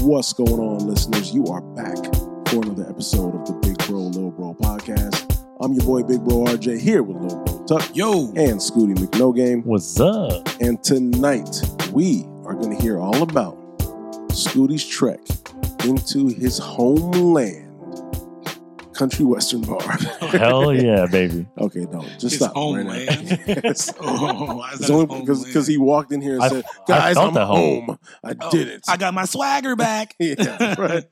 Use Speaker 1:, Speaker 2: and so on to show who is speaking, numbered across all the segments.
Speaker 1: What's going on, listeners? You are back for another episode of the Big Bro Lil Bro podcast. I'm your boy Big Bro RJ here with Lil Bro Tuck
Speaker 2: Yo,
Speaker 1: and Scooty McNogame,
Speaker 3: What's up?
Speaker 1: and tonight we are going to hear all about Scooty's trek into his homeland, country western bar.
Speaker 3: Hell yeah, baby.
Speaker 1: Okay, don't just
Speaker 2: His
Speaker 1: stop
Speaker 2: homeland.
Speaker 1: right now. It's-
Speaker 2: Oh, why is that
Speaker 1: it's only because
Speaker 2: his homeland?
Speaker 1: because he walked in here and
Speaker 3: I-
Speaker 1: said,
Speaker 3: I
Speaker 1: "Guys,
Speaker 3: felt
Speaker 1: I'm
Speaker 3: that home.
Speaker 1: home. I
Speaker 2: Oh,
Speaker 1: did it."
Speaker 2: I got my swagger back.
Speaker 1: yeah, right.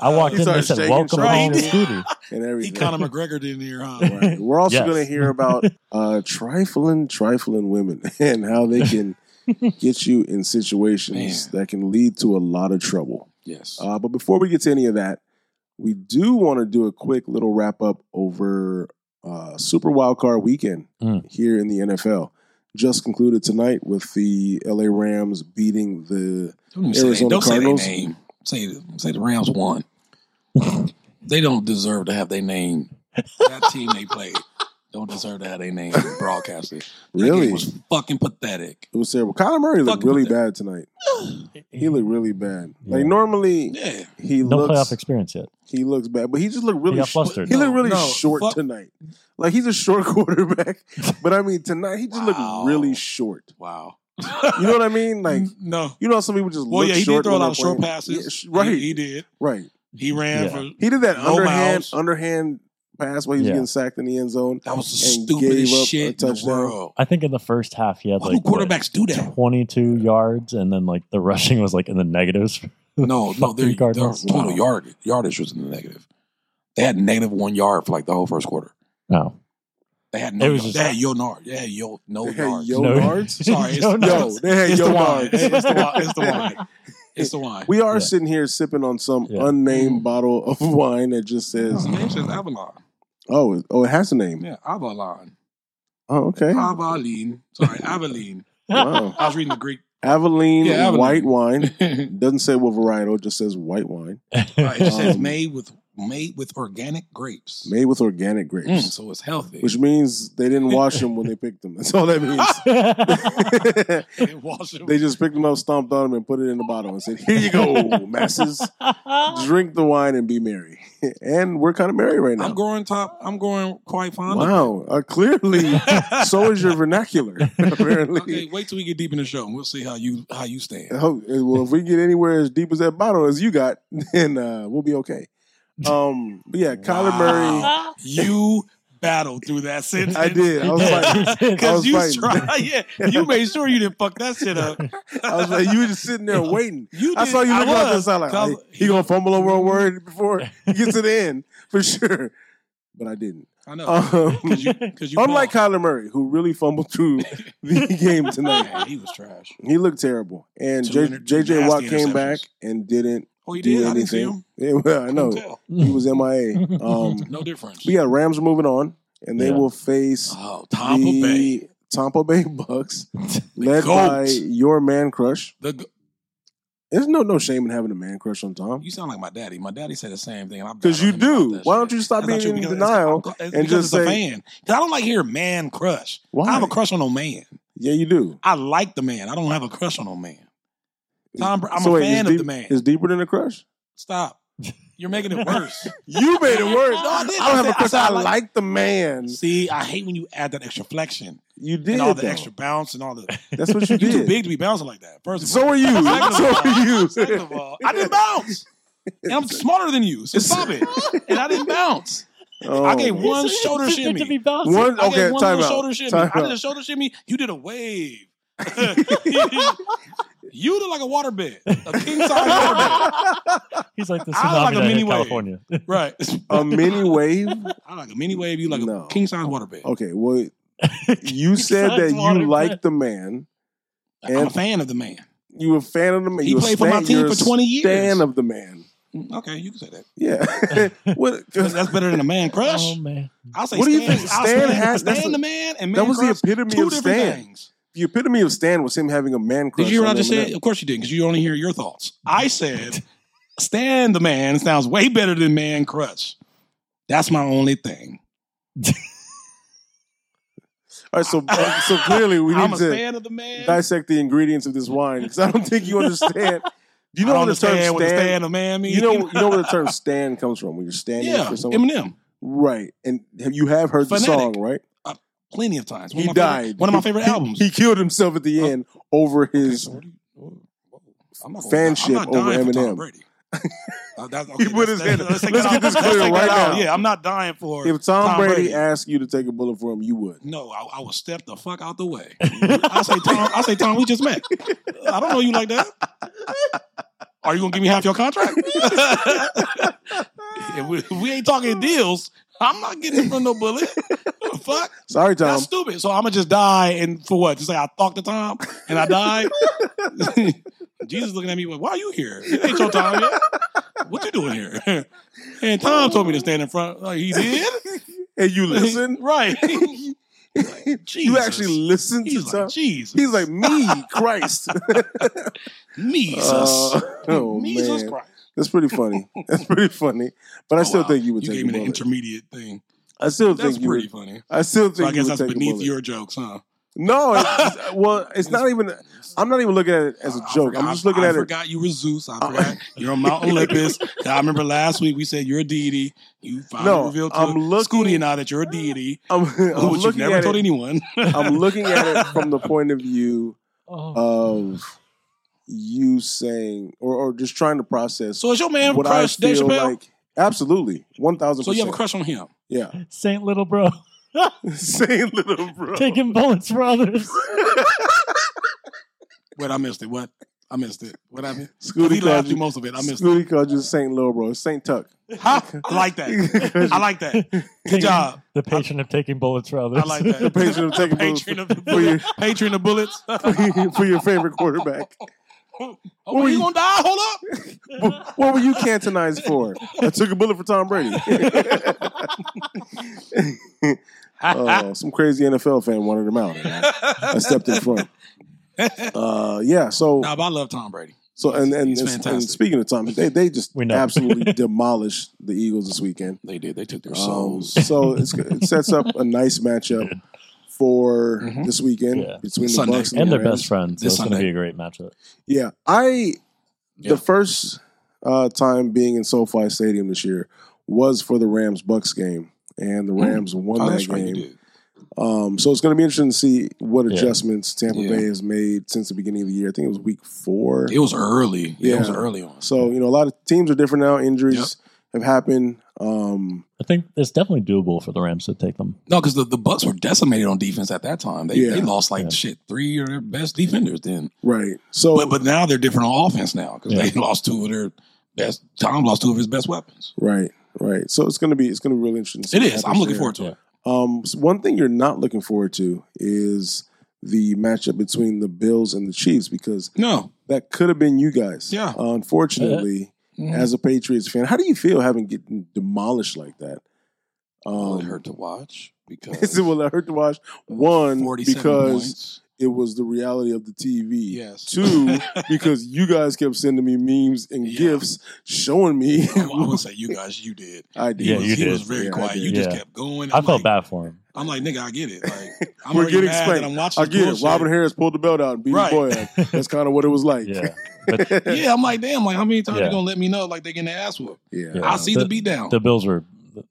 Speaker 3: I walked
Speaker 1: He
Speaker 3: in
Speaker 1: started
Speaker 3: and said,
Speaker 1: shaking,
Speaker 3: "Welcome
Speaker 2: trying
Speaker 3: home,
Speaker 2: to-
Speaker 3: Scooty."
Speaker 1: and
Speaker 2: He
Speaker 1: everything.
Speaker 2: Conor McGregor didn't hear, huh?
Speaker 1: Right. We're also
Speaker 3: Yes.
Speaker 1: going to hear about uh, trifling, trifling women and how they can get you in situations that can lead to a lot of trouble.
Speaker 2: yes.
Speaker 1: Uh, but before we get to any of that, we do want to do a quick little wrap up over uh, Super Wildcard Weekend
Speaker 3: Mm.
Speaker 1: here in the NFL. Just concluded tonight with the LA Rams beating the
Speaker 2: Don't, even say
Speaker 1: Arizona
Speaker 2: they- don't say their
Speaker 1: Cardinals.
Speaker 2: name. Say, say the Rams won. they don't deserve to have their name. That team they played don't deserve to have their name broadcasted. That game
Speaker 1: really.
Speaker 2: was fucking pathetic.
Speaker 1: It was terrible. Kyler Murray looked
Speaker 2: Fucking
Speaker 1: really
Speaker 2: pathetic.
Speaker 1: bad tonight. He looked really bad. Like
Speaker 3: Yeah.
Speaker 1: normally
Speaker 2: Yeah,
Speaker 1: he
Speaker 3: No
Speaker 1: looks
Speaker 3: playoff experience yet.
Speaker 1: He looks bad, but he just looked
Speaker 3: He
Speaker 1: really.
Speaker 3: got
Speaker 1: He,
Speaker 3: flustered.
Speaker 1: he looked really
Speaker 2: No, no,
Speaker 1: short
Speaker 2: fuck-
Speaker 1: tonight. Like he's a short quarterback, but I mean tonight he just
Speaker 2: Wow.
Speaker 1: looked really short.
Speaker 2: wow.
Speaker 1: You know what I mean? Like
Speaker 3: Mm-hmm.
Speaker 2: no.
Speaker 1: you know, how some people just
Speaker 2: Well,
Speaker 1: look
Speaker 2: yeah, he did
Speaker 1: short
Speaker 2: throw a
Speaker 1: when
Speaker 2: lot of
Speaker 1: they're
Speaker 2: short
Speaker 1: playing?
Speaker 2: passes.
Speaker 1: Yeah, sh- right,
Speaker 2: He, he did.
Speaker 1: right.
Speaker 2: He ran
Speaker 3: Yeah.
Speaker 2: for.
Speaker 1: He did that
Speaker 2: No
Speaker 1: underhand
Speaker 2: miles.
Speaker 1: underhand pass while he was
Speaker 3: Yeah.
Speaker 1: getting sacked in the end zone.
Speaker 2: That was the
Speaker 1: And gave up a
Speaker 2: stupidest shit in the
Speaker 1: touchdown.
Speaker 2: world.
Speaker 3: I think in the first half he had
Speaker 2: Why
Speaker 3: like
Speaker 2: do quarterbacks do that?
Speaker 3: what, 22 yards, and then like the rushing was like in the negatives.
Speaker 2: No, no, their,
Speaker 3: Fucking
Speaker 2: their
Speaker 3: Cardinals.
Speaker 2: total
Speaker 3: Wow.
Speaker 2: yard yardage was in the negative. They had negative one yard for like the whole first quarter.
Speaker 3: No,
Speaker 2: They had no.
Speaker 3: It
Speaker 2: yard.
Speaker 3: was just-
Speaker 2: they had yo nar. Yeah, yo no
Speaker 1: They had
Speaker 2: yards.
Speaker 1: yo- No yards?
Speaker 2: Sorry, it's-
Speaker 3: No
Speaker 2: yo,
Speaker 1: Yo,
Speaker 3: yards.
Speaker 1: they had
Speaker 2: it's,
Speaker 1: yo
Speaker 2: the wine.
Speaker 1: yards.
Speaker 2: it's the wine. It's the wine. It's the wine.
Speaker 1: We are
Speaker 3: Yeah.
Speaker 1: sitting here sipping on some
Speaker 3: Yeah.
Speaker 2: Mm.
Speaker 1: unnamed bottle of wine that just says,
Speaker 2: His name is Avalon.
Speaker 1: "Oh, it- oh, it has a name."
Speaker 2: Yeah, Avalon.
Speaker 1: Oh, okay.
Speaker 2: Avalon. Sorry, Avalon.
Speaker 1: Wow,
Speaker 2: I was reading the Greek.
Speaker 1: Aveline
Speaker 2: Yeah, Aveline.
Speaker 1: white wine
Speaker 2: Right,
Speaker 1: doesn't say what varietal; it just says white wine.
Speaker 2: it just says
Speaker 1: Um,
Speaker 2: made with made with organic grapes.
Speaker 1: made with organic grapes,
Speaker 2: Mm, so it's healthy.
Speaker 1: which means they didn't wash them when they picked them. That's all that means.
Speaker 2: It washes-
Speaker 1: they just picked them up, stomped on them, and put it in the bottle and said, "Here you go, masses. Drink the wine and be merry." and we're kind of merry right
Speaker 2: I'm
Speaker 1: now.
Speaker 2: growing top. I'm growing quite fond. of it.
Speaker 1: Wow, uh, clearly, so is your vernacular. Apparently,
Speaker 2: Okay, wait till we get deep in the show, and we'll see how you how you stand.
Speaker 1: Oh, well, if we get anywhere as deep as that bottle as you got, then uh, we'll be okay. Um, but yeah, Kyler Murray.
Speaker 2: Wow. You battled through that sentence.
Speaker 1: I did. I was like, I
Speaker 2: because
Speaker 1: was
Speaker 2: you
Speaker 1: fighting.
Speaker 2: tried. Yeah, you made sure you didn't fuck that shit up.
Speaker 1: I was like, you were just sitting there waiting.
Speaker 2: You
Speaker 1: I
Speaker 2: did-
Speaker 1: saw you
Speaker 2: I
Speaker 1: looking out the
Speaker 2: was,
Speaker 1: side like,
Speaker 2: 'cause I
Speaker 1: "Hey,
Speaker 2: was-
Speaker 1: he gonna fumble over a word before he gets to the end for sure. But I didn't.
Speaker 2: I know.
Speaker 1: Um,
Speaker 2: Oh, Cause you, cause you
Speaker 1: unlike
Speaker 2: balled.
Speaker 1: Kyler Murray, who really fumbled through the game tonight,
Speaker 2: Yeah, he was trash.
Speaker 1: he looked terrible. And
Speaker 2: Two
Speaker 1: J-
Speaker 2: inter-
Speaker 1: JJ
Speaker 2: nasty
Speaker 1: Watt came
Speaker 2: interceptions.
Speaker 1: back and didn't
Speaker 2: Oh, he
Speaker 1: do
Speaker 2: did. I didn't see
Speaker 1: anything.
Speaker 2: him.
Speaker 1: Yeah, well, I know
Speaker 2: Couldn't tell.
Speaker 1: he was MIA. Um,
Speaker 2: No difference.
Speaker 1: but yeah, Rams are moving on, and they
Speaker 3: Yeah.
Speaker 1: will face
Speaker 2: Oh, Tampa
Speaker 1: the
Speaker 2: Bay.
Speaker 1: Tampa Bay Bucks, led
Speaker 2: GOAT.
Speaker 1: by your man crush.
Speaker 2: The, g-
Speaker 1: There's no no shame in having a man crush on Tom.
Speaker 2: you sound like my daddy. My daddy said the same thing. and I
Speaker 1: Because you
Speaker 2: battled him about
Speaker 1: do.
Speaker 2: that
Speaker 1: Why
Speaker 2: shit.
Speaker 1: don't you stop
Speaker 2: That's not
Speaker 1: being
Speaker 2: true,
Speaker 1: in
Speaker 2: because it's-
Speaker 1: denial?
Speaker 2: I'm- it's
Speaker 1: and
Speaker 2: because
Speaker 1: just
Speaker 2: it's a
Speaker 1: say-
Speaker 2: fan. 'Cause I don't like hearing man crush.
Speaker 1: Why?
Speaker 2: I have a crush on no man.
Speaker 1: Yeah, you do.
Speaker 2: I like the man. I don't have a crush on no man. Tom, Br- I'm
Speaker 1: So
Speaker 2: a
Speaker 1: wait,
Speaker 2: fan
Speaker 1: it's
Speaker 2: of
Speaker 1: deep-
Speaker 2: the man.
Speaker 1: It's deeper than a crush.
Speaker 2: Stop. You're making it worse.
Speaker 1: You made it worse.
Speaker 2: No, I didn't.
Speaker 1: I don't have
Speaker 2: I
Speaker 1: a
Speaker 2: said- I
Speaker 1: crush.
Speaker 2: said
Speaker 1: I
Speaker 2: I like-
Speaker 1: like the man.
Speaker 2: See, I hate when you add that extra flexion
Speaker 1: You did
Speaker 2: and all the
Speaker 1: though.
Speaker 2: extra bounce and all the.
Speaker 1: That's what you
Speaker 2: You too
Speaker 1: did.
Speaker 2: big to be bouncing like that. First of
Speaker 1: So are you.
Speaker 2: Second of
Speaker 1: So
Speaker 2: all-
Speaker 1: are you.
Speaker 2: all, second of all, I didn't bounce. And I'm smarter than you, so stop it. And I didn't bounce.
Speaker 1: Oh.
Speaker 2: I gave one shoulder
Speaker 3: It's meant to be
Speaker 2: shimmy.
Speaker 3: balanced.
Speaker 1: One
Speaker 2: I
Speaker 1: okay.
Speaker 2: gave one
Speaker 1: Time
Speaker 2: little
Speaker 1: out.
Speaker 2: shoulder shimmy.
Speaker 1: Time
Speaker 2: I did a
Speaker 1: out.
Speaker 2: shoulder shimmy. You did a wave. you did like a waterbed, a king size waterbed.
Speaker 3: He's like the
Speaker 2: I
Speaker 3: tsunami
Speaker 2: like a
Speaker 3: that hit
Speaker 2: mini wave.
Speaker 3: California.
Speaker 2: Right.
Speaker 1: A mini wave.
Speaker 2: I like a mini wave. You like
Speaker 1: No.
Speaker 2: a king size waterbed.
Speaker 1: Okay. Well, you said that you
Speaker 3: Water
Speaker 1: like the man.
Speaker 2: I'm a
Speaker 1: And-
Speaker 2: fan of the man.
Speaker 1: You were a fan of the man.
Speaker 2: He
Speaker 1: You a
Speaker 2: played for my
Speaker 1: stan-
Speaker 2: team
Speaker 1: you're a
Speaker 2: for 20 years.
Speaker 1: Fan of the man.
Speaker 2: Okay, you can say that.
Speaker 1: Yeah. What?
Speaker 2: That's that's better than a man crush.
Speaker 3: oh man,
Speaker 2: I'll say
Speaker 1: What do you
Speaker 2: Stan,
Speaker 1: think?
Speaker 2: I'll
Speaker 1: Stan
Speaker 2: Stan,
Speaker 1: has- that's
Speaker 2: Stan
Speaker 1: the-
Speaker 2: the man and man
Speaker 1: That was the
Speaker 2: crush.
Speaker 1: epitome
Speaker 2: two
Speaker 1: of
Speaker 2: different
Speaker 1: Stan.
Speaker 2: things.
Speaker 1: the epitome of Stan was him having a man crush.
Speaker 2: Did you hear what I
Speaker 1: on
Speaker 2: just said?
Speaker 1: Eminem.
Speaker 2: Of course you didn't, because you only hear your thoughts. I said, "Stan the man sounds way better than man crush. That's my only thing.
Speaker 1: All right, so uh, so clearly we
Speaker 2: I'm
Speaker 1: need
Speaker 2: a
Speaker 1: to
Speaker 2: fan of the man.
Speaker 1: dissect the ingredients of this wine because I don't think you understand Do you know
Speaker 2: I don't
Speaker 1: where the term
Speaker 2: understand what the
Speaker 1: stand?
Speaker 2: stand a man means.
Speaker 1: You know, you know where the term "stand" comes from when you're standing
Speaker 2: yeah,
Speaker 1: for someone,
Speaker 2: Eminem.
Speaker 1: right? And have- you have heard the
Speaker 2: Phonetic.
Speaker 1: song, right?
Speaker 2: Plenty of times. One
Speaker 1: He
Speaker 2: of my favorite-
Speaker 1: died.
Speaker 2: one of my favorite
Speaker 1: He-
Speaker 2: albums.
Speaker 1: He killed himself at the
Speaker 2: Huh?
Speaker 1: end over his.
Speaker 2: Okay, so what do you- whoa, whoa. I'm not gonna-
Speaker 1: Fanship
Speaker 2: I'm not dying
Speaker 1: over
Speaker 2: for Tom
Speaker 1: Eminem.
Speaker 2: Brady. Uh, that's-
Speaker 1: He
Speaker 2: okay,
Speaker 1: put
Speaker 2: that's-
Speaker 1: his hand
Speaker 2: that's-
Speaker 1: up.
Speaker 2: take
Speaker 1: Let's
Speaker 2: that
Speaker 1: get
Speaker 2: out.
Speaker 1: this
Speaker 2: Let's
Speaker 1: clear
Speaker 2: take
Speaker 1: right
Speaker 2: that out.
Speaker 1: now.
Speaker 2: Yeah, I'm not dying for.
Speaker 1: If Tom,
Speaker 2: Tom
Speaker 1: Brady,
Speaker 2: Brady.
Speaker 1: asked you to take a bullet for him, you would.
Speaker 2: no, I, I would step the fuck out the way. I say, Tom. I say, Tom. We just met. I don't know you like that. Are you gonna give me half your contract? if, we, if we ain't talking deals, I'm not getting from no bullet. Fuck.
Speaker 1: Sorry, Tom.
Speaker 2: That's stupid. So I'm gonna just die and for what? Just like I talked to Tom and I died. Jesus looking at me, like, why are you here? It ain't your time yet. What you doing here? And Tom told me to stand in front. Like he did.
Speaker 1: and you listen.
Speaker 2: right.
Speaker 1: you
Speaker 2: Jesus.
Speaker 1: actually listen to
Speaker 2: He's
Speaker 1: Tom.
Speaker 2: like, Jesus.
Speaker 1: He's like me, Christ.
Speaker 2: Jesus.
Speaker 1: Uh, oh
Speaker 2: Jesus
Speaker 1: man,
Speaker 2: Christ.
Speaker 1: that's pretty funny. That's pretty funny. But I
Speaker 2: Oh,
Speaker 1: still
Speaker 2: wow.
Speaker 1: think you would
Speaker 2: You
Speaker 1: take
Speaker 2: gave
Speaker 1: a
Speaker 2: me the
Speaker 1: bullet.
Speaker 2: intermediate thing.
Speaker 1: I still
Speaker 2: That's
Speaker 1: think you.
Speaker 2: pretty
Speaker 1: Would,
Speaker 2: funny.
Speaker 1: I still think
Speaker 2: So I
Speaker 1: you
Speaker 2: guess
Speaker 1: would
Speaker 2: that's
Speaker 1: take a
Speaker 2: beneath
Speaker 1: bullet.
Speaker 2: your jokes, huh?
Speaker 1: No, it's, well, it's not even. I'm not even looking at it as a
Speaker 2: I- I
Speaker 1: joke.
Speaker 2: forgot-
Speaker 1: I'm just looking
Speaker 2: I,
Speaker 1: at
Speaker 2: I
Speaker 1: it. Uh,
Speaker 2: forgot you were Zeus. I forgot you're a Mount Olympus. I remember last week we said you're a deity. You finally
Speaker 1: No,
Speaker 2: revealed to
Speaker 1: I'm looking-
Speaker 2: Scooty and I that you're a deity,
Speaker 1: I'm, I'm
Speaker 2: which you've
Speaker 1: looking
Speaker 2: never
Speaker 1: at
Speaker 2: told
Speaker 1: it.
Speaker 2: anyone.
Speaker 1: I'm looking at it from the point of view
Speaker 3: Oh,
Speaker 1: of you saying, or, or just trying to process
Speaker 2: so is your man
Speaker 1: what I
Speaker 2: crush Dave
Speaker 1: feel
Speaker 2: Chappelle?
Speaker 1: like. Absolutely, one thousand.
Speaker 2: so you have a crush on him?
Speaker 1: Yeah,
Speaker 3: Saint Little Bro,
Speaker 1: same little bro.
Speaker 3: taking bullets for others.
Speaker 2: Wait, I missed it. What? I missed it. What happened?
Speaker 1: Scooty
Speaker 2: he laughed
Speaker 1: called
Speaker 2: through
Speaker 1: you.
Speaker 2: most of it. I missed
Speaker 1: Scooty called you Saint Little Bro. Saint Tuck.
Speaker 2: it. Huh? I like that. I like that. Good
Speaker 3: Taking-
Speaker 2: job.
Speaker 3: The patient of taking bullets for others.
Speaker 2: I like that.
Speaker 1: the patron of taking bullets
Speaker 2: Patron of the
Speaker 1: for your
Speaker 2: bullets. Patron of bullets.
Speaker 1: for your favorite quarterback.
Speaker 2: Oh,
Speaker 1: What were
Speaker 2: you
Speaker 1: you-
Speaker 2: gonna die? Hold up.
Speaker 1: What what were you cantonized for? I took a bullet for Tom Brady. Oh, some crazy NFL fan wanted him out. and I, I stepped in front. Uh, yeah. So
Speaker 2: Nah, but I love Tom Brady.
Speaker 1: so and and,
Speaker 2: he's
Speaker 1: and,
Speaker 2: fantastic.
Speaker 1: speaking of Tom, they they just
Speaker 3: We know.
Speaker 1: absolutely demolished the Eagles this weekend.
Speaker 2: They did. They took their
Speaker 1: Um,
Speaker 2: souls.
Speaker 1: so it's, it sets up a nice matchup for
Speaker 2: Mhm.
Speaker 1: this weekend
Speaker 3: Yeah.
Speaker 1: between the
Speaker 2: Sunday.
Speaker 1: Bucks and,
Speaker 3: and
Speaker 1: the
Speaker 3: they're
Speaker 1: Rams.
Speaker 3: best friends. So
Speaker 2: This
Speaker 3: it's going to
Speaker 2: Sunday.
Speaker 3: be a great matchup.
Speaker 1: Yeah, I
Speaker 2: Yeah.
Speaker 1: the first uh, time being in SoFi Stadium this year was for the Rams Bucks game, and the
Speaker 2: Mm.
Speaker 1: Rams won
Speaker 2: Oh,
Speaker 1: that
Speaker 2: that's right. You
Speaker 1: game.
Speaker 2: did.
Speaker 1: um, so it's going to be interesting to see what
Speaker 3: Yeah.
Speaker 1: adjustments Tampa
Speaker 2: Yeah.
Speaker 1: Bay has made since the beginning of the year. I think it was Week Four.
Speaker 2: It was early. Yeah, it was
Speaker 1: Yeah.
Speaker 2: early on.
Speaker 1: So you know, a lot of teams are different now. Injuries have happened. Um,
Speaker 3: I think it's definitely doable for the Rams to take them.
Speaker 2: No, because the, the Bucks were decimated on defense at that time. They,
Speaker 1: Yeah.
Speaker 2: they lost like
Speaker 3: Yeah.
Speaker 2: shit three of their best defenders then.
Speaker 1: right. So
Speaker 2: But but now they're different on offense now because
Speaker 3: Yeah.
Speaker 2: they lost two of their best. Tom lost two of his best weapons.
Speaker 1: right, right. So it's going to be it's going to be really interesting. to see
Speaker 2: It
Speaker 1: what
Speaker 2: is. I'm
Speaker 1: happens
Speaker 2: looking
Speaker 1: there.
Speaker 2: forward to it.
Speaker 1: Um, so one thing you're not looking forward to is the matchup between the Bills and the Chiefs because
Speaker 2: No,
Speaker 1: that could have been you guys.
Speaker 2: Yeah.
Speaker 1: unfortunately,
Speaker 2: Mhm.
Speaker 1: as a Patriots fan, how do you feel having getting demolished like that?
Speaker 2: Well, it
Speaker 1: Um,
Speaker 2: hurt to watch
Speaker 1: is
Speaker 2: because
Speaker 1: it well, it hurt to watch? One
Speaker 2: 47
Speaker 1: because
Speaker 2: points.
Speaker 1: it was the reality of the TV.
Speaker 2: Yes.
Speaker 1: Two because you guys kept sending me memes and
Speaker 2: Yeah.
Speaker 1: gifts showing me.
Speaker 2: I would say you guys, you did.
Speaker 1: I
Speaker 2: He
Speaker 1: did.
Speaker 3: Yeah,
Speaker 2: was,
Speaker 3: you
Speaker 2: he
Speaker 3: did.
Speaker 2: was very
Speaker 1: Yeah, I
Speaker 2: quiet.
Speaker 1: did.
Speaker 2: You just
Speaker 3: Yeah.
Speaker 2: kept going.
Speaker 3: I
Speaker 2: I'm like,
Speaker 3: felt bad for him.
Speaker 2: I'm like, nigga, I get it. Like, I'm
Speaker 1: We're
Speaker 2: already
Speaker 1: getting
Speaker 2: mad
Speaker 1: spanked.
Speaker 2: that I'm watching.
Speaker 1: I get it.
Speaker 2: bullshit.
Speaker 1: Robin Harris pulled the belt out and beat
Speaker 2: Right.
Speaker 1: his boy up. That's kind of what it was like.
Speaker 3: Yeah.
Speaker 2: Yeah, I'm like, damn. Like, how many times
Speaker 3: Yeah.
Speaker 2: you gonna let me know? Like, they getting their ass whooped.
Speaker 1: Yeah.
Speaker 3: Yeah.
Speaker 2: I see the, beatdown.
Speaker 3: The Bills were,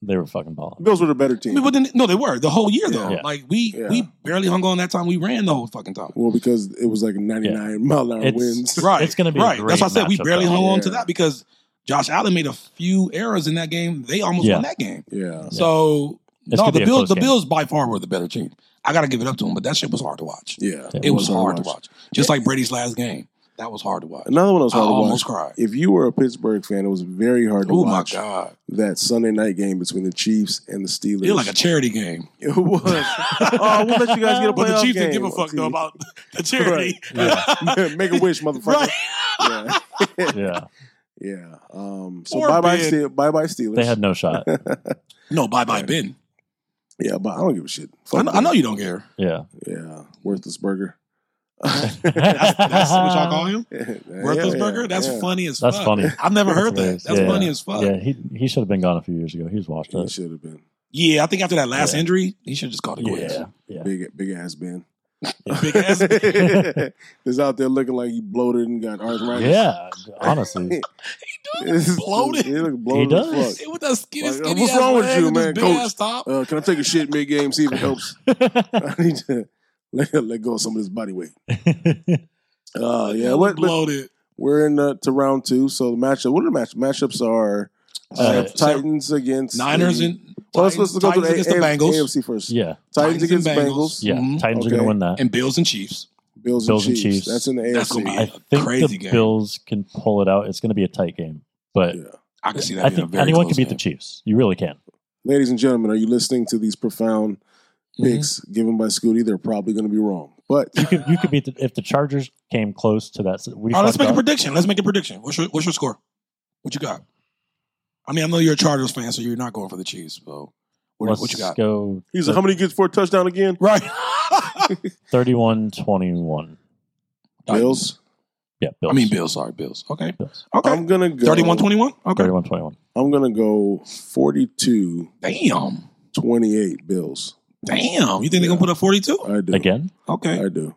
Speaker 3: they were fucking balling.
Speaker 1: Bills were the better
Speaker 2: I
Speaker 1: team.
Speaker 2: mean, but then, no, they were the whole year though.
Speaker 3: Yeah.
Speaker 2: Like we
Speaker 1: Yeah.
Speaker 2: we barely hung on that time. We ran the whole fucking time.
Speaker 1: Well, because it was like 99 mile an hour
Speaker 3: It's-
Speaker 1: winds.
Speaker 2: Right.
Speaker 3: It's gonna be a
Speaker 2: right. That's
Speaker 3: great
Speaker 2: why I said we
Speaker 3: matchup,
Speaker 2: barely
Speaker 3: though.
Speaker 2: hung on to
Speaker 1: Yeah.
Speaker 2: that because Josh Allen made a few errors in that game. They almost
Speaker 3: Yeah.
Speaker 2: won that game.
Speaker 1: Yeah.
Speaker 2: So
Speaker 3: It's
Speaker 2: no,
Speaker 3: gonna
Speaker 2: the
Speaker 3: be a
Speaker 2: Bills
Speaker 3: close
Speaker 2: the
Speaker 3: game.
Speaker 2: Bills by far were the better team. I gotta give it up to them, but that shit was hard to watch.
Speaker 1: Yeah.
Speaker 3: Yeah.
Speaker 2: It was
Speaker 1: Well,
Speaker 2: hard to
Speaker 1: watch.
Speaker 2: watch. Just like Brady's last game. That was hard to watch.
Speaker 1: Another one that was
Speaker 2: I
Speaker 1: hard to watch.
Speaker 2: almost cried.
Speaker 1: If you were a Pittsburgh fan, it was very hard to
Speaker 2: Oh my
Speaker 1: watch
Speaker 2: god.
Speaker 1: that Sunday night game between the Chiefs and the Steelers.
Speaker 2: It was like a charity game.
Speaker 1: it was. oh, we'll let you guys get a playoff
Speaker 2: But the Chiefs
Speaker 1: game.
Speaker 2: didn't give a fuck though about the charity.
Speaker 1: Yeah. Make a wish, motherfucker.
Speaker 2: Right.
Speaker 1: Yeah.
Speaker 3: Yeah.
Speaker 1: Yeah. Um, so
Speaker 2: Poor
Speaker 1: bye bye,
Speaker 2: Ben.
Speaker 1: Ste- bye bye Steelers.
Speaker 3: They had no shot.
Speaker 2: No, bye bye
Speaker 1: Right.
Speaker 2: Ben.
Speaker 1: yeah, but I don't give a shit. Fuck
Speaker 2: I know, I
Speaker 1: them.
Speaker 2: know you don't care.
Speaker 3: Yeah.
Speaker 1: Yeah, worthless burger.
Speaker 2: That's, that's what y'all call him. Worthless
Speaker 1: Yeah,
Speaker 2: burger.
Speaker 1: yeah,
Speaker 2: That's
Speaker 1: yeah.
Speaker 2: funny as
Speaker 3: That's
Speaker 2: fuck.
Speaker 3: funny.
Speaker 2: I've never heard that.
Speaker 3: Hilarious.
Speaker 2: That's
Speaker 3: Yeah.
Speaker 2: funny as fuck.
Speaker 3: Yeah,
Speaker 2: Yeah.
Speaker 3: he he should have been gone a few years ago. He's washed
Speaker 1: It
Speaker 3: up.
Speaker 1: should have been
Speaker 2: I think after that last
Speaker 3: Yeah.
Speaker 2: injury, he should just call it quits.
Speaker 3: Yeah, yeah.
Speaker 1: big, big ass Ben.
Speaker 2: Big ass.
Speaker 1: is out there looking like he bloated and got arthritis.
Speaker 3: Yeah, honestly.
Speaker 1: It's-
Speaker 2: bloated.
Speaker 1: He look bloated
Speaker 3: He
Speaker 1: as
Speaker 3: does.
Speaker 1: fuck.
Speaker 2: With that skinny,
Speaker 1: Like, uh,
Speaker 2: skinny
Speaker 1: what's
Speaker 2: ass
Speaker 1: wrong with
Speaker 2: leg
Speaker 1: you,
Speaker 2: and this
Speaker 1: man,
Speaker 2: big
Speaker 1: coach?
Speaker 2: ass top.
Speaker 1: Uh, can I take a shit mid game? See if it helps. I need to let, let go of some of this body weight. Uh, yeah, what, what-
Speaker 2: bloated.
Speaker 1: we're in uh, to round two, so the matchup. What are the match matchups are?
Speaker 3: Uh,
Speaker 1: Uh, Titans against
Speaker 2: Niners
Speaker 1: the-
Speaker 2: and
Speaker 1: Well, let's,
Speaker 2: Titans,
Speaker 1: let's go to
Speaker 2: Titans against
Speaker 1: A-
Speaker 2: the
Speaker 1: A-
Speaker 2: Bengals.
Speaker 1: AFC first.
Speaker 3: yeah,
Speaker 1: Titans, against
Speaker 2: and
Speaker 1: Bengals,
Speaker 3: yeah.
Speaker 2: Mhm.
Speaker 3: Titans are
Speaker 1: Okay.
Speaker 3: gonna win that.
Speaker 2: and Bills and Chiefs.
Speaker 1: Bills,
Speaker 3: Bills
Speaker 1: and
Speaker 3: and
Speaker 1: Chiefs.
Speaker 3: Chiefs.
Speaker 1: That's in the AFC.
Speaker 2: That's gonna be-
Speaker 3: I think
Speaker 2: Crazy
Speaker 3: the
Speaker 2: game.
Speaker 3: Bills can pull it out. It's gonna be a tight game, but
Speaker 1: Yeah.
Speaker 2: I can see that.
Speaker 3: I
Speaker 2: being a
Speaker 3: think
Speaker 2: very
Speaker 3: anyone
Speaker 2: close
Speaker 3: can beat the
Speaker 2: game.
Speaker 3: Chiefs. You really can.
Speaker 1: Ladies and gentlemen, are you listening to these profound
Speaker 3: Mm-hmm.
Speaker 2: Mhm.
Speaker 1: picks given by Scooty? They're probably going to be wrong, but
Speaker 3: You could you could beat the, if the Chargers came close to that. We
Speaker 2: All right, Oh, let's
Speaker 3: fucked
Speaker 2: make a
Speaker 3: up.
Speaker 2: prediction. Let's make a prediction. What's your What's your score? What you got? I mean, I know you're a Chargers fan, so you're not going for the Chiefs. So what,
Speaker 3: Let's
Speaker 2: what you got?
Speaker 3: go
Speaker 1: he's like, how many gets for a touchdown again?
Speaker 2: Right.
Speaker 3: 31-21.
Speaker 1: Bills.
Speaker 3: Yeah, Bills.
Speaker 2: I mean Bills. Sorry, Bills. Okay.
Speaker 3: Bills.
Speaker 2: Okay.
Speaker 1: I'm gonna go.
Speaker 2: 31 21? Okay.
Speaker 3: 31-21.
Speaker 1: I'm gonna go 42
Speaker 2: Damn.
Speaker 1: 28 Bills.
Speaker 2: Damn. You think they're going to put up 42?
Speaker 1: I do.
Speaker 3: Again?
Speaker 2: Okay.
Speaker 1: I do.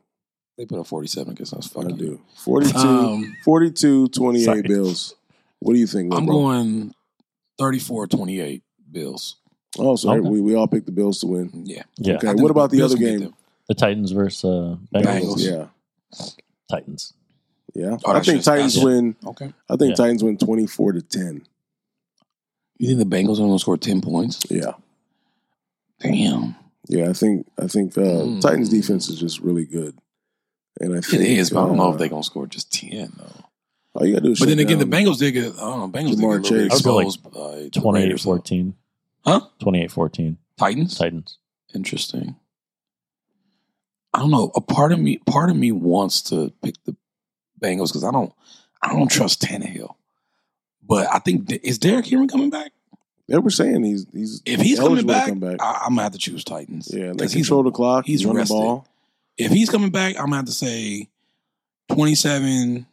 Speaker 2: They put up 47 because that's
Speaker 1: I
Speaker 2: fucking
Speaker 1: do. 42
Speaker 2: Um,
Speaker 1: 42 28
Speaker 3: Sorry.
Speaker 1: Bills. What do you think?
Speaker 2: I'm
Speaker 1: LeBron?
Speaker 2: going 34 28 Bills. Mm,
Speaker 1: Oh, so
Speaker 3: Okay.
Speaker 1: we, we all picked the Bills to win.
Speaker 2: Yeah.
Speaker 3: Yeah.
Speaker 1: Okay.
Speaker 2: I think
Speaker 1: What about the
Speaker 2: Bills
Speaker 1: other
Speaker 2: can beat
Speaker 1: game?
Speaker 2: them.
Speaker 3: The Titans versus uh, Bengals.
Speaker 2: Bengals.
Speaker 1: Yeah.
Speaker 3: Titans.
Speaker 1: Yeah.
Speaker 2: Oh,
Speaker 1: I
Speaker 2: that's
Speaker 1: think
Speaker 2: just-
Speaker 1: Titans
Speaker 2: that's-
Speaker 1: win.
Speaker 2: Okay.
Speaker 1: I think
Speaker 3: Yeah.
Speaker 1: Titans win 24 to 10.
Speaker 2: You think the Bengals are going to score 10 points?
Speaker 1: Yeah.
Speaker 2: Damn.
Speaker 1: Yeah, I think I think uh,
Speaker 2: Mm.
Speaker 1: Titans defense is just really good. And I
Speaker 2: It
Speaker 1: think
Speaker 2: is, but I don't know
Speaker 1: uh,
Speaker 2: if they're going to score just 10, though.
Speaker 1: All you gotta do is
Speaker 2: But
Speaker 1: shut
Speaker 2: then again, the
Speaker 1: down.
Speaker 2: Bengals did get, I don't know, Bengals did
Speaker 1: Jamar
Speaker 2: get a little bit
Speaker 1: Chase. I
Speaker 3: would go like
Speaker 2: exposed by the Raiders, though.
Speaker 3: 28-14.
Speaker 2: Huh?
Speaker 3: 28-14.
Speaker 2: Titans?
Speaker 3: Titans.
Speaker 2: Interesting. I don't know. A part of me, part of me wants to pick the Bengals because I don't, I don't trust Tannehill. But I think is Derek Henry coming back?
Speaker 1: They were saying he's he's
Speaker 2: If he's coming
Speaker 1: eligible to
Speaker 2: back,
Speaker 1: come back.
Speaker 2: I, I'm gonna have to choose Titans.
Speaker 1: yeah, they
Speaker 2: 'Cause he's-
Speaker 1: control the clock.
Speaker 2: he's
Speaker 1: run the
Speaker 2: rested.
Speaker 1: ball.
Speaker 2: If he's coming back, I'm gonna have to say 27,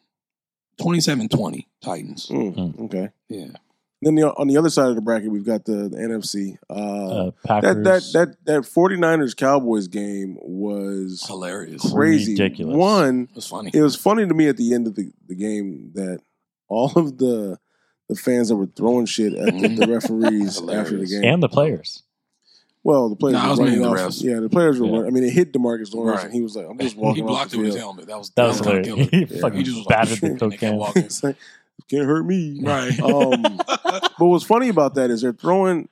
Speaker 2: 27 20 Titans.
Speaker 1: Mm,
Speaker 3: Mm.
Speaker 1: Okay.
Speaker 2: Yeah.
Speaker 1: Then the, on the other side of the bracket, we've got the, the NFC. Uh,
Speaker 3: Uh, Packers.
Speaker 1: that that that that 49ers Cowboys game was
Speaker 2: Oh, Hilarious.
Speaker 1: crazy.
Speaker 3: Ridiculous.
Speaker 1: One,
Speaker 2: That's funny.
Speaker 1: it was funny to me at the end of the, the game that all of the the fans that were throwing shit at the, the referees after the
Speaker 2: Mm. Hilarious.
Speaker 1: game.
Speaker 3: and the players.
Speaker 1: well, the players
Speaker 2: Nah, I was
Speaker 1: were running
Speaker 2: meaning the
Speaker 1: off.
Speaker 2: refs.
Speaker 1: Yeah, the players were.
Speaker 3: Yeah.
Speaker 1: Running, I mean, it hit Demarcus Lawrence,
Speaker 2: Right.
Speaker 1: and he was like, "I'm just walking."
Speaker 2: He
Speaker 1: off
Speaker 2: blocked
Speaker 1: the
Speaker 2: it with his
Speaker 1: field."
Speaker 2: helmet. That was
Speaker 3: That
Speaker 2: that
Speaker 3: was
Speaker 2: was kind of
Speaker 3: hilarious.
Speaker 2: killer.
Speaker 3: He
Speaker 1: Yeah.
Speaker 3: fucking
Speaker 2: He just was like,
Speaker 3: battered the
Speaker 1: "Shit,
Speaker 2: they can't
Speaker 3: cocaine.
Speaker 2: walk in.
Speaker 1: It's like, Can't hurt me.
Speaker 2: Right.
Speaker 1: Um, but what's funny about that is they're throwing.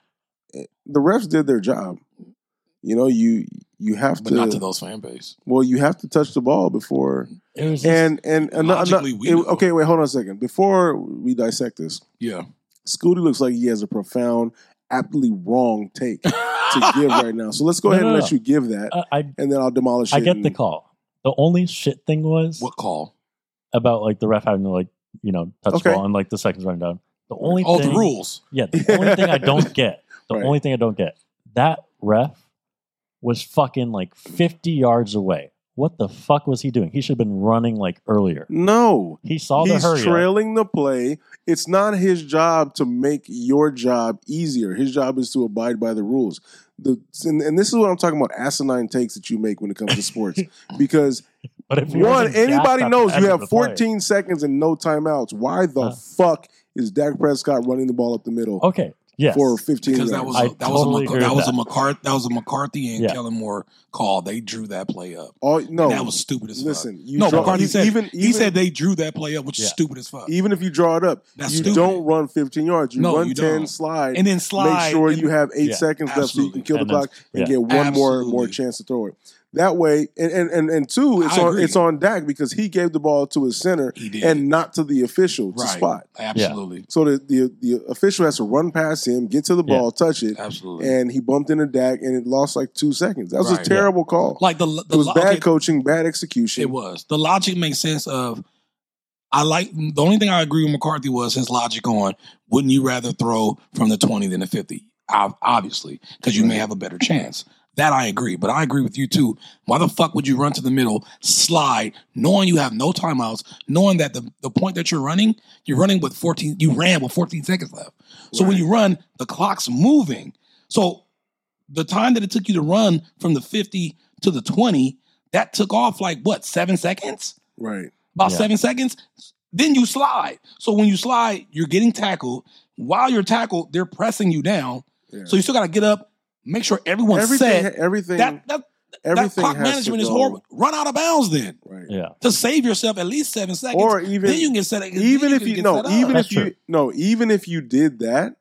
Speaker 1: eh, The refs did their job. You know, you you have
Speaker 2: but
Speaker 1: to,
Speaker 2: not to those fan base.
Speaker 1: well, you have to touch the ball before
Speaker 3: It was just,
Speaker 1: and and, and not- not-
Speaker 2: Logically, we
Speaker 1: it-
Speaker 2: know.
Speaker 1: okay. Wait, hold on a second. Before we dissect this,
Speaker 2: Yeah.
Speaker 1: Scooty looks like he has a profound, aptly wrong take to give right now. So let's go
Speaker 3: No,
Speaker 1: ahead
Speaker 3: no,
Speaker 1: and
Speaker 3: no.
Speaker 1: let you give that,
Speaker 3: I, I
Speaker 1: and then I'll demolish it.
Speaker 3: I get
Speaker 1: and-
Speaker 3: the call. The only shit thing was
Speaker 2: What call?
Speaker 3: about like the ref having to like you know touch
Speaker 1: Okay.
Speaker 3: the ball and like the seconds running down. The only
Speaker 2: Oh,
Speaker 3: thing,
Speaker 2: the rules.
Speaker 3: Yeah, the only thing I don't get. The
Speaker 1: Right.
Speaker 3: only thing I don't get. That ref was fucking like fifty yards away. What the fuck was he doing? He should have been running like earlier.
Speaker 1: No,
Speaker 3: He saw
Speaker 1: he's
Speaker 3: the hurry. up.
Speaker 1: trailing the play. It's not his job to make your job easier. His job is to abide by the rules. The and, and this is what I'm talking about: asinine takes that you make when it comes to sports. because
Speaker 3: But if he
Speaker 1: one,
Speaker 3: wasn't gassed
Speaker 1: anybody
Speaker 3: at the
Speaker 1: knows
Speaker 3: end
Speaker 1: you
Speaker 3: of
Speaker 1: have
Speaker 3: the play-
Speaker 1: 14 seconds and no timeouts. Why the
Speaker 3: Huh.
Speaker 1: fuck is Dak Prescott running the ball up the middle
Speaker 3: Okay. Yes.
Speaker 1: for 15
Speaker 2: Because that
Speaker 1: yards?
Speaker 2: was
Speaker 3: I
Speaker 2: a, that
Speaker 3: totally
Speaker 2: was a,
Speaker 3: agree
Speaker 2: Mac- that
Speaker 3: with
Speaker 2: was a
Speaker 3: that.
Speaker 2: McCarthy that was a McCarthy and
Speaker 3: Yeah.
Speaker 2: Kellen Moore call. They drew that play up.
Speaker 1: All, Oh, no,
Speaker 2: that was stupid as
Speaker 1: listen. You
Speaker 2: No,
Speaker 1: draw-
Speaker 2: McCarthy said-
Speaker 1: even,
Speaker 2: fuck. He said they drew that play up, which is
Speaker 3: Yeah.
Speaker 2: stupid as fuck.
Speaker 1: even if you draw it up,
Speaker 2: That's
Speaker 1: you
Speaker 2: stupid.
Speaker 1: don't run 15 yards. You
Speaker 2: No,
Speaker 1: run
Speaker 2: you
Speaker 1: 10,
Speaker 2: don't.
Speaker 1: slide,
Speaker 2: and then slide.
Speaker 1: make sure
Speaker 2: and-
Speaker 1: you have eight
Speaker 3: Yeah,
Speaker 1: seconds left so you can
Speaker 2: absolutely.
Speaker 1: kill the
Speaker 3: And then-
Speaker 1: clock and
Speaker 3: yeah.
Speaker 1: get one more more
Speaker 2: Absolutely.
Speaker 1: chance to throw it. That way, and and and, and two, it's
Speaker 2: I
Speaker 1: on
Speaker 2: agree.
Speaker 1: it's on Dak because he gave the ball to his center
Speaker 2: he did.
Speaker 1: and not to the official to
Speaker 2: right.
Speaker 1: spot.
Speaker 2: Absolutely.
Speaker 1: So the, the the official has to run past him, get to the
Speaker 3: Yeah.
Speaker 1: ball, touch it,
Speaker 2: Absolutely.
Speaker 1: and he bumped into Dak, and it lost like two seconds. That was a
Speaker 2: Right.
Speaker 1: terrible call.
Speaker 2: like the, the
Speaker 1: it was
Speaker 2: lo-
Speaker 1: bad
Speaker 2: okay,
Speaker 1: coaching, bad execution.
Speaker 2: It was. The logic makes sense of I like the only thing I agree with McCarthy was his logic on wouldn't you rather throw from the 20 than the 50? Ob- Obviously, because you may have a better chance. That I agree, but I agree with you too. Why the fuck would you run to the middle, slide, knowing you have no timeouts, knowing that the, the point that you're running, you're running with 14, you ran with 14 seconds left. So when you run, the clock's moving. So the time that it took you to run from the 50 to the 20, That took off like what, seven seconds?
Speaker 1: Right.
Speaker 2: About
Speaker 3: Yeah.
Speaker 2: seven seconds. Then you slide. So when you slide, you're getting tackled. While you're tackled, they're pressing you down.
Speaker 1: Yeah.
Speaker 2: So you still got to get up, make sure everyone's
Speaker 1: everything,
Speaker 2: set.
Speaker 1: everything,
Speaker 2: That, that,
Speaker 1: everything
Speaker 2: that clock
Speaker 1: has to
Speaker 2: management is
Speaker 1: go-
Speaker 2: horrible. Run out of bounds then
Speaker 1: Right.
Speaker 3: Yeah.
Speaker 2: to save yourself at least seven seconds.
Speaker 1: Or even
Speaker 2: then you can get set.
Speaker 1: even if you no, even
Speaker 3: That's
Speaker 1: if you
Speaker 3: true.
Speaker 1: no, even if you did that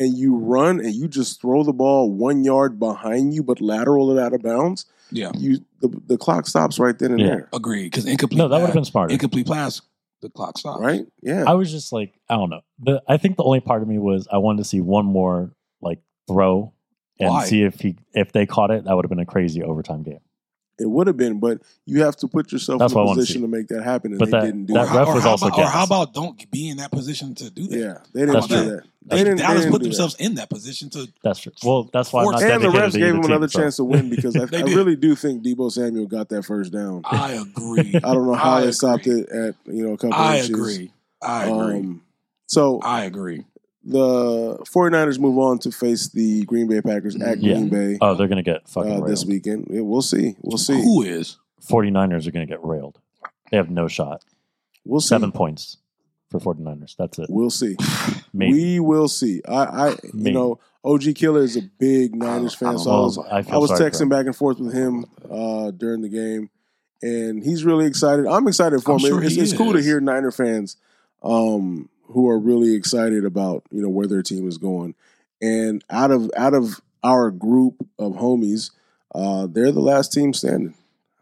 Speaker 1: and you run and you just throw the ball one yard behind you but lateral it out of bounds,
Speaker 2: yeah,
Speaker 1: you the, the clock stops right then and
Speaker 3: Yeah.
Speaker 1: there.
Speaker 2: agreed because incomplete.
Speaker 3: No, that would have been
Speaker 2: pass-
Speaker 3: smarter.
Speaker 2: incomplete pass. The clock stops.
Speaker 1: Right? Yeah.
Speaker 3: I was just like, I don't know. But I think the only part of me was I wanted to see one more like throw and
Speaker 2: Why?
Speaker 3: see if he if they caught it. That would have been a crazy overtime game.
Speaker 1: it would have been, but you have to put yourself
Speaker 3: That's
Speaker 1: in
Speaker 3: what I
Speaker 1: a
Speaker 3: wanna
Speaker 1: position to make that happen and
Speaker 3: But
Speaker 1: they
Speaker 3: that-
Speaker 1: didn't do
Speaker 3: that
Speaker 1: it.
Speaker 2: how-
Speaker 3: ref was
Speaker 2: how
Speaker 3: also
Speaker 2: about, or how
Speaker 3: gassed.
Speaker 2: about don't be in that position to do that?
Speaker 1: yeah, they didn't
Speaker 3: That's
Speaker 1: do
Speaker 2: true.
Speaker 1: that. They
Speaker 2: Like,
Speaker 1: didn't, they
Speaker 2: Dallas
Speaker 1: didn't
Speaker 2: put
Speaker 1: do that.
Speaker 2: themselves in that position to.
Speaker 3: That's true. Well, that's why I'm not
Speaker 2: Forced-
Speaker 1: And the
Speaker 3: dedicated
Speaker 1: refs
Speaker 3: to
Speaker 1: gave
Speaker 3: either
Speaker 1: him
Speaker 3: team,
Speaker 1: another
Speaker 3: so-
Speaker 1: chance to win because I,
Speaker 2: They
Speaker 1: I
Speaker 2: did.
Speaker 1: really do think Debo Samuel got that first down. I,
Speaker 2: I agree.
Speaker 1: don't know how
Speaker 2: I
Speaker 1: they
Speaker 2: agree.
Speaker 1: stopped it at you know a couple
Speaker 2: I
Speaker 1: inches.
Speaker 2: agree. I agree.
Speaker 1: Um, so
Speaker 2: I agree.
Speaker 1: the 49ers move on to face the Green Bay Packers at
Speaker 3: Yeah.
Speaker 1: Green Bay
Speaker 3: Oh, they're gonna get fucking
Speaker 1: uh,
Speaker 3: railed.
Speaker 1: this weekend. Yeah, we'll see. We'll see.
Speaker 2: Who is?
Speaker 3: 49ers are gonna get railed. They have no shot.
Speaker 1: We'll see.
Speaker 3: Seven points for 49ers. That's it.
Speaker 1: We'll see.
Speaker 3: Maybe.
Speaker 1: We will see. I, I you
Speaker 3: Maybe.
Speaker 1: know, OG Killer is a big Niners
Speaker 2: I
Speaker 1: fan,
Speaker 2: don't
Speaker 1: so I was,
Speaker 3: Well, I, feel
Speaker 1: I was
Speaker 3: sorry for
Speaker 1: texting
Speaker 3: them.
Speaker 1: back and forth with him uh, during the game, and he's really excited. I'm excited for
Speaker 2: I'm
Speaker 1: him.
Speaker 2: sure
Speaker 1: it's
Speaker 2: he
Speaker 1: it's cool to
Speaker 2: is.
Speaker 1: hear Niner fans um, who are really excited about you know where their team is going. And out of out of our group of homies, uh, they're the last team standing.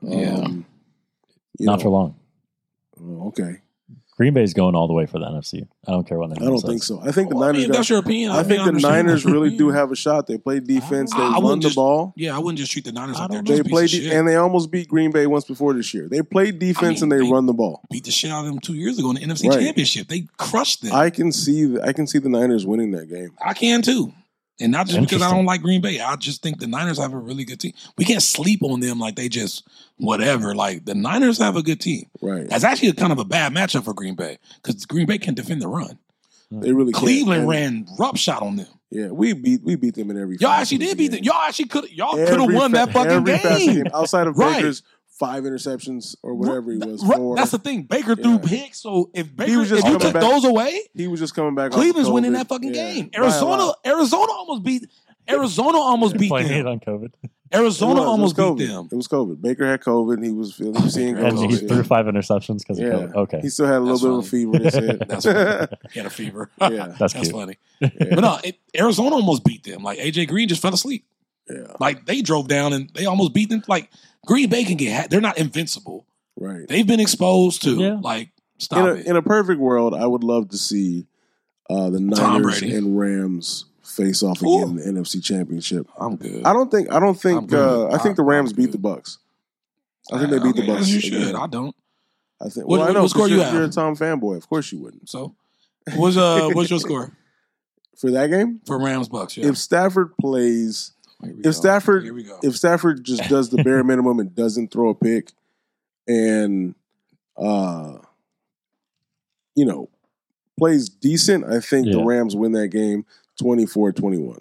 Speaker 1: Um,
Speaker 2: Yeah.
Speaker 1: you
Speaker 3: Not
Speaker 1: know,
Speaker 3: for long.
Speaker 1: oh, okay.
Speaker 3: Green Bay's going all the way for the NFC. I don't care what
Speaker 1: I don't think so. I think the
Speaker 2: Well, I
Speaker 1: Niners.
Speaker 2: mean, if that's
Speaker 1: got,
Speaker 2: your opinion.
Speaker 1: I think the
Speaker 2: understand
Speaker 1: Niners
Speaker 2: that.
Speaker 1: really do have a shot. They play defense. They
Speaker 2: I- I
Speaker 1: run
Speaker 2: wouldn't
Speaker 1: the
Speaker 2: just-
Speaker 1: ball.
Speaker 2: Yeah, I wouldn't just treat the Niners
Speaker 3: I
Speaker 2: like they're
Speaker 3: don't
Speaker 1: They
Speaker 2: just
Speaker 1: played
Speaker 2: piece of
Speaker 1: de-
Speaker 2: shit.
Speaker 1: and they almost beat Green Bay once before this year. They played defense
Speaker 2: I
Speaker 1: and
Speaker 2: mean,
Speaker 1: they,
Speaker 2: they-
Speaker 1: run the ball.
Speaker 2: beat the shit out of them two years ago in the NFC
Speaker 1: Right.
Speaker 2: Championship. They crushed them. I,
Speaker 1: I can see the, I can see the Niners winning that game.
Speaker 2: can too. And not just because I
Speaker 3: Interesting.
Speaker 2: don't like Green Bay. I just think the Niners have a really good team. We can't sleep on them like they just whatever. Like the Niners have a good team.
Speaker 1: Right.
Speaker 2: That's actually a kind of a bad matchup for Green Bay because Green Bay can defend the run.
Speaker 1: They really can't.
Speaker 2: Cleveland
Speaker 1: And-
Speaker 2: ran roughshod on them.
Speaker 1: Yeah, we beat we beat them in every
Speaker 2: Y'all
Speaker 1: facet
Speaker 2: actually
Speaker 1: of
Speaker 2: did
Speaker 1: the
Speaker 2: beat them.
Speaker 1: game.
Speaker 2: Y'all actually could. Y'all
Speaker 1: Every
Speaker 2: could have won
Speaker 1: fa-
Speaker 2: that fucking
Speaker 1: every facet of the
Speaker 2: game.
Speaker 1: Outside of
Speaker 2: Right.
Speaker 1: Baker's five interceptions or whatever he was.
Speaker 2: Ru-
Speaker 1: Four.
Speaker 2: That's the thing. Baker
Speaker 1: Yeah.
Speaker 2: threw picks, so if Baker
Speaker 1: was just
Speaker 2: if you
Speaker 1: coming
Speaker 2: took
Speaker 1: back.
Speaker 2: those away,
Speaker 1: he was just coming back. off
Speaker 2: Cleveland's
Speaker 1: COVID.
Speaker 2: winning that fucking
Speaker 1: Yeah.
Speaker 2: game.
Speaker 1: By a
Speaker 2: Arizona,
Speaker 1: lot.
Speaker 2: Arizona almost beat. Arizona almost beat
Speaker 3: Playing it
Speaker 2: them.
Speaker 3: on COVID.
Speaker 1: It was-
Speaker 2: Arizona
Speaker 1: it was
Speaker 2: almost
Speaker 1: COVID.
Speaker 2: beat them.
Speaker 1: It was COVID. Baker had COVID. and He was feeling he was seeing
Speaker 2: Baker had
Speaker 3: And
Speaker 1: COVID.
Speaker 3: he
Speaker 2: yeah.
Speaker 3: threw five interceptions because
Speaker 1: Yeah.
Speaker 3: of COVID. Okay.
Speaker 1: He still had a little bit
Speaker 2: That's
Speaker 1: of a fever. They said.
Speaker 2: That's funny. He had a fever.
Speaker 1: yeah,
Speaker 3: That's,
Speaker 2: That's
Speaker 3: cute.
Speaker 2: funny.
Speaker 1: yeah,
Speaker 2: But no, it, Arizona almost beat them. Like AJ Green just fell asleep.
Speaker 1: yeah.
Speaker 2: Like they drove down and they almost beat them. Like Green Bay can get. ha- They're not invincible.
Speaker 1: Right.
Speaker 2: They've been exposed to.
Speaker 3: Yeah.
Speaker 2: Like
Speaker 1: in
Speaker 2: stop
Speaker 1: a,
Speaker 2: it.
Speaker 1: in a perfect world, I would love to see uh, the Niners
Speaker 2: Brady.
Speaker 1: and Rams face off
Speaker 2: Ooh.
Speaker 1: again in the NFC Championship.
Speaker 2: I'm good.
Speaker 1: I don't think. I don't
Speaker 2: I'm
Speaker 1: think. Uh,
Speaker 2: good.
Speaker 1: I think the
Speaker 2: I'm-
Speaker 1: Rams
Speaker 2: I'm
Speaker 1: beat
Speaker 2: good.
Speaker 1: the Bucks. I think they beat the
Speaker 2: Okay,
Speaker 1: Bucks.
Speaker 2: as You should.
Speaker 1: again.
Speaker 2: I don't.
Speaker 1: I think.
Speaker 2: What-
Speaker 1: well, I know
Speaker 2: what score
Speaker 1: 'cause
Speaker 2: you
Speaker 1: you're,
Speaker 2: have?
Speaker 1: you're a Tom fanboy. Of course you wouldn't
Speaker 2: So, what's uh, what's your score
Speaker 1: for that game.
Speaker 2: for Rams Bucks? Yeah.
Speaker 1: If Stafford plays,
Speaker 2: Here we
Speaker 1: if Stafford-
Speaker 2: Here we go.
Speaker 1: if Stafford just does the bare minimum and doesn't throw a pick, and uh, you know, plays decent, I think the
Speaker 3: Yeah.
Speaker 1: Rams win that game 24-21.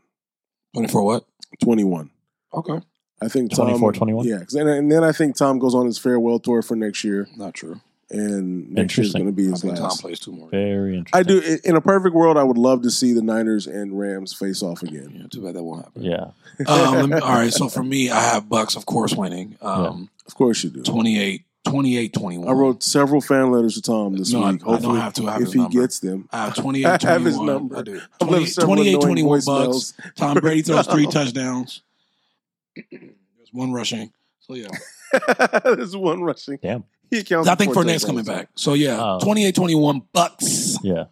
Speaker 2: 24 what?
Speaker 1: 21.
Speaker 2: Okay.
Speaker 1: I think Tom,
Speaker 3: 24, 21?
Speaker 1: Yeah, 'cause- and, and then I think Tom goes on his farewell tour for next year,
Speaker 2: Not true.
Speaker 1: and next year's
Speaker 3: Interesting.
Speaker 1: going to be
Speaker 2: I
Speaker 1: his
Speaker 2: think Tom
Speaker 1: last.
Speaker 2: plays two more.
Speaker 3: Very interesting.
Speaker 1: I do. In in a perfect world, I would love to see the Niners and Rams face off again.
Speaker 2: Yeah, too bad that won't happen.
Speaker 3: Yeah.
Speaker 2: Um, let me- all right. So for me, I have Bucks, of course, winning. Um,
Speaker 1: Of course, you do.
Speaker 2: 28, 28, 21.
Speaker 1: I wrote several fan letters to Tom this
Speaker 2: No, I-
Speaker 1: week.
Speaker 2: I don't
Speaker 1: Hopefully,
Speaker 2: have to. I have
Speaker 1: if
Speaker 2: his
Speaker 1: he
Speaker 2: number.
Speaker 1: gets them,
Speaker 2: I have 28,
Speaker 1: I have his
Speaker 2: 21.
Speaker 1: number.
Speaker 2: I do.
Speaker 1: I've left
Speaker 2: 20,
Speaker 1: several
Speaker 2: 28,
Speaker 1: annoying
Speaker 2: 21 Bucks.
Speaker 1: voicemails.
Speaker 2: Tom Brady throws three touchdowns. There's one rushing. So yeah.
Speaker 1: There's one rushing.
Speaker 3: Damn.
Speaker 1: He accounts.
Speaker 2: I think
Speaker 1: for
Speaker 2: Fournette's coming
Speaker 1: touchdowns.
Speaker 2: back. So yeah,
Speaker 3: Oh.
Speaker 2: 28, 21 Bucks
Speaker 3: Yeah.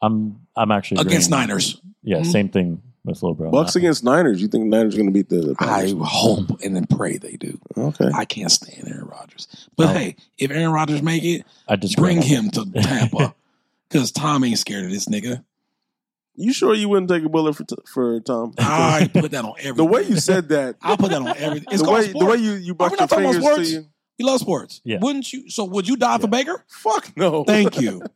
Speaker 3: I'm I'm actually
Speaker 2: against
Speaker 3: agreeing.
Speaker 2: Niners.
Speaker 3: Yeah,
Speaker 2: Mhm.
Speaker 3: same thing with Lil Bro. on
Speaker 1: Bucks
Speaker 3: that.
Speaker 1: against Niners. You think Niners are going to beat the? the
Speaker 2: I
Speaker 1: Packers?
Speaker 2: hope and then pray they do.
Speaker 1: okay.
Speaker 2: I can't stand Aaron Rodgers. But
Speaker 3: Oh.
Speaker 2: hey, if Aaron Rodgers make it,
Speaker 3: I just
Speaker 2: bring him to Tampa. Because Tom ain't scared of this nigga.
Speaker 1: You sure you wouldn't take a bullet for t- for Tom?
Speaker 2: I put that on everything.
Speaker 1: The way you said that,
Speaker 2: I put that on everything. It's
Speaker 1: the
Speaker 2: called
Speaker 1: way
Speaker 2: sports.
Speaker 1: the way you you
Speaker 2: Are we
Speaker 1: brought your
Speaker 2: not talking about
Speaker 1: fingers to
Speaker 2: sports?
Speaker 1: you.
Speaker 2: we love sports.
Speaker 3: Yeah.
Speaker 2: Wouldn't you? So would you die for
Speaker 3: Yeah.
Speaker 2: Baker?
Speaker 1: Fuck no.
Speaker 2: Thank you.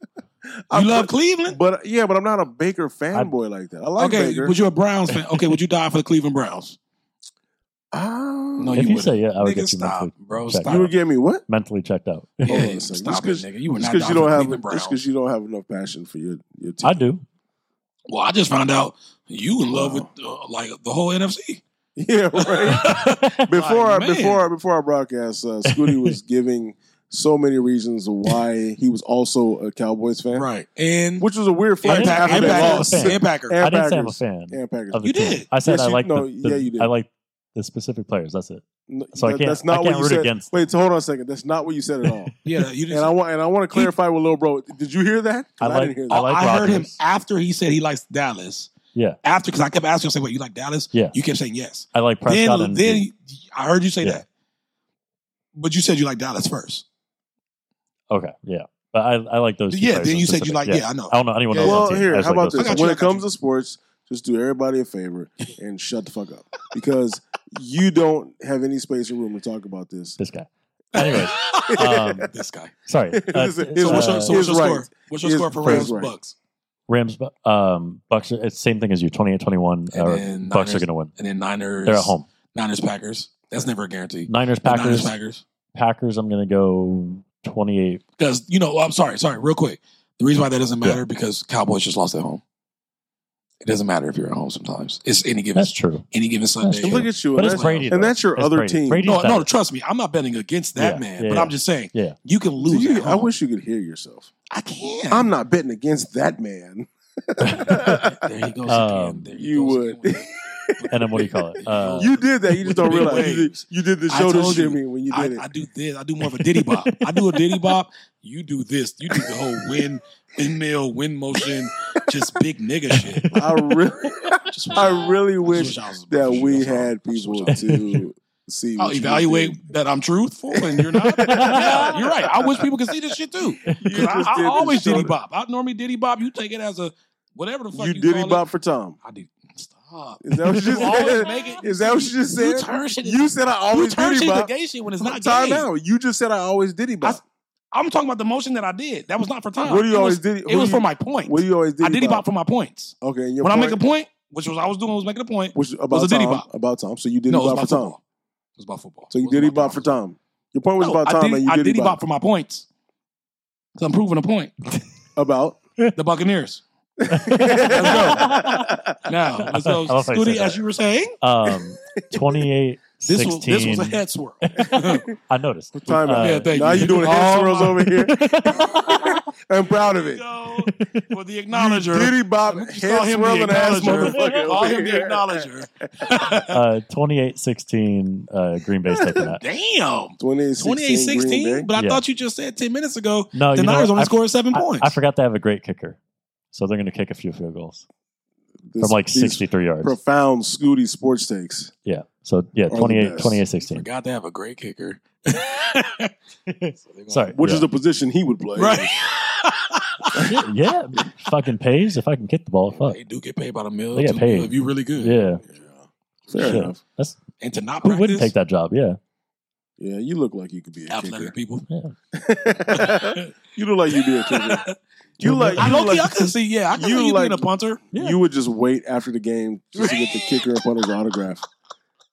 Speaker 2: You
Speaker 1: I-
Speaker 2: love Cleveland?
Speaker 1: But yeah, but I'm not a Baker fanboy like that. I like
Speaker 2: okay,
Speaker 1: Baker.
Speaker 2: but you're a Browns fan. Okay, would you die for the Cleveland Browns?
Speaker 1: Ah,
Speaker 2: No,
Speaker 3: if
Speaker 2: you
Speaker 3: you,
Speaker 2: wouldn't.
Speaker 3: say yeah, I would
Speaker 2: nigga,
Speaker 3: get you
Speaker 2: stop,
Speaker 3: mentally,
Speaker 2: bro.
Speaker 3: checked
Speaker 2: Stop.
Speaker 1: You would get me what?
Speaker 3: mentally checked out.
Speaker 1: Hold on a
Speaker 2: Yeah,
Speaker 1: second. Just
Speaker 2: stop it,
Speaker 1: 'cause-
Speaker 2: nigga. You were
Speaker 1: Just
Speaker 2: not
Speaker 1: because you don't have, just
Speaker 2: Browns.
Speaker 1: because you don't have enough passion for your your team.
Speaker 3: I do.
Speaker 2: Well, I just found out you in love
Speaker 1: Wow.
Speaker 2: with uh, like the whole NFC.
Speaker 1: Yeah, right. before
Speaker 2: Like,
Speaker 1: I,
Speaker 2: man.
Speaker 1: before I, before our broadcast, uh, Scooty was giving so many reasons why he was also a Cowboys fan,
Speaker 2: Right. And
Speaker 1: which was a weird
Speaker 3: I
Speaker 1: flex
Speaker 3: didn't-
Speaker 1: after
Speaker 3: I
Speaker 2: and
Speaker 1: they
Speaker 3: didn't say I'm a
Speaker 1: lost.
Speaker 2: Packers.
Speaker 3: fan.
Speaker 2: And Packers.
Speaker 1: And
Speaker 3: I didn't say I'm a
Speaker 1: Packers.
Speaker 3: fan
Speaker 1: And Packers.
Speaker 3: of the
Speaker 2: You
Speaker 3: team.
Speaker 2: did.
Speaker 3: I said
Speaker 1: Yes,
Speaker 3: I
Speaker 1: you-
Speaker 3: like
Speaker 1: no,
Speaker 3: the, the-
Speaker 1: yeah, you did.
Speaker 3: I like the specific players. That's it.
Speaker 1: No,
Speaker 3: So I
Speaker 1: that-
Speaker 3: can't-
Speaker 1: That's not
Speaker 3: I can't
Speaker 1: what you
Speaker 3: root
Speaker 1: said.
Speaker 3: against
Speaker 1: Wait, so hold on a second. That's not what you said at all.
Speaker 2: Yeah, you
Speaker 1: and
Speaker 2: didn't.
Speaker 1: I want and I want to clarify with little bro. Did you hear that? 'Cause
Speaker 3: I like-
Speaker 1: didn't hear
Speaker 2: I,
Speaker 1: that.
Speaker 3: like
Speaker 2: I heard him
Speaker 3: Rodgers.
Speaker 2: after he said he likes Dallas.
Speaker 3: Yeah.
Speaker 2: After, because I kept asking him, say, "Wait, you like Dallas?"
Speaker 3: Yeah.
Speaker 2: You kept saying yes.
Speaker 3: I like Prescott
Speaker 2: then,
Speaker 3: and
Speaker 2: then I heard you say
Speaker 3: Yeah.
Speaker 2: that, but you said you like Dallas first.
Speaker 3: okay, yeah. But I, I like those. two
Speaker 2: yeah.
Speaker 3: players
Speaker 2: Then
Speaker 3: in
Speaker 2: you said you
Speaker 3: specific. Oh,
Speaker 2: like, yeah, I know.
Speaker 3: I don't know anyone
Speaker 2: Yeah,
Speaker 3: else. on
Speaker 1: Well,
Speaker 3: the team. I
Speaker 1: here,
Speaker 3: just
Speaker 1: how
Speaker 3: like
Speaker 1: about
Speaker 3: those
Speaker 1: this?
Speaker 3: two
Speaker 2: I got
Speaker 1: When
Speaker 2: you,
Speaker 1: it
Speaker 2: I got
Speaker 1: comes to sports, just do everybody a favor and shut the fuck up because you don't have any space or room to talk about this.
Speaker 3: This guy. Anyways, um,
Speaker 2: this guy.
Speaker 3: sorry. Uh,
Speaker 1: Is it-
Speaker 2: So
Speaker 1: is
Speaker 2: what's your,
Speaker 1: right.
Speaker 2: so what's
Speaker 1: Is
Speaker 2: your
Speaker 1: right.
Speaker 2: score? What's your
Speaker 1: Is-
Speaker 2: score for
Speaker 1: is
Speaker 2: Rams
Speaker 1: right.
Speaker 2: Bucks?
Speaker 3: Rams, um, Bucks. are- It's same thing as you. 28-21.
Speaker 2: And
Speaker 3: Or
Speaker 2: then
Speaker 3: Uh, Bucks
Speaker 2: Niners-
Speaker 3: are going to win.
Speaker 2: And then Niners.
Speaker 3: They're at home.
Speaker 2: Niners Packers. That's never a guarantee.
Speaker 3: Niners,
Speaker 2: The
Speaker 3: Packers,
Speaker 2: Niners Packers.
Speaker 3: Packers. I'm going to go 28.
Speaker 2: Because you know, I'm sorry, sorry, real quick. The reason why that doesn't matter because Cowboys just lost at home. It doesn't matter if you're at home sometimes. It's any given
Speaker 3: That's true.
Speaker 2: any given Sunday.
Speaker 1: And look at you,
Speaker 3: But
Speaker 1: and
Speaker 3: it's
Speaker 1: that's,
Speaker 3: Brady.
Speaker 1: and
Speaker 3: though.
Speaker 1: that's your
Speaker 3: It's
Speaker 1: other
Speaker 3: Brady.
Speaker 1: team.
Speaker 3: Brady's
Speaker 2: no,
Speaker 3: better.
Speaker 2: no, trust me. I'm not betting against that
Speaker 3: Yeah,
Speaker 2: man,
Speaker 3: yeah,
Speaker 2: but
Speaker 3: yeah.
Speaker 2: I'm just saying,
Speaker 3: Yeah.
Speaker 2: you can
Speaker 1: Do
Speaker 2: lose.
Speaker 1: you-
Speaker 2: at
Speaker 1: I
Speaker 2: home.
Speaker 1: wish you could hear yourself.
Speaker 2: I can.
Speaker 1: I'm not betting against that man.
Speaker 2: there he goes
Speaker 3: Um,
Speaker 2: again. There he
Speaker 1: you
Speaker 2: goes
Speaker 1: would.
Speaker 2: again.
Speaker 3: And then what do you call it? Uh,
Speaker 1: you did that. You just don't
Speaker 2: Big
Speaker 1: realize you did,
Speaker 2: waves.
Speaker 1: you did the
Speaker 2: I
Speaker 1: shoulder
Speaker 2: told you.
Speaker 1: shimmy when you did
Speaker 2: I,
Speaker 1: it.
Speaker 2: I do this. I do more of a diddy bop. I do a diddy bop. You do this. You do the whole win, windmill, wind motion, just big nigga shit.
Speaker 1: I, really,
Speaker 2: Just wish-
Speaker 1: I really
Speaker 2: I
Speaker 1: wish
Speaker 2: just I was a
Speaker 1: that we
Speaker 2: professional.
Speaker 1: had
Speaker 2: I just wish I
Speaker 1: people to
Speaker 2: was-
Speaker 1: see.
Speaker 2: I'll
Speaker 1: what you did.
Speaker 2: evaluate that I'm truthful and you're not. Yeah, you're right. I wish people could see this shit too. 'Cause
Speaker 1: You
Speaker 2: I,
Speaker 1: just
Speaker 2: I
Speaker 1: did the
Speaker 2: always diddy
Speaker 1: shoulder-
Speaker 2: bop. I normally diddy bop. You take it as a whatever the fuck
Speaker 1: You
Speaker 2: you,
Speaker 1: diddy
Speaker 2: call
Speaker 1: bop for Tom.
Speaker 2: It. I did. Stop.
Speaker 1: Is that what you
Speaker 2: You
Speaker 1: just
Speaker 2: always
Speaker 1: said?
Speaker 2: make it.
Speaker 1: Is that what you just
Speaker 2: You
Speaker 1: said?
Speaker 2: turn shit.
Speaker 1: You said I
Speaker 2: you
Speaker 1: always
Speaker 2: turn
Speaker 1: diddy
Speaker 2: shit into
Speaker 1: bop.
Speaker 2: gay shit when it's not
Speaker 1: Time
Speaker 2: gay.
Speaker 1: out. You just said I always diddy bop.
Speaker 2: I'm talking about the motion that I did. That was not for time.
Speaker 1: What do you
Speaker 2: it
Speaker 1: always
Speaker 2: was,
Speaker 1: diddy?
Speaker 2: It
Speaker 1: what
Speaker 2: was
Speaker 1: do
Speaker 2: for
Speaker 1: you-
Speaker 2: my point.
Speaker 1: What do you always diddy?
Speaker 2: I diddy bop for my points.
Speaker 1: Okay, and your
Speaker 2: When I
Speaker 1: point,
Speaker 2: make a point, which was I was doing was making a point.
Speaker 1: which about
Speaker 2: was a
Speaker 1: Tom,
Speaker 2: diddy bop.
Speaker 1: about Tom. So you diddy
Speaker 2: no, it was
Speaker 1: bop for
Speaker 2: about
Speaker 1: Tom.
Speaker 2: football. It was about football.
Speaker 1: So
Speaker 2: It
Speaker 1: you
Speaker 2: wasn't
Speaker 1: diddy
Speaker 2: about
Speaker 1: bop for Tom. Your point was
Speaker 2: No,
Speaker 1: about
Speaker 2: I
Speaker 1: Tom,
Speaker 2: diddy-
Speaker 1: and you
Speaker 2: I
Speaker 1: diddy,
Speaker 2: diddy
Speaker 1: bop
Speaker 2: bop for my points. So I'm proving a point.
Speaker 1: about.
Speaker 2: The Buccaneers. Now,
Speaker 3: I
Speaker 2: let's go.
Speaker 3: love how you
Speaker 2: Scooty,
Speaker 3: said
Speaker 2: as
Speaker 3: that.
Speaker 2: you were saying,
Speaker 3: um, 28,
Speaker 2: this
Speaker 3: 16.
Speaker 2: was this was a head swirl.
Speaker 3: I noticed.
Speaker 1: Time out.
Speaker 3: Uh,
Speaker 2: yeah, thank
Speaker 1: now
Speaker 2: you.
Speaker 1: you're doing head
Speaker 2: Oh,
Speaker 1: swirls
Speaker 2: my-
Speaker 1: over here. I'm proud of it.
Speaker 2: Yo, for the
Speaker 1: You
Speaker 2: acknowledger.
Speaker 1: Diddy bop,
Speaker 2: We just
Speaker 1: head
Speaker 2: call him the
Speaker 1: swirling ass
Speaker 2: acknowledger.
Speaker 1: motherfucker.
Speaker 2: Call him the
Speaker 1: over here.
Speaker 2: acknowledger.
Speaker 3: Uh, 28, 16, uh, Green Bay's taking that.
Speaker 2: Damn.
Speaker 1: 28
Speaker 2: 28 16, but I
Speaker 3: Yeah.
Speaker 2: thought you just said 10 minutes ago
Speaker 3: No,
Speaker 2: the
Speaker 3: you know
Speaker 2: Niners
Speaker 3: what?
Speaker 2: only
Speaker 3: I-
Speaker 2: scored seven
Speaker 3: I,
Speaker 2: points.
Speaker 3: I forgot they have a great kicker. So they're going to kick a few field goals from like 63 yards.
Speaker 1: Profound Scooty sports takes.
Speaker 3: yeah. So yeah,
Speaker 1: Are the
Speaker 3: 28,
Speaker 1: best.
Speaker 3: 28, 16.
Speaker 2: forgot to have a great kicker.
Speaker 3: Sorry.
Speaker 1: Which
Speaker 3: yeah.
Speaker 1: is the position he would play.
Speaker 2: Right.
Speaker 3: yeah, fucking pays if I can kick the ball. Fuck.
Speaker 2: They do get paid about a mil.
Speaker 3: They get
Speaker 2: two mil
Speaker 3: paid.
Speaker 2: if you really good.
Speaker 3: Yeah.
Speaker 1: Fair
Speaker 3: Shit.
Speaker 1: enough.
Speaker 3: That's
Speaker 2: And to not
Speaker 3: who
Speaker 2: practice,
Speaker 3: wouldn't take that job? Yeah.
Speaker 1: Yeah, you look like you could be a
Speaker 2: athletic people.
Speaker 1: kicker. you look like you'd be a kicker. You like
Speaker 2: I
Speaker 1: you
Speaker 2: low key, I
Speaker 1: like
Speaker 2: could see. Yeah, I could
Speaker 1: you
Speaker 2: see you
Speaker 1: like-
Speaker 2: being a punter.
Speaker 3: Yeah.
Speaker 1: you would just wait after the game just to get the kicker up on his autograph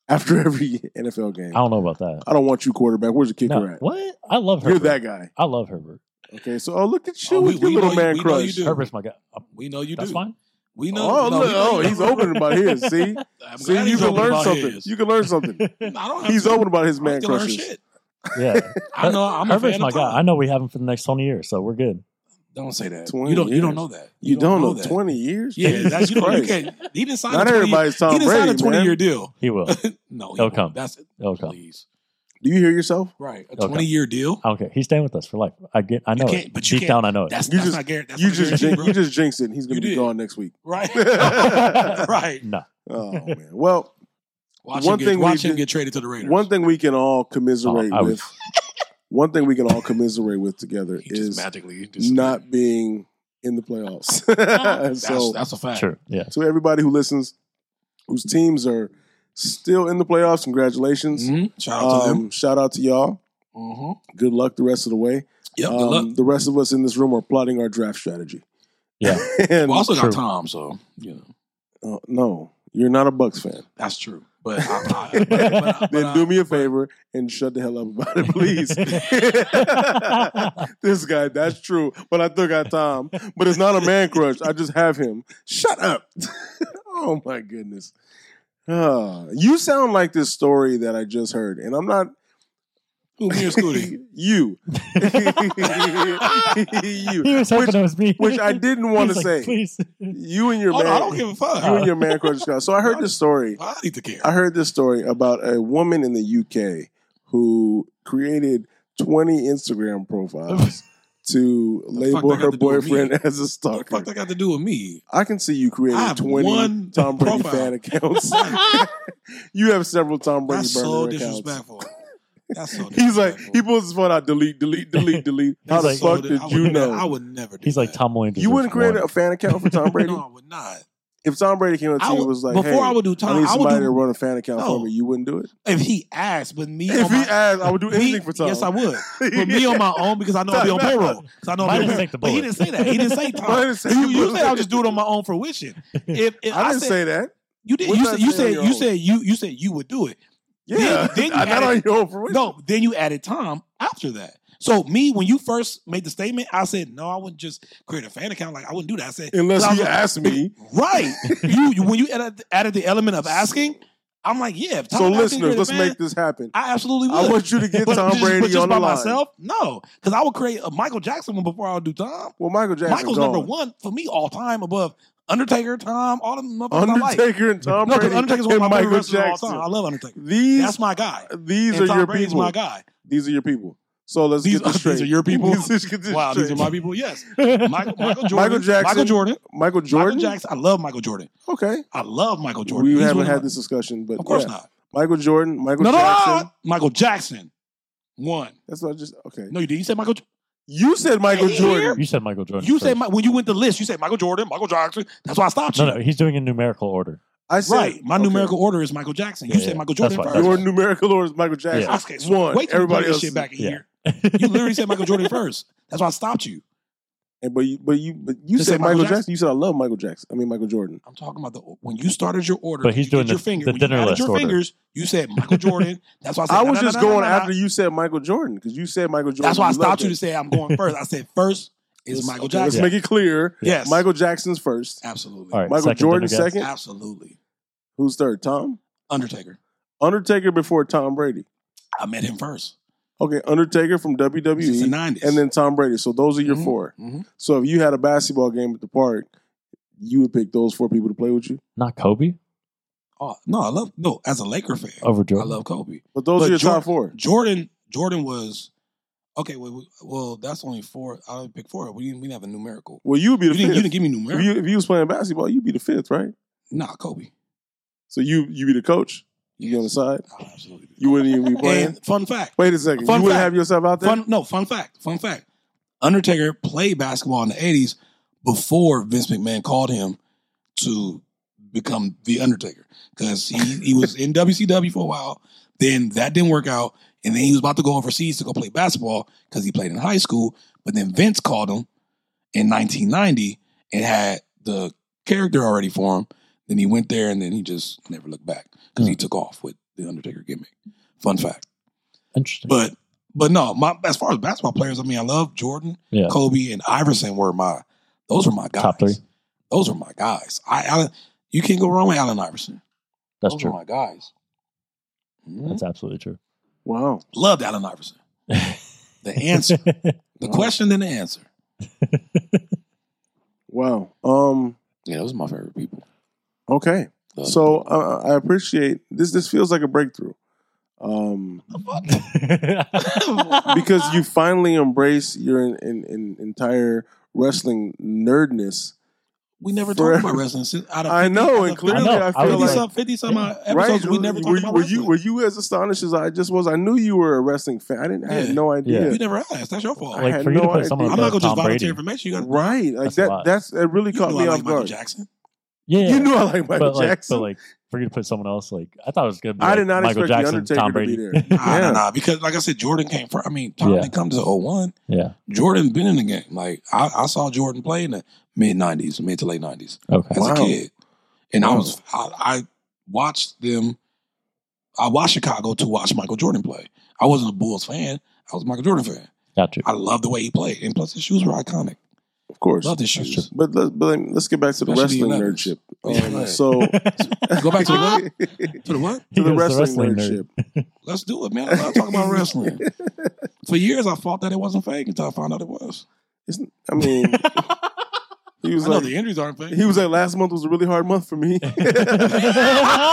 Speaker 1: after every NFL game.
Speaker 3: I don't know about that.
Speaker 1: I don't want you quarterback. Where's the kicker
Speaker 3: No,
Speaker 1: at?
Speaker 3: what? I love
Speaker 1: You're
Speaker 3: Herbert.
Speaker 1: that guy.
Speaker 3: I love Herbert.
Speaker 1: Okay, so oh look at you
Speaker 2: Oh, we-
Speaker 1: with your
Speaker 2: we
Speaker 1: little
Speaker 2: know you-
Speaker 1: man
Speaker 2: we know
Speaker 1: crush.
Speaker 2: you do.
Speaker 3: Herbert's my guy.
Speaker 2: We know you
Speaker 3: That's
Speaker 2: do.
Speaker 3: fine.
Speaker 2: We know.
Speaker 1: oh,
Speaker 2: no,
Speaker 1: look,
Speaker 2: we know
Speaker 1: oh,
Speaker 2: you
Speaker 1: he's
Speaker 2: do.
Speaker 1: open about his. See,
Speaker 2: I'm
Speaker 1: see,
Speaker 2: glad
Speaker 1: you
Speaker 2: he's
Speaker 1: can
Speaker 2: open
Speaker 1: learn
Speaker 2: about
Speaker 1: something.
Speaker 2: his.
Speaker 1: You can learn something.
Speaker 2: I don't have
Speaker 1: He's
Speaker 2: to.
Speaker 1: open about his
Speaker 2: I
Speaker 1: man
Speaker 2: can learn
Speaker 1: crushes.
Speaker 2: shit.
Speaker 3: Yeah.
Speaker 2: I know. I'm a
Speaker 3: Herbert's
Speaker 2: fan
Speaker 3: my
Speaker 2: of
Speaker 3: guy.
Speaker 2: Tom.
Speaker 3: I know we have him for the next 20 years, so we're good.
Speaker 2: Don't say that.
Speaker 1: 20
Speaker 2: You don't. You don't
Speaker 1: years.
Speaker 2: know that.
Speaker 1: You don't know
Speaker 2: that.
Speaker 1: twenty years.
Speaker 2: Yeah, that's
Speaker 1: Jesus
Speaker 2: you, don't, you
Speaker 1: Christ.
Speaker 2: can't. He didn't sign.
Speaker 1: Not
Speaker 2: a 20,
Speaker 1: everybody's Tom
Speaker 2: He didn't sign a
Speaker 1: Brady,
Speaker 2: 20
Speaker 1: man.
Speaker 2: year deal.
Speaker 3: He will.
Speaker 2: No, he
Speaker 3: He'll
Speaker 2: won't.
Speaker 3: come.
Speaker 2: That's it.
Speaker 3: He'll come.
Speaker 2: Please.
Speaker 1: Do you hear yourself?
Speaker 2: Right. A
Speaker 3: He'll come.
Speaker 2: 20 year deal.
Speaker 3: I don't care. He's staying with us for life. I get. I
Speaker 2: You
Speaker 3: know
Speaker 2: can't-
Speaker 3: it.
Speaker 2: but you
Speaker 3: Deep
Speaker 2: can't-
Speaker 3: down, I know it.
Speaker 2: That's,
Speaker 1: You
Speaker 2: that's
Speaker 1: just-
Speaker 2: not guaranteed. That's
Speaker 1: You
Speaker 2: not
Speaker 1: just
Speaker 2: guaranteed,
Speaker 1: jinx,
Speaker 2: bro.
Speaker 1: you just jinxed it. He's going
Speaker 2: You
Speaker 1: to be
Speaker 2: did.
Speaker 1: gone next week.
Speaker 2: right. right.
Speaker 3: No.
Speaker 1: Oh man. Well,
Speaker 2: Watch
Speaker 1: One
Speaker 2: him,
Speaker 1: thing
Speaker 2: get,
Speaker 1: we
Speaker 2: watch him
Speaker 1: did-
Speaker 2: get traded to the Raiders.
Speaker 1: one thing we can all commiserate
Speaker 3: Oh, I
Speaker 1: with. One thing we can all commiserate with together
Speaker 2: he just
Speaker 1: is
Speaker 2: magically disappeared.
Speaker 1: not being in the playoffs.
Speaker 2: That's,
Speaker 1: so,
Speaker 2: that's a fact.
Speaker 3: True. Yeah.
Speaker 1: to everybody who listens, whose teams are still in the playoffs, congratulations.
Speaker 2: Mhm. Shout out to them.
Speaker 1: Um, shout out to y'all.
Speaker 2: Mm-hmm.
Speaker 1: Good luck the rest of the way.
Speaker 2: Yep.
Speaker 1: um,
Speaker 2: good luck.
Speaker 1: The rest of us in this room are plotting our draft strategy.
Speaker 3: Yeah.
Speaker 1: and,
Speaker 2: Well, I also
Speaker 3: True.
Speaker 2: got Tom, so you know
Speaker 1: uh, no, you're not a Bucks fan.
Speaker 2: that's true. But, I, I, but, but, uh, but
Speaker 1: Then
Speaker 2: I-
Speaker 1: do me a favor and shut the hell up about it, please. this guy, that's true. But I still got Tom. But it's not a man crush. I just have him. Shut up. oh my goodness. Ah, you sound like this story that I just heard, and I'm not
Speaker 2: Who, me or Scooty?
Speaker 1: you.
Speaker 3: He
Speaker 1: you,
Speaker 3: was hoping
Speaker 1: Which-
Speaker 3: it was me.
Speaker 1: which I didn't want to
Speaker 3: He's
Speaker 1: say.
Speaker 3: like, Please.
Speaker 1: You and your
Speaker 2: Oh, no, I don't
Speaker 1: man,
Speaker 2: give a fuck.
Speaker 1: you and your man crush. Scott. So I heard this story.
Speaker 2: I need to care.
Speaker 1: I heard this story about a woman in the UK who created 20 Instagram profiles to
Speaker 2: fuck that
Speaker 1: label
Speaker 2: got
Speaker 1: her
Speaker 2: to do with
Speaker 1: boyfriend
Speaker 2: me?
Speaker 1: as a
Speaker 2: What the fuck
Speaker 1: stalker.
Speaker 2: that got to do with me?
Speaker 1: I can see you
Speaker 2: I
Speaker 1: creating
Speaker 2: have
Speaker 1: 20
Speaker 2: one
Speaker 1: Tom Brady
Speaker 2: profile.
Speaker 1: fan accounts. you have several Tom Brady
Speaker 2: That's so
Speaker 1: burner accounts.
Speaker 2: disrespectful. That's so disrespectful.
Speaker 1: He's like, he pulls his phone out, delete, delete, delete, delete. How
Speaker 3: He's
Speaker 1: the
Speaker 3: like-
Speaker 1: fuck
Speaker 2: So
Speaker 1: did
Speaker 2: I would
Speaker 1: you
Speaker 2: never- I
Speaker 1: know?
Speaker 2: would never do
Speaker 3: He's like
Speaker 2: that.
Speaker 3: Tom Williams.
Speaker 1: You wouldn't create a
Speaker 3: a.
Speaker 1: fan account for Tom Brady?
Speaker 2: No, I would not.
Speaker 1: If Tom Brady came up to
Speaker 2: I
Speaker 1: you
Speaker 2: would,
Speaker 1: and was like,
Speaker 2: before
Speaker 1: hey,
Speaker 2: I would do
Speaker 1: I
Speaker 2: Tom,
Speaker 1: need
Speaker 2: I would
Speaker 1: somebody to
Speaker 2: do
Speaker 1: run a fan account for
Speaker 2: No.
Speaker 1: me, you wouldn't do it?
Speaker 2: if he asked, but me
Speaker 1: If
Speaker 2: on
Speaker 1: he
Speaker 2: my,
Speaker 1: asked, I would do
Speaker 2: me-
Speaker 1: anything for Tom.
Speaker 2: Yes, I would. But me on my own because I know I'll be on payroll. 'Cause I know I'll
Speaker 3: Might
Speaker 2: be on payroll.
Speaker 3: have taken the
Speaker 2: But he
Speaker 3: bullet.
Speaker 2: didn't say that. He didn't say
Speaker 1: But I
Speaker 2: Tom.
Speaker 1: didn't say
Speaker 2: You, you
Speaker 1: would.
Speaker 2: said I'll just do it on my own fruition. If, if
Speaker 1: I
Speaker 2: I,
Speaker 1: didn't
Speaker 2: said,
Speaker 1: say that.
Speaker 2: you did,
Speaker 1: What
Speaker 2: you
Speaker 1: did I
Speaker 2: said you
Speaker 1: say on
Speaker 2: said
Speaker 1: your
Speaker 2: you
Speaker 1: own?
Speaker 2: said you you said you would do it.
Speaker 1: Yeah,
Speaker 2: Then- then you
Speaker 1: not
Speaker 2: added-
Speaker 1: on your own fruition.
Speaker 2: No, then you added Tom after that. So me, when you first made the statement, I said no, I wouldn't just create a fan account. Like I wouldn't do that. I said
Speaker 1: unless
Speaker 2: I was
Speaker 1: you
Speaker 2: like,
Speaker 1: asked me.
Speaker 2: Right. you, you- when you added, added the element of asking, I'm like, yeah. If Tom
Speaker 1: So
Speaker 2: Brady
Speaker 1: listeners,
Speaker 2: created a
Speaker 1: let's
Speaker 2: fan,
Speaker 1: make this happen.
Speaker 2: I absolutely
Speaker 1: I
Speaker 2: would.
Speaker 1: want you to get
Speaker 2: but
Speaker 1: Tom
Speaker 2: just, but
Speaker 1: Brady
Speaker 2: just
Speaker 1: on
Speaker 2: by
Speaker 1: the line.
Speaker 2: myself, no, because I would create a Michael Jackson one before I'll do Tom.
Speaker 1: Well, Michael Jackson
Speaker 2: Michael's
Speaker 1: gone.
Speaker 2: number one for me all time above Undertaker, Tom, all them motherfuckers I like.
Speaker 1: Undertaker and Tom
Speaker 2: No, 'cause
Speaker 1: Brady
Speaker 2: Undertaker's one
Speaker 1: and
Speaker 2: of my
Speaker 1: Michael
Speaker 2: favorite wrestlers of
Speaker 1: Jackson.
Speaker 2: all time. I love Undertaker.
Speaker 1: These
Speaker 2: That's my guy.
Speaker 1: these
Speaker 2: and
Speaker 1: are
Speaker 2: Tom
Speaker 1: your
Speaker 2: Brady's
Speaker 1: people.
Speaker 2: my guy.
Speaker 1: These are your people. So let's
Speaker 2: These
Speaker 1: get this
Speaker 2: are-
Speaker 1: straight.
Speaker 2: these are your people?
Speaker 1: Let's get this
Speaker 2: Wow, these are
Speaker 1: straight.
Speaker 2: my people. Yes, Michael, Michael Jordan.
Speaker 1: Michael Jackson.
Speaker 2: Michael Jordan.
Speaker 1: Michael
Speaker 2: Michael
Speaker 1: Jordan.
Speaker 2: Jackson. I love Michael Jordan.
Speaker 1: Okay,
Speaker 2: I love Michael Jordan.
Speaker 1: we
Speaker 2: He's
Speaker 1: haven't
Speaker 2: one of
Speaker 1: had
Speaker 2: my-
Speaker 1: this discussion, but
Speaker 2: Of course
Speaker 1: yeah.
Speaker 2: not.
Speaker 1: Michael Jordan. Michael
Speaker 2: No, no,
Speaker 1: Jackson.
Speaker 2: no, no, Michael Jackson. One.
Speaker 1: That's what I just okay.
Speaker 2: No, you did. You said Michael.
Speaker 1: You said Michael
Speaker 2: Hey,
Speaker 1: Jordan.
Speaker 3: You said Michael Jordan.
Speaker 2: You said
Speaker 3: first.
Speaker 2: Mi- when you went the list, you said Michael Jordan, Michael Jackson. That's why I stopped you.
Speaker 3: No, no, he's doing it in numerical order.
Speaker 1: I said
Speaker 2: right. My
Speaker 1: okay.
Speaker 2: numerical order is Michael Jackson. You
Speaker 3: Yeah, yeah.
Speaker 2: said Michael
Speaker 3: That's
Speaker 2: Jordan
Speaker 3: fine.
Speaker 2: first.
Speaker 1: Your numerical order is Michael Jackson.
Speaker 3: Yeah.
Speaker 2: Okay, so
Speaker 1: One.
Speaker 2: Wait till
Speaker 1: Everybody
Speaker 2: everybody
Speaker 1: else
Speaker 2: else shit back in
Speaker 3: Yeah.
Speaker 2: here. You literally said Michael Jordan first. That's why I stopped you.
Speaker 1: And but you, but you, but you
Speaker 2: Just
Speaker 1: said
Speaker 2: say
Speaker 1: Michael
Speaker 2: Michael
Speaker 1: Jackson.
Speaker 2: Jackson?
Speaker 1: You said I love Michael Jackson. I mean Michael Jordan.
Speaker 2: I'm talking about the when you started your order.
Speaker 3: But he's
Speaker 2: you did
Speaker 3: doing
Speaker 2: your
Speaker 3: the-
Speaker 2: finger.
Speaker 3: the
Speaker 2: when
Speaker 3: dinner
Speaker 2: you added
Speaker 3: list
Speaker 2: your
Speaker 3: order.
Speaker 2: fingers. You said Michael Jordan. That's why I said.
Speaker 1: I
Speaker 2: nah,
Speaker 1: was
Speaker 2: nah,
Speaker 1: just
Speaker 2: nah, nah,
Speaker 1: going
Speaker 2: nah, nah.
Speaker 1: after you said Michael Jordan because you said Michael Jordan.
Speaker 2: That's why I
Speaker 1: loved
Speaker 2: stopped you
Speaker 1: it.
Speaker 2: to say I'm going first. I said first is
Speaker 1: Let's-
Speaker 2: Michael
Speaker 1: okay, Let's
Speaker 2: Jackson.
Speaker 1: make it clear.
Speaker 2: Yes,
Speaker 1: Michael Jackson's first.
Speaker 2: Absolutely.
Speaker 3: All right.
Speaker 1: Michael
Speaker 3: second,
Speaker 1: Jordan
Speaker 3: then I guess.
Speaker 1: second.
Speaker 2: Absolutely.
Speaker 1: Who's third? Tom
Speaker 2: Undertaker.
Speaker 1: Undertaker before Tom Brady.
Speaker 2: I met him first.
Speaker 1: Okay, Undertaker from
Speaker 2: Since the
Speaker 1: WWE,
Speaker 2: 90s.
Speaker 1: and then Tom Brady. So those are your
Speaker 2: Mhm.
Speaker 1: four.
Speaker 2: Mhm.
Speaker 1: So if you had a basketball game at the park, you would pick those four people to play with you.
Speaker 3: Not Kobe
Speaker 2: Oh, no, I love no, as a Laker fan,
Speaker 3: over
Speaker 2: I
Speaker 3: Jordan.
Speaker 2: love Kobe.
Speaker 1: But those
Speaker 2: But
Speaker 1: are your
Speaker 2: Jordan-
Speaker 1: top four.
Speaker 2: Jordan Jordan was okay, wait, wait, well, that's only four. I only picked four. We didn't we didn't have a numerical.
Speaker 1: Well, you would be
Speaker 2: You
Speaker 1: the
Speaker 2: didn't, you
Speaker 1: fifth.
Speaker 2: didn't give me
Speaker 1: if,
Speaker 2: numerical.
Speaker 1: you, if you was playing basketball, you'd be the fifth, right?
Speaker 2: nah, Kobe.
Speaker 1: So you you be the coach. You be on the side.
Speaker 2: Oh, absolutely.
Speaker 1: You wouldn't even be playing.
Speaker 2: And fun fact.
Speaker 1: Wait a second.
Speaker 2: Fun
Speaker 1: you wouldn't
Speaker 2: fact.
Speaker 1: have yourself out there.
Speaker 2: Fun no, fun fact. Fun fact. Undertaker played basketball in the 80s before Vince McMahon called him to become the Undertaker because he, he was in WCW for a while. Then that didn't work out, and then he was about to go overseas to go play basketball because he played in high school. But then Vince called him in 1990 and had the character already for him. Then he went there, and then he just never looked back because he took off with the Undertaker gimmick. Fun fact.
Speaker 3: Interesting.
Speaker 2: But but no, my as far as basketball players, I mean, I love Jordan,
Speaker 3: Yeah.
Speaker 2: Kobe, and Iverson were my those were my guys.
Speaker 3: Top three.
Speaker 2: Those are my guys. I Allen, you can't go wrong with Allen Iverson.
Speaker 3: That's
Speaker 2: those
Speaker 3: true.
Speaker 2: are my guys. Mhm.
Speaker 3: That's absolutely true.
Speaker 1: Wow.
Speaker 2: Loved Allen Iverson. The answer, the question, then the answer.
Speaker 1: Wow. Um.
Speaker 2: Yeah, those are my favorite people.
Speaker 1: Okay.
Speaker 2: Those-
Speaker 1: So uh, I appreciate this. This feels like a breakthrough. Um. Because you finally embrace your in, in, in entire wrestling nerdness.
Speaker 2: we never
Speaker 1: For-
Speaker 2: talked about wrestling since out of 50,
Speaker 1: I know,
Speaker 2: out
Speaker 1: and
Speaker 2: of
Speaker 1: clearly
Speaker 3: I know.
Speaker 1: I,
Speaker 3: I
Speaker 1: feel
Speaker 3: was
Speaker 2: 50
Speaker 1: like.
Speaker 3: just-
Speaker 2: some fifty some uh,
Speaker 1: Right,
Speaker 2: episodes we never talked
Speaker 1: were,
Speaker 2: about
Speaker 1: were
Speaker 2: wrestling.
Speaker 1: you were you as astonished as I just was? I knew you were a wrestling fan. I didn't. I had
Speaker 2: Yeah.
Speaker 1: no idea.
Speaker 2: You never asked. That's your fault.
Speaker 1: I
Speaker 3: like
Speaker 1: had
Speaker 3: for you
Speaker 1: no
Speaker 3: to put
Speaker 1: idea.
Speaker 3: someone
Speaker 2: I'm not
Speaker 3: above
Speaker 2: gonna just
Speaker 3: Tom
Speaker 2: volunteer
Speaker 3: Brady.
Speaker 2: information. You got to
Speaker 1: Right. Like
Speaker 3: That's a
Speaker 1: that.
Speaker 3: lot.
Speaker 1: That's it. Really caught me
Speaker 2: I like
Speaker 1: off
Speaker 2: Michael
Speaker 1: guard.
Speaker 2: Jackson.
Speaker 3: Yeah,
Speaker 1: You knew I like Michael
Speaker 3: but like,
Speaker 1: Jackson.
Speaker 3: but like for you to put someone else, like I thought it was gonna be.
Speaker 1: I
Speaker 3: like,
Speaker 1: did not
Speaker 3: Michael
Speaker 1: expect
Speaker 3: Jackson,
Speaker 1: the Undertaker
Speaker 3: Tom
Speaker 1: to
Speaker 3: Brady.
Speaker 1: be there.
Speaker 2: Nah,
Speaker 1: Yeah.
Speaker 2: nah, nah. Because like I said, Jordan came first. I mean, Tom
Speaker 3: Yeah.
Speaker 2: didn't come to 01.
Speaker 3: yeah.
Speaker 2: Jordan been in the game. Like I, I saw Jordan play in the mid nineties, mid to late nineties
Speaker 3: Okay.
Speaker 2: as
Speaker 1: Wow.
Speaker 2: a kid, and
Speaker 1: Wow.
Speaker 2: I was I, I watched them I watched Chicago to watch Michael Jordan play. I wasn't a Bulls fan. I was a Michael Jordan fan.
Speaker 3: Got you.
Speaker 2: I loved the way he played, and plus his shoes were iconic.
Speaker 1: Of course.
Speaker 2: Loved his shoes.
Speaker 1: But let's, but um, let's get back to the
Speaker 2: Especially
Speaker 1: wrestling
Speaker 2: the
Speaker 1: nerdship.
Speaker 2: Yeah,
Speaker 1: Um,
Speaker 2: right.
Speaker 1: so
Speaker 2: Go back to the what?
Speaker 1: to
Speaker 2: To the what?
Speaker 3: He
Speaker 1: the
Speaker 3: goes to
Speaker 1: wrestling
Speaker 3: wrestling nerd.
Speaker 1: nerdship.
Speaker 2: Let's do it, man. I love talking about wrestling. For years, I thought that it wasn't fake until I found out it was.
Speaker 1: I mean, he was
Speaker 2: I know
Speaker 1: like,
Speaker 2: the injuries aren't fake.
Speaker 1: he was like, last month was a really hard month for me.
Speaker 3: Oh,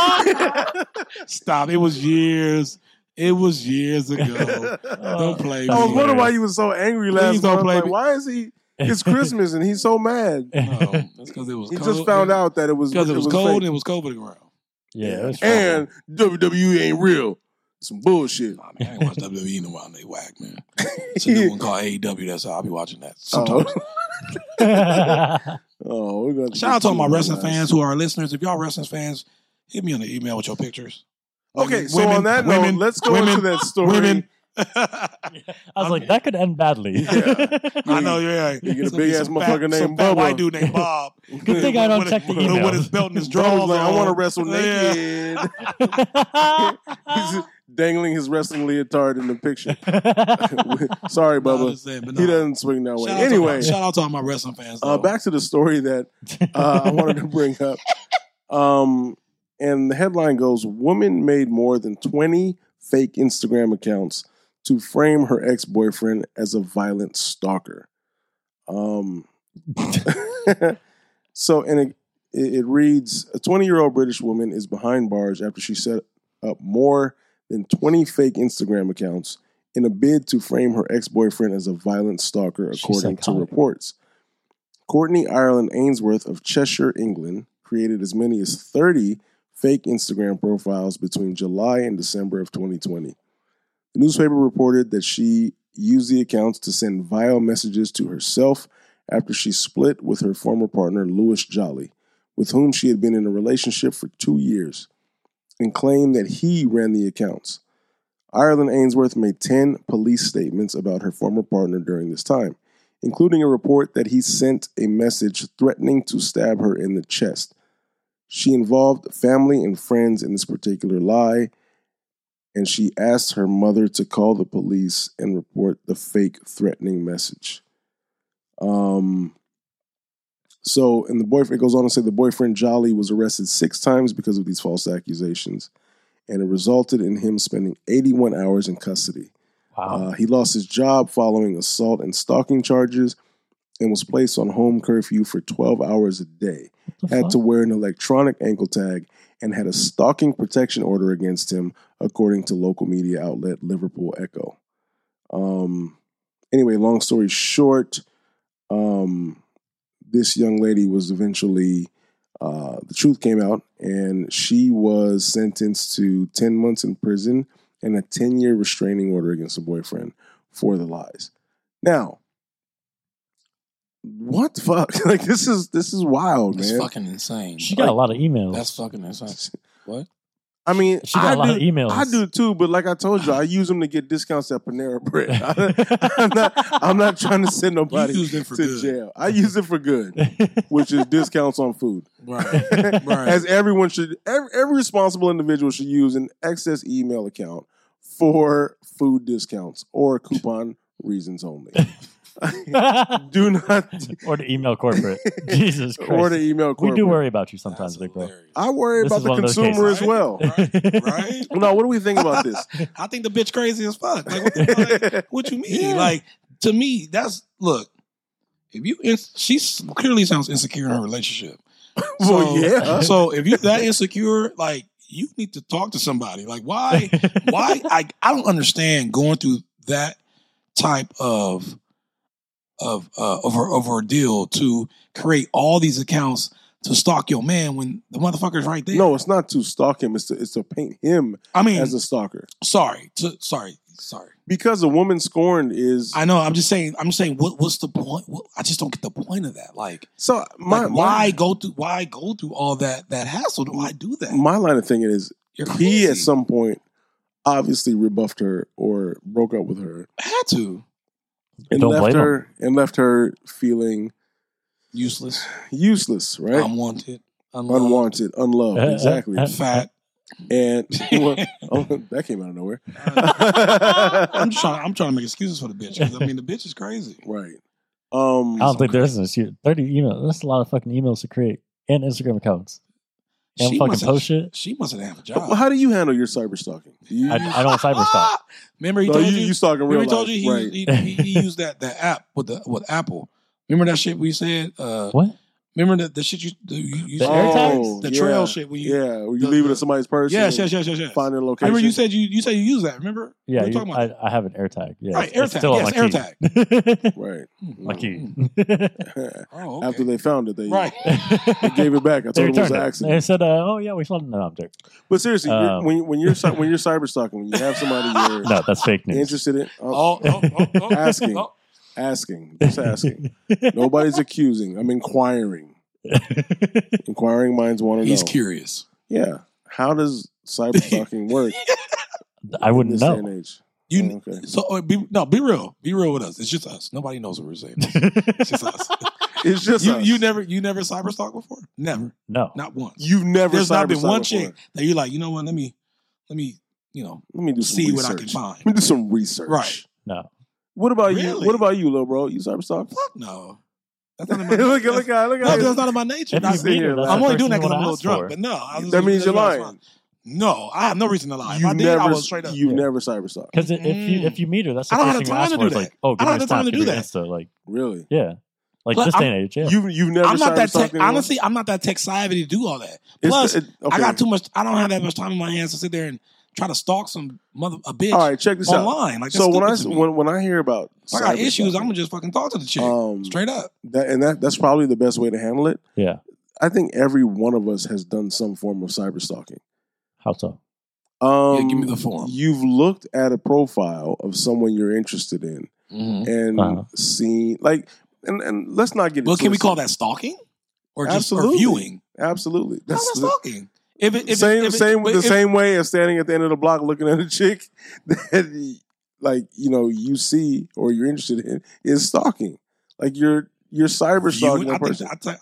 Speaker 2: Stop. It was years. It was years ago.
Speaker 3: Uh,
Speaker 2: Don't play.
Speaker 1: I was
Speaker 2: me.
Speaker 1: wondering why he was so angry last
Speaker 2: Please don't
Speaker 1: month.
Speaker 2: play
Speaker 1: Like,
Speaker 2: me.
Speaker 1: why is he? It's Christmas and he's so mad.
Speaker 2: No, that's because it was.
Speaker 1: He
Speaker 2: cold.
Speaker 1: just found out that it was
Speaker 2: because it was, cold
Speaker 1: fake.
Speaker 2: and it was cold for the ground.
Speaker 3: yeah, it was fun.
Speaker 1: and WWE ain't real. Some bullshit.
Speaker 2: Nah, man, I ain't watch WWE in a while. They whack, man. It's a new one called AEW. That's how I'll be watching that. Sometimes.
Speaker 1: Oh, we're gonna
Speaker 2: Shout out to all my
Speaker 1: uh,
Speaker 2: wrestling fans who are our listeners. If y'all wrestling fans, hit me on the email with your pictures.
Speaker 1: Okay,
Speaker 2: Women-
Speaker 1: so
Speaker 2: women-
Speaker 1: on that
Speaker 2: women-
Speaker 1: note, let's go
Speaker 2: women-
Speaker 1: into that story.
Speaker 2: women.
Speaker 3: I was like, that could end badly.
Speaker 2: I know, yeah.
Speaker 1: You get a
Speaker 2: It's gonna be
Speaker 1: big-ass
Speaker 2: some
Speaker 1: motherfucker
Speaker 2: fat-
Speaker 1: named
Speaker 2: some fat
Speaker 1: Bubba.
Speaker 2: White dude named Bob.
Speaker 3: Good thing I don't
Speaker 2: With a-
Speaker 3: check the
Speaker 2: with a- With his
Speaker 3: emails.
Speaker 2: belt and his
Speaker 1: Bro
Speaker 2: drawers.
Speaker 1: was like, I
Speaker 2: on.
Speaker 1: want to wrestle
Speaker 2: Yeah.
Speaker 1: naked. He's dangling his wrestling leotard in the picture. Sorry,
Speaker 2: No, I'm
Speaker 1: Bubba.
Speaker 2: just saying, but
Speaker 1: He
Speaker 2: no.
Speaker 1: doesn't swing that way.
Speaker 2: Shout out to
Speaker 1: Anyway,
Speaker 2: my- shout out to all my wrestling fans.
Speaker 1: uh,
Speaker 2: though.
Speaker 1: back to the story that uh, I wanted to bring up. Um, and the headline goes Woman made more than 20 fake Instagram accounts to frame her ex boyfriend as a violent stalker. Um, so, and it, it, it reads A 20 year old British woman is behind bars after she set up more than 20 fake Instagram accounts in a bid to frame her ex boyfriend as a violent stalker,
Speaker 3: She's
Speaker 1: according to
Speaker 3: psychotic.
Speaker 1: reports. Courtney Ireland Ainsworth of Cheshire, England, created as many as 30 fake Instagram profiles between July and December of 2020. The newspaper reported that she used the accounts to send vile messages to herself after she split with her former partner, Lewis Jolly, with whom she had been in a relationship for two years, and claimed that he ran the accounts. Ireland Ainsworth made 10 police statements about her former partner during this time, including a report that he sent a message threatening to stab her in the chest. She involved family and friends in this particular lie, and she asked her mother to call the police and report the fake threatening message. Um, so, and the boyfriend it goes on to say the boyfriend Jolly was arrested six times because of these false accusations, and it resulted in him spending 81 hours in custody.
Speaker 3: wow.
Speaker 1: Uh, he lost his job following assault and stalking charges and was placed on home curfew for 12 hours a day.
Speaker 3: What the
Speaker 1: Had
Speaker 3: fuck?
Speaker 1: to wear an electronic ankle tag and had a stalking protection order against him, according to local media outlet Liverpool Echo. Um, anyway, long story short, um, this young lady was eventually, uh, the truth came out, and she was sentenced to 10 months in prison and a 10 year restraining order against the boyfriend for the lies. Now, what the fuck? Like this is this is wild,
Speaker 2: That's
Speaker 1: man.
Speaker 2: fucking insane.
Speaker 3: She got a lot of emails.
Speaker 2: That's fucking insane.
Speaker 1: I mean,
Speaker 3: she got a
Speaker 1: I
Speaker 3: lot
Speaker 1: do,
Speaker 3: of emails.
Speaker 1: I do too, but like I told you, I use them to get discounts at Panera Bread. I, am not, I'm not trying to send
Speaker 2: You
Speaker 1: nobody
Speaker 2: used it for
Speaker 1: to
Speaker 2: good.
Speaker 1: jail. I use it for good, which is discounts on food.
Speaker 2: Right. Right.
Speaker 1: As everyone should, every, every responsible individual should use an excess email account for food discounts or coupon reasons only. do not
Speaker 3: or to email corporate. Jesus Christ.
Speaker 1: order email.
Speaker 3: we
Speaker 1: Corporate.
Speaker 3: do worry about you sometimes,
Speaker 2: That's
Speaker 3: big bro.
Speaker 2: hilarious.
Speaker 1: I worry
Speaker 3: This
Speaker 1: about
Speaker 3: is
Speaker 1: the
Speaker 3: one of those
Speaker 1: consumer
Speaker 3: cases.
Speaker 1: as well.
Speaker 2: Right? right?
Speaker 1: No, what do we think about this?
Speaker 2: I think the bitch crazy as fuck. Like, what, the fuck? What you mean?
Speaker 3: Yeah.
Speaker 2: Like to me, that's look. If you, ins- she s- clearly sounds insecure in her relationship.
Speaker 1: well, yeah.
Speaker 2: So if you that insecure, like you need to talk to somebody. Like why? Why? I I don't understand going through that type of of uh, of a- of ordeal to create all these accounts to stalk your man when the motherfucker's right there.
Speaker 1: No, it's not to stalk him. It's to, it's to paint him
Speaker 2: I mean,
Speaker 1: as a stalker.
Speaker 2: sorry, to, sorry, sorry.
Speaker 1: Because a woman scorned is
Speaker 2: I know. I'm just saying. I'm just saying. What, what's the point? What, I just don't get the point of that. Like,
Speaker 1: so my
Speaker 2: like, why go through? Why go through all that that hassle? Do I do that?
Speaker 1: my, my line of thing is
Speaker 2: You're
Speaker 1: he
Speaker 2: crazy.
Speaker 1: at some point obviously rebuffed her or broke up with her
Speaker 2: had to
Speaker 1: and
Speaker 3: Don't
Speaker 1: left
Speaker 3: blame
Speaker 1: her and left her feeling
Speaker 2: useless,
Speaker 1: useless, right?
Speaker 2: unwanted, unloved,
Speaker 1: Unwanted, unloved. Exactly.
Speaker 2: fat,
Speaker 1: And well, oh, that came out of nowhere.
Speaker 2: I'm just trying. I'm trying to make excuses for the bitch. 'cause, I mean, the bitch is crazy.
Speaker 1: right. Um,
Speaker 3: I don't think there's an issue. 30 emails. That's a lot of fucking emails to create and Instagram accounts. And fucking
Speaker 2: mustn't-
Speaker 3: post shit.
Speaker 2: She mustn't have a
Speaker 1: well,
Speaker 2: job. Ah!
Speaker 1: how do you handle your cyber stalking? Do you,
Speaker 3: I, I don't cyber stalk.
Speaker 2: Remember he
Speaker 1: no,
Speaker 2: told
Speaker 1: you, you stalk in real
Speaker 2: Remember he
Speaker 1: life,
Speaker 2: told you he,
Speaker 1: right?
Speaker 2: used- he, he, he used that that app with the with Apple. Remember that shit we said. Uh,
Speaker 3: What?
Speaker 2: remember that the shit you the, you, you
Speaker 3: The
Speaker 2: said?
Speaker 3: AirTags?
Speaker 2: the
Speaker 1: Oh, yeah.
Speaker 2: trail shit when you
Speaker 1: yeah, where you
Speaker 2: the-
Speaker 1: leave it
Speaker 2: the-
Speaker 1: at somebody's purse.
Speaker 2: yes
Speaker 1: and
Speaker 2: yes yes yes yes.
Speaker 1: Find the
Speaker 2: I
Speaker 1: location.
Speaker 2: remember you said you you said you use that. Remember? We
Speaker 3: Yeah,
Speaker 2: were
Speaker 3: you,
Speaker 2: talking about
Speaker 3: I, I have an AirTag. Yeah,
Speaker 2: right.
Speaker 3: it's- it's
Speaker 2: AirTag.
Speaker 3: still on
Speaker 2: Yes,
Speaker 3: my
Speaker 2: AirTag.
Speaker 3: key.
Speaker 1: right
Speaker 3: my key.
Speaker 2: Oh, okay.
Speaker 1: after they found it, Mm. they
Speaker 2: right.
Speaker 1: they gave it back. I
Speaker 3: they
Speaker 1: told them it was
Speaker 3: returned
Speaker 1: an
Speaker 3: it.
Speaker 1: accident.
Speaker 3: They said, uh, "Oh yeah, we found it." No, I'm joking.
Speaker 1: But seriously,
Speaker 3: Um,
Speaker 2: Uh,
Speaker 1: you're when when you're cy- when you're cyber stalking, when you have somebody you're
Speaker 3: No, that's fake news.
Speaker 1: interested in, oh,
Speaker 2: Oh, oh, oh, oh.
Speaker 1: Asking.
Speaker 2: Oh,
Speaker 1: asking, just asking. Nobody's accusing. I'm inquiring. Inquiring minds want to know.
Speaker 2: He's curious.
Speaker 1: Yeah. How does cyber stalking work
Speaker 3: I
Speaker 1: in
Speaker 3: wouldn't
Speaker 1: this day
Speaker 3: know.
Speaker 1: and age?
Speaker 2: You
Speaker 1: Oh, okay.
Speaker 2: so uh, be, no be real. Be real with us. It's just us. Nobody knows what we're saying. It's just us.
Speaker 1: It's just
Speaker 2: you,
Speaker 1: us.
Speaker 2: you never you never cyber stalk before? Never.
Speaker 3: no,
Speaker 2: Not once.
Speaker 1: You've never
Speaker 2: There's not been
Speaker 1: cyber-stalked
Speaker 2: one
Speaker 1: before.
Speaker 2: chick that you're like, you know what, let me let me, you know,
Speaker 1: Let me do some
Speaker 2: see
Speaker 1: research.
Speaker 2: what I can find.
Speaker 1: Let me do some research.
Speaker 2: Right.
Speaker 3: no.
Speaker 1: What about you?
Speaker 2: Really?
Speaker 1: What about you, little bro? You cyber stalking?
Speaker 2: Fuck no. That's not in my
Speaker 1: look at look at look
Speaker 2: No, that's
Speaker 1: at.
Speaker 2: not in my nature.
Speaker 3: If you
Speaker 1: Not
Speaker 3: meet her,
Speaker 1: here,
Speaker 3: that's
Speaker 1: man.
Speaker 2: I'm
Speaker 3: the
Speaker 2: only doing
Speaker 3: person
Speaker 2: that
Speaker 3: you
Speaker 2: because I'm a
Speaker 3: wanna
Speaker 2: little
Speaker 3: ask
Speaker 2: drunk.
Speaker 3: for.
Speaker 2: But no, I was-
Speaker 1: That means you're
Speaker 2: that's
Speaker 1: lying.
Speaker 2: fine. No, I have no reason to lie. If I
Speaker 1: You've
Speaker 2: did, I
Speaker 1: never
Speaker 2: was straight up.
Speaker 1: you've
Speaker 3: Yeah.
Speaker 1: never cyber stalked.
Speaker 3: Because if you if you meet her, that's the
Speaker 2: Mm. I don't have
Speaker 3: first thing you
Speaker 2: time
Speaker 3: ask
Speaker 2: to
Speaker 3: for.
Speaker 2: do
Speaker 3: It's
Speaker 2: that.
Speaker 3: like, oh,
Speaker 2: I
Speaker 3: give
Speaker 2: don't
Speaker 3: me
Speaker 2: have
Speaker 3: your
Speaker 2: the time
Speaker 3: Snap,
Speaker 2: to
Speaker 3: give me
Speaker 2: do
Speaker 3: your
Speaker 2: that.
Speaker 3: Insta. Like,
Speaker 1: Really?
Speaker 3: yeah, like
Speaker 2: Like,
Speaker 3: this
Speaker 2: I'm-
Speaker 3: day and age. Yeah,
Speaker 1: You've you've never.
Speaker 2: I'm not that
Speaker 1: cyber-stalked
Speaker 2: tech.
Speaker 1: anyone?
Speaker 2: Honestly, I'm not that tech savvy to do all that.
Speaker 1: It's
Speaker 2: Plus,
Speaker 1: the- it- okay.
Speaker 2: I got too much. I don't have that much time in my hands to sit there and try to stalk some mother a bitch
Speaker 1: All right, check this out.
Speaker 2: online. Like that's
Speaker 1: so when I
Speaker 2: stupid to me.
Speaker 1: when, when I hear about
Speaker 2: If I got
Speaker 1: cyber
Speaker 2: issues, I'm
Speaker 1: stalking,
Speaker 2: gonna just fucking talk to the chick
Speaker 1: um,
Speaker 2: straight up.
Speaker 1: that, and that that's probably the best way to handle it.
Speaker 3: yeah.
Speaker 1: I think every one of us has done some form of cyber stalking.
Speaker 3: How so?
Speaker 1: Um,
Speaker 2: Yeah, give me the form.
Speaker 1: You've looked at a profile of someone you're interested in
Speaker 2: Mm-hmm.
Speaker 1: and
Speaker 3: Uh-huh.
Speaker 1: seen like, and, and let's not get. it
Speaker 2: Well, can we
Speaker 1: twisted.
Speaker 2: call that stalking or just or
Speaker 1: Absolutely.
Speaker 2: viewing?
Speaker 1: Absolutely.
Speaker 2: That's
Speaker 1: That's the,
Speaker 2: stalking. If it, if it-
Speaker 1: same
Speaker 2: if it-
Speaker 1: same
Speaker 2: but
Speaker 1: the
Speaker 2: if-
Speaker 1: same way as standing at the end of the block looking at a chick that like you know you see or you're interested in is stalking. Like you're you're cyber stalking
Speaker 2: viewing,
Speaker 1: a
Speaker 2: I, think
Speaker 1: person.
Speaker 2: that, I, think-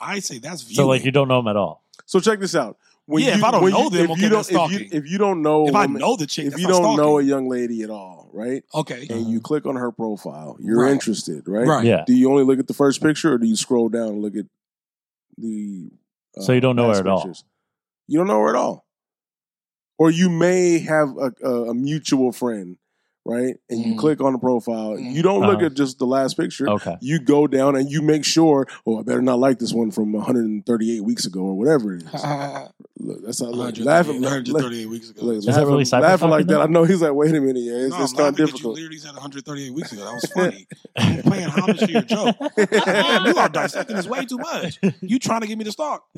Speaker 2: I, I say that's viewing.
Speaker 3: So like you don't know him at all.
Speaker 1: So check this out. When
Speaker 2: Yeah, if I don't know them,
Speaker 1: if
Speaker 2: okay,
Speaker 1: you don't,
Speaker 2: that's
Speaker 1: if you,
Speaker 2: stalking.
Speaker 1: if you don't know,
Speaker 2: if I
Speaker 1: a woman-
Speaker 2: know the chick,
Speaker 1: if
Speaker 2: that's
Speaker 1: you
Speaker 2: not
Speaker 1: don't know a
Speaker 2: stalking.
Speaker 1: young lady at all, right?
Speaker 2: okay,
Speaker 1: And you click on her profile, you're
Speaker 2: Right.
Speaker 1: interested, right?
Speaker 2: right,
Speaker 3: Yeah.
Speaker 1: Do you only look at the first picture, or do you scroll down and look at the? uh,
Speaker 3: So you don't know her
Speaker 1: past
Speaker 3: at all.
Speaker 1: You don't know her at all, or you may have a, a, a mutual friend, right? And you
Speaker 2: Mhm.
Speaker 1: click on the profile.
Speaker 2: Mhm.
Speaker 1: You don't look
Speaker 3: Uh-huh. Oh.
Speaker 1: at just the last picture.
Speaker 3: Okay.
Speaker 1: You go down and you make sure. Oh, I better not like this one from 138 weeks ago or whatever it is. Look, that's not like laughing. Like,
Speaker 2: 138 weeks ago.
Speaker 1: like,
Speaker 3: Is that
Speaker 1: laughing,
Speaker 3: really cyber
Speaker 1: laughing like
Speaker 3: stalking
Speaker 1: that?
Speaker 3: though?
Speaker 1: I know he's like, wait a minute, yeah, it's,
Speaker 2: No,
Speaker 1: it's kind
Speaker 2: I'm laughing
Speaker 1: of
Speaker 2: at you
Speaker 1: difficult.
Speaker 2: literally said 138 weeks ago. That was funny. I'm playing homage to your joke. Uh-uh, you are dissecting this way too much. You trying to get me to stalk.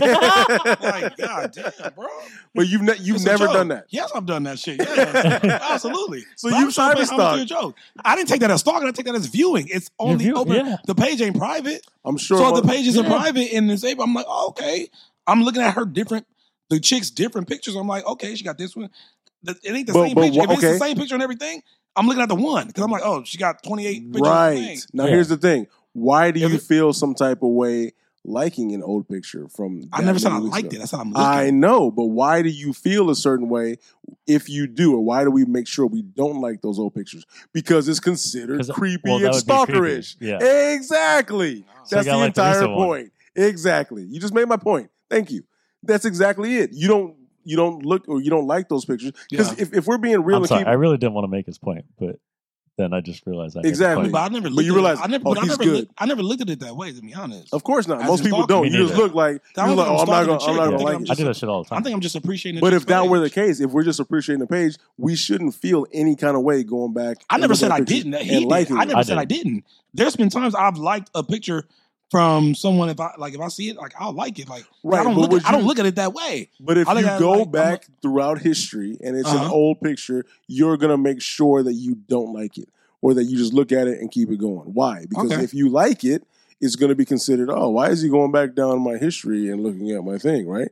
Speaker 1: But,
Speaker 2: Like, god damn, bro.
Speaker 1: but you've ne- you've
Speaker 2: It's a
Speaker 1: never
Speaker 2: joke.
Speaker 1: done that.
Speaker 2: Yes, I've done that shit. Yeah, absolutely.
Speaker 1: So
Speaker 2: But
Speaker 1: you
Speaker 2: I'm trying to
Speaker 1: cyber
Speaker 2: pay homage to your joke. I didn't take that as stalking. I take that as viewing. It's only
Speaker 3: view-
Speaker 2: open.
Speaker 3: yeah.
Speaker 2: The page ain't private.
Speaker 1: I'm sure.
Speaker 2: so
Speaker 1: one-
Speaker 2: the pages are
Speaker 3: Yeah.
Speaker 2: private and it's able. I'm like, oh, okay. I'm looking at her different, the chick's different pictures. I'm like, okay, she got this one. The- It ain't the
Speaker 1: But-
Speaker 2: same
Speaker 1: but
Speaker 2: picture.
Speaker 1: wha-
Speaker 2: If it's the
Speaker 1: okay.
Speaker 2: same picture and everything, I'm looking at the one because I'm like, oh, she got 28 pictures. of the
Speaker 1: right
Speaker 2: thing.
Speaker 1: now,
Speaker 3: Yeah.
Speaker 1: here's the thing. Why do
Speaker 2: If
Speaker 1: you
Speaker 2: it-
Speaker 1: feel some type of way liking an old picture from?
Speaker 2: I
Speaker 1: that
Speaker 2: never said I
Speaker 1: many weeks
Speaker 2: liked
Speaker 1: ago?
Speaker 2: it. I said I'm looking.
Speaker 1: I know, but why do you feel a certain way if you do, or why do we make sure we don't like those old pictures? Because it's considered
Speaker 3: 'Cause-
Speaker 1: creepy
Speaker 3: well,
Speaker 1: and
Speaker 3: that would be creepy.
Speaker 1: stalkerish.
Speaker 3: Yeah.
Speaker 1: Exactly.
Speaker 3: So you
Speaker 1: That's
Speaker 3: gotta
Speaker 1: the
Speaker 3: like the
Speaker 1: entire
Speaker 3: recent one.
Speaker 1: point. Exactly. You just made my point. Thank you. That's exactly it. You don't you don't look or you don't like those pictures because
Speaker 2: Yeah.
Speaker 1: if, if we're being real,
Speaker 3: I'm
Speaker 1: and
Speaker 3: sorry.
Speaker 1: keep-
Speaker 3: I really didn't want to make his point, but then I just realized I made the
Speaker 1: Exactly.
Speaker 3: point.
Speaker 2: but I never. Looked
Speaker 1: you
Speaker 2: at
Speaker 1: realize,
Speaker 2: it. I never.
Speaker 1: oh,
Speaker 2: but I
Speaker 1: he's
Speaker 2: never
Speaker 1: good.
Speaker 2: Looked, I never looked at it that way. To be honest,
Speaker 1: of course not.
Speaker 2: As
Speaker 1: Most
Speaker 2: in
Speaker 1: people
Speaker 2: stalking.
Speaker 1: don't.
Speaker 3: Me
Speaker 1: You just
Speaker 3: neither.
Speaker 1: look like
Speaker 2: I
Speaker 1: you're
Speaker 2: don't
Speaker 1: like, oh,
Speaker 2: think
Speaker 1: I'm
Speaker 2: I'm
Speaker 1: not gonna, I'm
Speaker 2: stalking the
Speaker 1: not
Speaker 2: chick.
Speaker 1: gonna
Speaker 2: I think
Speaker 1: like
Speaker 2: I'm
Speaker 1: it.
Speaker 3: I do that shit all the
Speaker 2: I
Speaker 3: time.
Speaker 2: think I'm just appreciating.
Speaker 1: But
Speaker 2: this
Speaker 1: if that were the
Speaker 2: page.
Speaker 1: case, if we're just appreciating the page, we shouldn't feel any kind of way going back.
Speaker 2: I
Speaker 1: and
Speaker 2: never
Speaker 1: looking
Speaker 2: said
Speaker 1: at
Speaker 2: I
Speaker 1: pictures
Speaker 2: didn't. He
Speaker 1: and
Speaker 2: did.
Speaker 1: liking
Speaker 2: I
Speaker 1: it.
Speaker 2: never
Speaker 3: I
Speaker 2: said I didn't. There's been times I've liked a picture from someone. If I like, if I see it, like I'll like it. Like
Speaker 1: Right,
Speaker 2: I don't
Speaker 1: but
Speaker 2: look.
Speaker 1: would
Speaker 2: At, I don't
Speaker 1: you-
Speaker 2: look at it that way.
Speaker 1: But if
Speaker 2: I
Speaker 1: you
Speaker 2: think I
Speaker 1: go
Speaker 2: like- I'm
Speaker 1: back throughout history and it's an
Speaker 2: Uh-huh.
Speaker 1: old picture, you're gonna make sure that you don't like it or that you just look at it and keep it going. Why? Because
Speaker 2: Okay.
Speaker 1: if you like it, it's gonna be considered. Oh, why is he going back down my history and looking at my thing? Right?